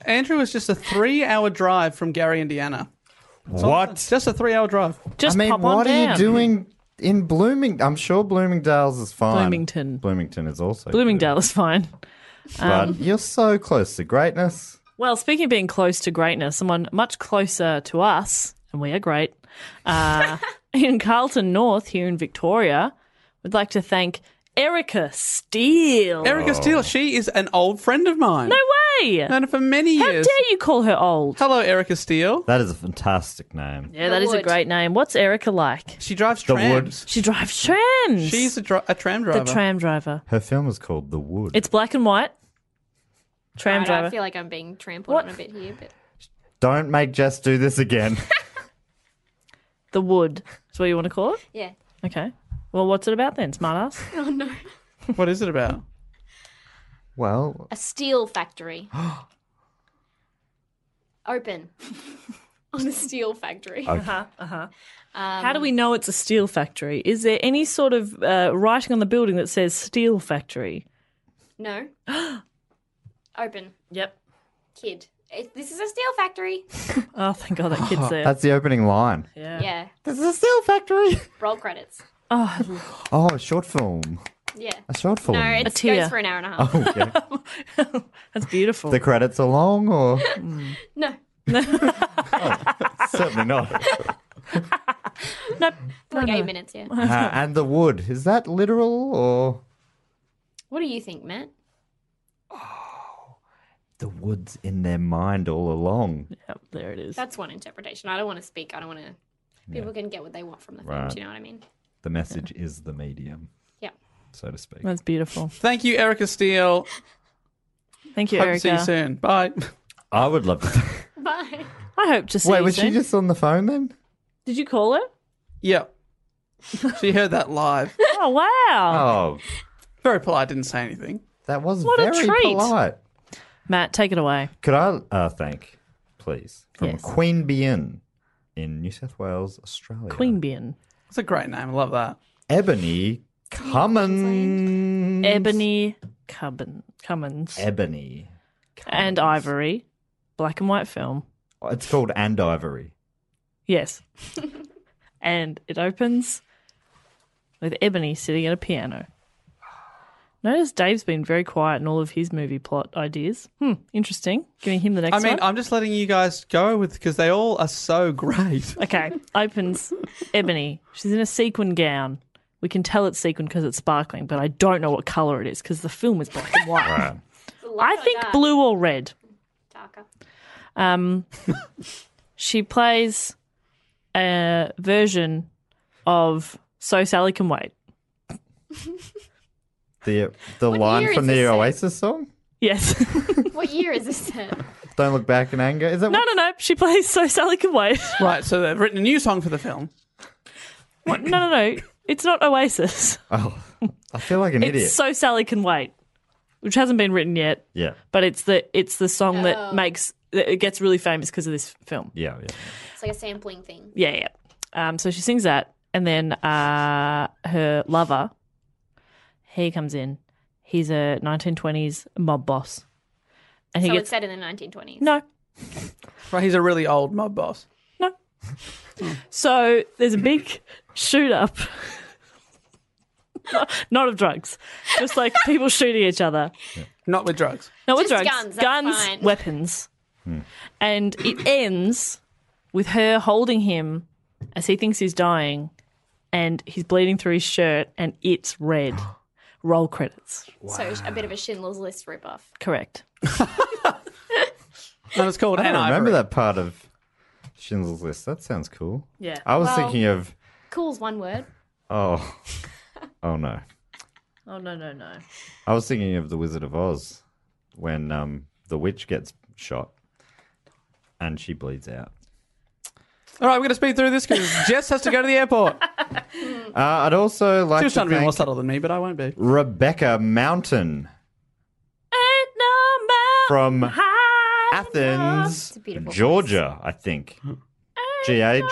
Andrew was just a three-hour drive from Gary, Indiana. It's What? just a three-hour drive. Just I mean, pop on what are down. you doing in Blooming? I'm sure Bloomingdale's is fine. Bloomington. Bloomington is also. good. Bloomingdale is fine. But Um, you're so close to greatness. Well, speaking of being close to greatness, someone much closer to us, and we are great, uh, in Carlton North here in Victoria, would like to thank Erica Steele. Erica Steele, she is an old friend of mine. no way! Known her for many How years. dare you call her old? Hello, Erica Steele. That is a fantastic name. Yeah, that The is a wood. great name. What's Erica like? She drives The trams. She drives trams. She's a, dr- a tram the driver. tram driver. Her film is called The Wood. It's black and white. Tram Right, I driver. feel like I'm being trampled What? on a bit here, but Don't make Jess do this again. The wood is what you want to call it. yeah. Okay. Well, what's it about then, smartass? What is it about? well, A steel factory. Open. on a steel factory. Uh. How do we know it's a steel factory? Is there any sort of uh, writing on the building that says steel factory? No. Open. Yep. Kid. it, this is a steel factory. Oh, thank God that kid's there. That's the opening line. yeah. Yeah. This is a steel factory. Roll credits. Oh, Oh, a short film. Yeah. A short film. No, it tear. goes for an hour and a half. Oh, yeah. that's beautiful. the credits are long, or No. certainly not. no, Like eight minutes, yeah. Uh, and the wood is that literal or What do you think, Matt? the wood's in their mind all along? Yep, there it is. That's one interpretation. I don't want to speak. I don't want to. People can get what they want from the film. Right. Do you know what I mean? The message is the medium, Yeah. so to speak. That's beautiful. Thank you, Erica Steele. Thank you, Hope to see you Erica. soon. Bye. I would love to. Bye. I hope to see Wait, you was she soon. just on the phone then? Did you call her? yeah. She heard that live. Oh, wow. Oh, Very polite, didn't say anything. that was What a very treat. polite. Matt, take it away. Could I uh, thank, please, from Yes. Queen Bien in New South Wales, Australia? Queen Bean. It's a great name. I love that. Ebony Cummins. Ebony Cubbin, Cummins. Ebony. and Ivory. Black and white film. Oh, It's called And Ivory. Yes. and it opens with Ebony sitting at a piano. Notice Dave's been very quiet in all of his movie plot ideas. Hmm, interesting. Giving him the next I mean, one. I'm just letting you guys go with because they all are so great. Okay, opens Ebony. She's in a sequin gown. We can tell it's sequin because it's sparkling, but I don't know what color it is because the film is black and white. I think blue or red. Darker. Um, she plays a version of So Sally Can Wait. The the What year line is from the this set? Oasis song. Yes. What year is this set? Don't look back in anger. Is that no, what? no, no. She plays So Sally Can Wait. Right, so they've written a new song for the film. What? No, no, no. It's not Oasis. Oh, I feel like an idiot. It's So Sally Can Wait, which hasn't been written yet. yeah, but it's the it's the song Oh. that makes that it gets really famous because of this film. yeah, yeah. It's like a sampling thing. Yeah, yeah. Um, so she sings that, and then uh, her lover, he comes in. He's a 1920s mob boss, and he So it's gets set in the 1920s. no, Right, he's a really old mob boss. no. so there's a big shoot up. Not- Not of drugs, just like people shooting each other. Not with drugs. No, with Just drugs, guns, that's fine. weapons, Hmm. and it ends with her holding him as he thinks he's dying, and he's bleeding through his shirt, and it's red. Roll credits, So a bit of a Schindler's List ripoff. correct? No, it's called I don't Anne remember Ivory. that part of Schindler's List. That sounds cool. Yeah. I was Well- thinking of Cool's one word. oh, oh no. Oh no no no! I was thinking of the Wizard of Oz when um the witch gets shot and she bleeds out. All right, we're going to speed through this because Jess has to go to the airport. Uh, I'd also like She to was trying to be more thank subtle than me, but I won't be. Rebecca Mountain Ain't no mountain from high Athens, beautiful Georgia, I think. GA, G-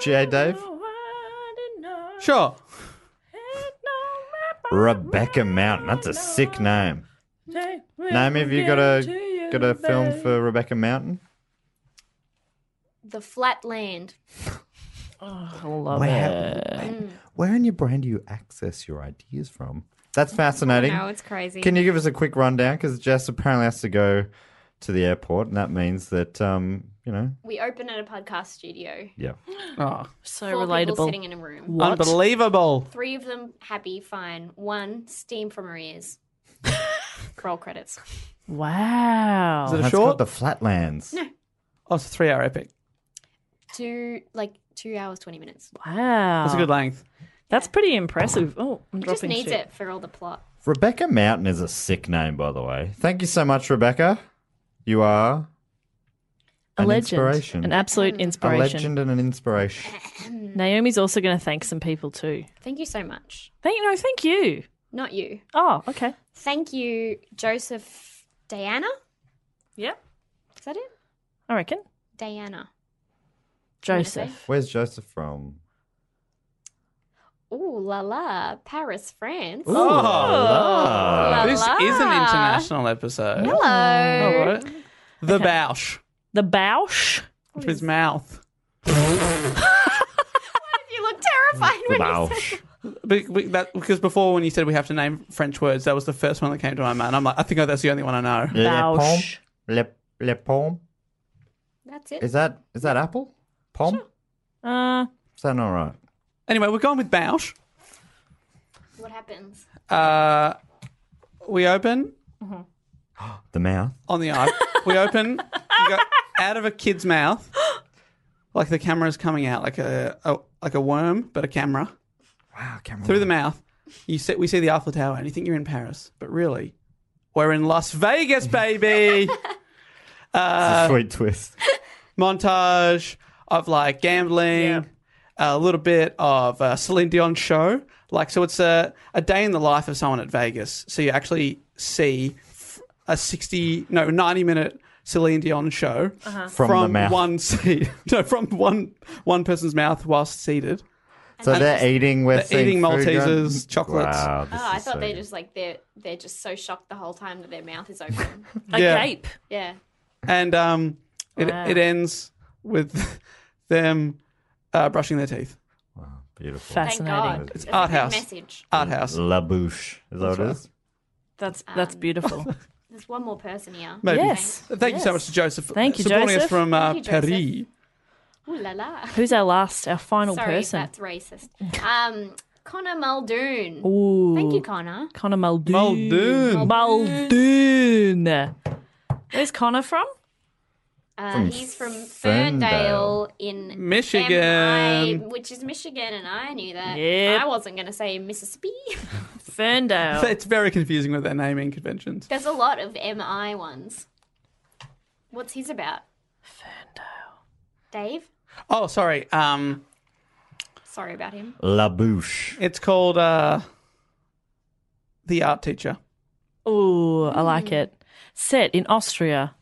GA Dave? enough, wide enough, Sure. ain't no Rebecca Mountain. That's a sick name. mountain will Naomi, have you got get to a you, got a film babe. for Rebecca Mountain? The flat land. I love Where, where in your brain do you access your ideas from? That's fascinating. No, it's crazy. Can you give us a quick rundown? Because Jess apparently has to go to the airport, and that means that um, you know, We open at a podcast studio. yeah, Oh, So Four people relatable. sitting in a room. What? unbelievable. Three of them happy, fine. One steam from her ears. Roll credits. Wow. Is it a that's short? called the Flatlands. oh, it's a three-hour epic. Two like two hours twenty minutes. Wow. That's a good length. That's pretty impressive. Oh, I'm Just dropping needs shit. it for all the plot. Rebecca Mountain is a sick name, by the way. Thank you so much, Rebecca. You are A an legend. inspiration, An absolute a inspiration. legend, and an inspiration. Mm. Naomi's also going to thank some people too. Thank you so much. Thank no, thank you. Not you. Oh, okay. Thank you, Joseph Diana. Yep. Is that it? I reckon. Diana. Joseph. Where's Joseph from? Ooh la la, Paris, France. Ooh, la la. La This la. Oh. is an international episode. All Hello. right. The Bausch. the Bausch. Which was mouth. You look terrified when you said Bausch. Be- be- that- Because before, when you said we have to name French words, that was the first one that came to my mind. I'm like, I think that's the only one I know. Le Bausch. pomme. Le, le pomme. That's it. Is that is that apple? Pomme? Uh, Is that not right? Anyway, we're going with Bausch. What happens? Uh, we open The mouth. on the eye. we open you go out of a kid's mouth, like the camera's coming out, like a, a like a worm, but a camera Wow, camera. through the mouth. You see, we see the Eiffel Tower, and you think you're in Paris, but really, we're in Las Vegas, baby. Sweet twist. montage of like gambling, a little bit of uh, Celine Dion show. Like, so it's a, a day in the life of someone at Vegas. So you actually see f- a 60, no, 90 minute Celine Dion show Uh-huh. From the mouth. one seat, no, from one, one person's mouth whilst seated. So they're eating with They're eating seafood going- Maltesers, chocolates. Wow, this Oh, I is thought so they good. just like they're they're just so shocked the whole time that their mouth is open. a Yeah. gape. yeah. And um, it, Wow. it ends with them uh, brushing their teeth. Wow, beautiful. Thank Fascinating. God. It's art house. Message. Mm. Art house. La bouche. Is that what it is? That's Um. that's beautiful. There's one more person here. Maybe. Yes. Thank you so much to Joseph. Thank you, supporting us Joseph. from uh, Thank you, Joseph. Paris. Ooh la la. Who's our last, our final Sorry, if person? that's racist. Um, Connor Muldoon. Ooh. Thank you, Connor. Connor Muldoon. Muldoon. Muldoon. Where's Connor from? Uh, From he's from Ferndale. Ferndale in Michigan. MI, which is Michigan, and I knew that. Yep. I wasn't going to say Mississippi. So Ferndale. It's very confusing with their naming conventions. There's a lot of MI ones. What's his about? Ferndale. Dave? Oh, sorry. Um, Sorry about him. La bouche. it's called uh, the art teacher. Ooh, I like it. Set in Austria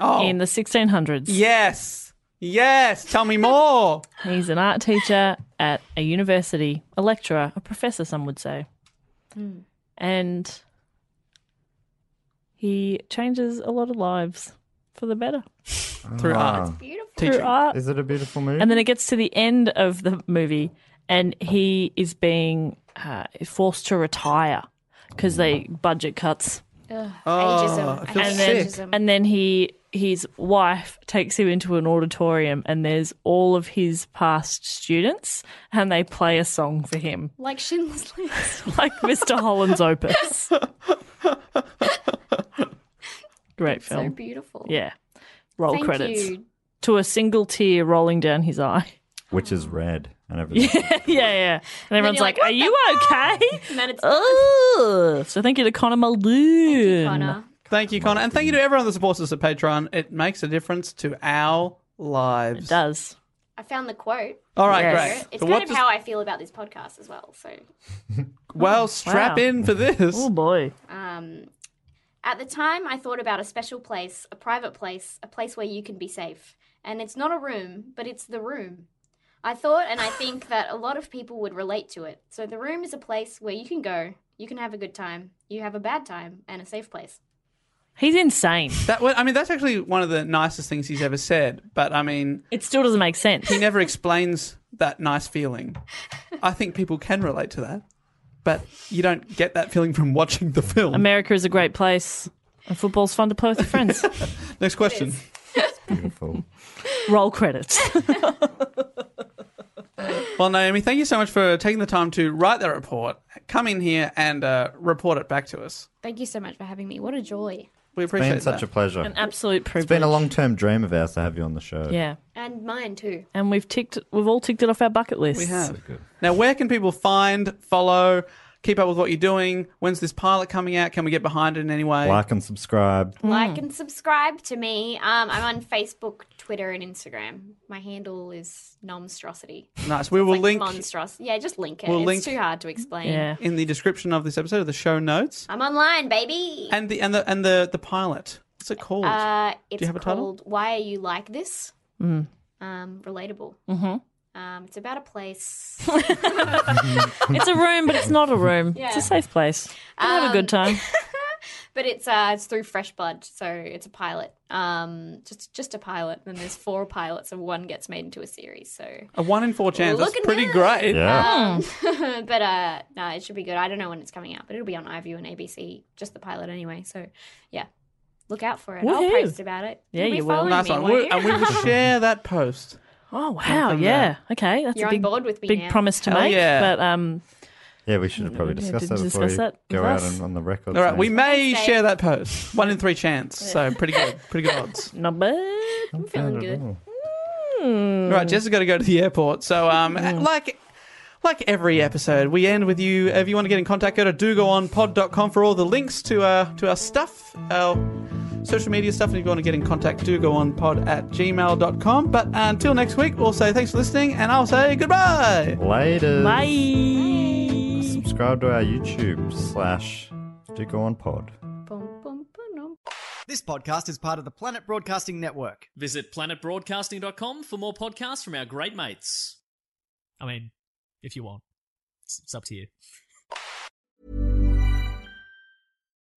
Oh, in the 1600s. yes, yes. Tell me more. He's an art teacher at a university, a lecturer, a professor, some would say. And he changes a lot of lives for the better Through art Beautiful. through teacher. art. Is it a beautiful movie? And then it gets to the end of the movie, and he is being uh, forced to retire because they budget cuts. Oh, ageism. I feel hate and then, sick. ageism. and then he his wife takes him into an auditorium, and there's all of his past students, and they play a song for him, Like Schindler's List. like Mr. Holland's Opus. Great so film, beautiful. yeah. Roll Thank credits you. to a single tear rolling down his eye. Which is red and everything. yeah, yeah. And everyone's you're like, like, "Are "What you okay?" And then it's Oh, so thank you to Connor Muldoon. Connor. Thank you, Connor, and thank you to everyone that supports us at Patreon. It makes a difference to our It lives. does. I found the quote. All right, Yes. great. It's So kind what of does- how I feel about this podcast as well. So, well, strap Wow. in for this. Oh boy. um, at the time, I thought about a special place, a private place, a place where you can be safe. And it's not a room, but it's the room. I thought, and I think that a lot of people would relate to it. So, the room is a place where you can go, you can have a good time, you have a bad time, and a safe place. He's insane. That wa- I mean, that's actually one of the nicest things he's ever said. But I mean, It still doesn't make sense. he never explains that nice feeling. I think people can relate to that, but you don't get that feeling from watching the film. America is a great place. And football's fun to play with your friends. Next question. beautiful. Roll credits. Well, Naomi, thank you so much for taking the time to write that report. Come in here and uh, report it back to us. Thank you so much for having me. What a joy. We It's appreciate been such a that. pleasure. An absolute privilege. it's been a long term dream of ours to have you on the show. Yeah. And mine too. And we've ticked we've all ticked it off our bucket list. we have. good. Now, where can people find, follow, keep up with what you're doing? When's this pilot coming out? Can we get behind it in any way? Like and subscribe. like and subscribe to me. Um, I'm on Facebook, Twitter, and Instagram. My handle is Nomstrosity. Nice. We will like link monstros- Yeah, just link it. We'll it's link- too hard to explain. Yeah. in the description of this episode of the show notes I'm online, baby. and the and the and the the pilot. What's it called? uh, it's have a title? called Why Are You Like This? Um, relatable. Mm-hmm. Um, it's about a place. It's a room, but it's not a room. It's Yeah. Um, a safe place. You can have a good time. But it's uh, it's through Fresh Blood, so it's a pilot. Um, just just a pilot, and there's four pilots, and one gets made into a series. So A one in four chance. That's Looking pretty good. great. Hmm. Um, but uh, no, it should be good. I don't know when it's coming out, but it'll be on iView and ABC, just the pilot anyway. So yeah, look out for it. Woohoo. I'll post about it. Yeah, You'll be you will. following Nice me, one. won't We- Oh, you? and we will share that post. Oh wow, come yeah. Okay, that's You're a on big board with me big now. promise to Hell make. yeah. But um, Yeah, we should have probably discussed didn't that before discuss you that go with out us. on, on the record. All right, we saying- may Wednesday. share that post. One in three chance. So pretty good. Pretty good odds. not bad. I'm feeling Not at good. all. Mm. All right, Jess has got to go to the airport. So um, like. Like every episode, we end with you. If you want to get in contact, go to dogoonpod.com for all the links to our to our stuff, our social media stuff. And if you want to get in contact, dogoonpod at gmail.com. But until next week, we'll say thanks for listening, and I'll say goodbye. Later. Bye. Subscribe to our YouTube slash Do Go On Pod. Bum, bum, ba-dum. This podcast is part of the Planet Broadcasting Network. Visit planetbroadcasting.com for more podcasts from our great mates. I mean, if you want, it's, it's up to you.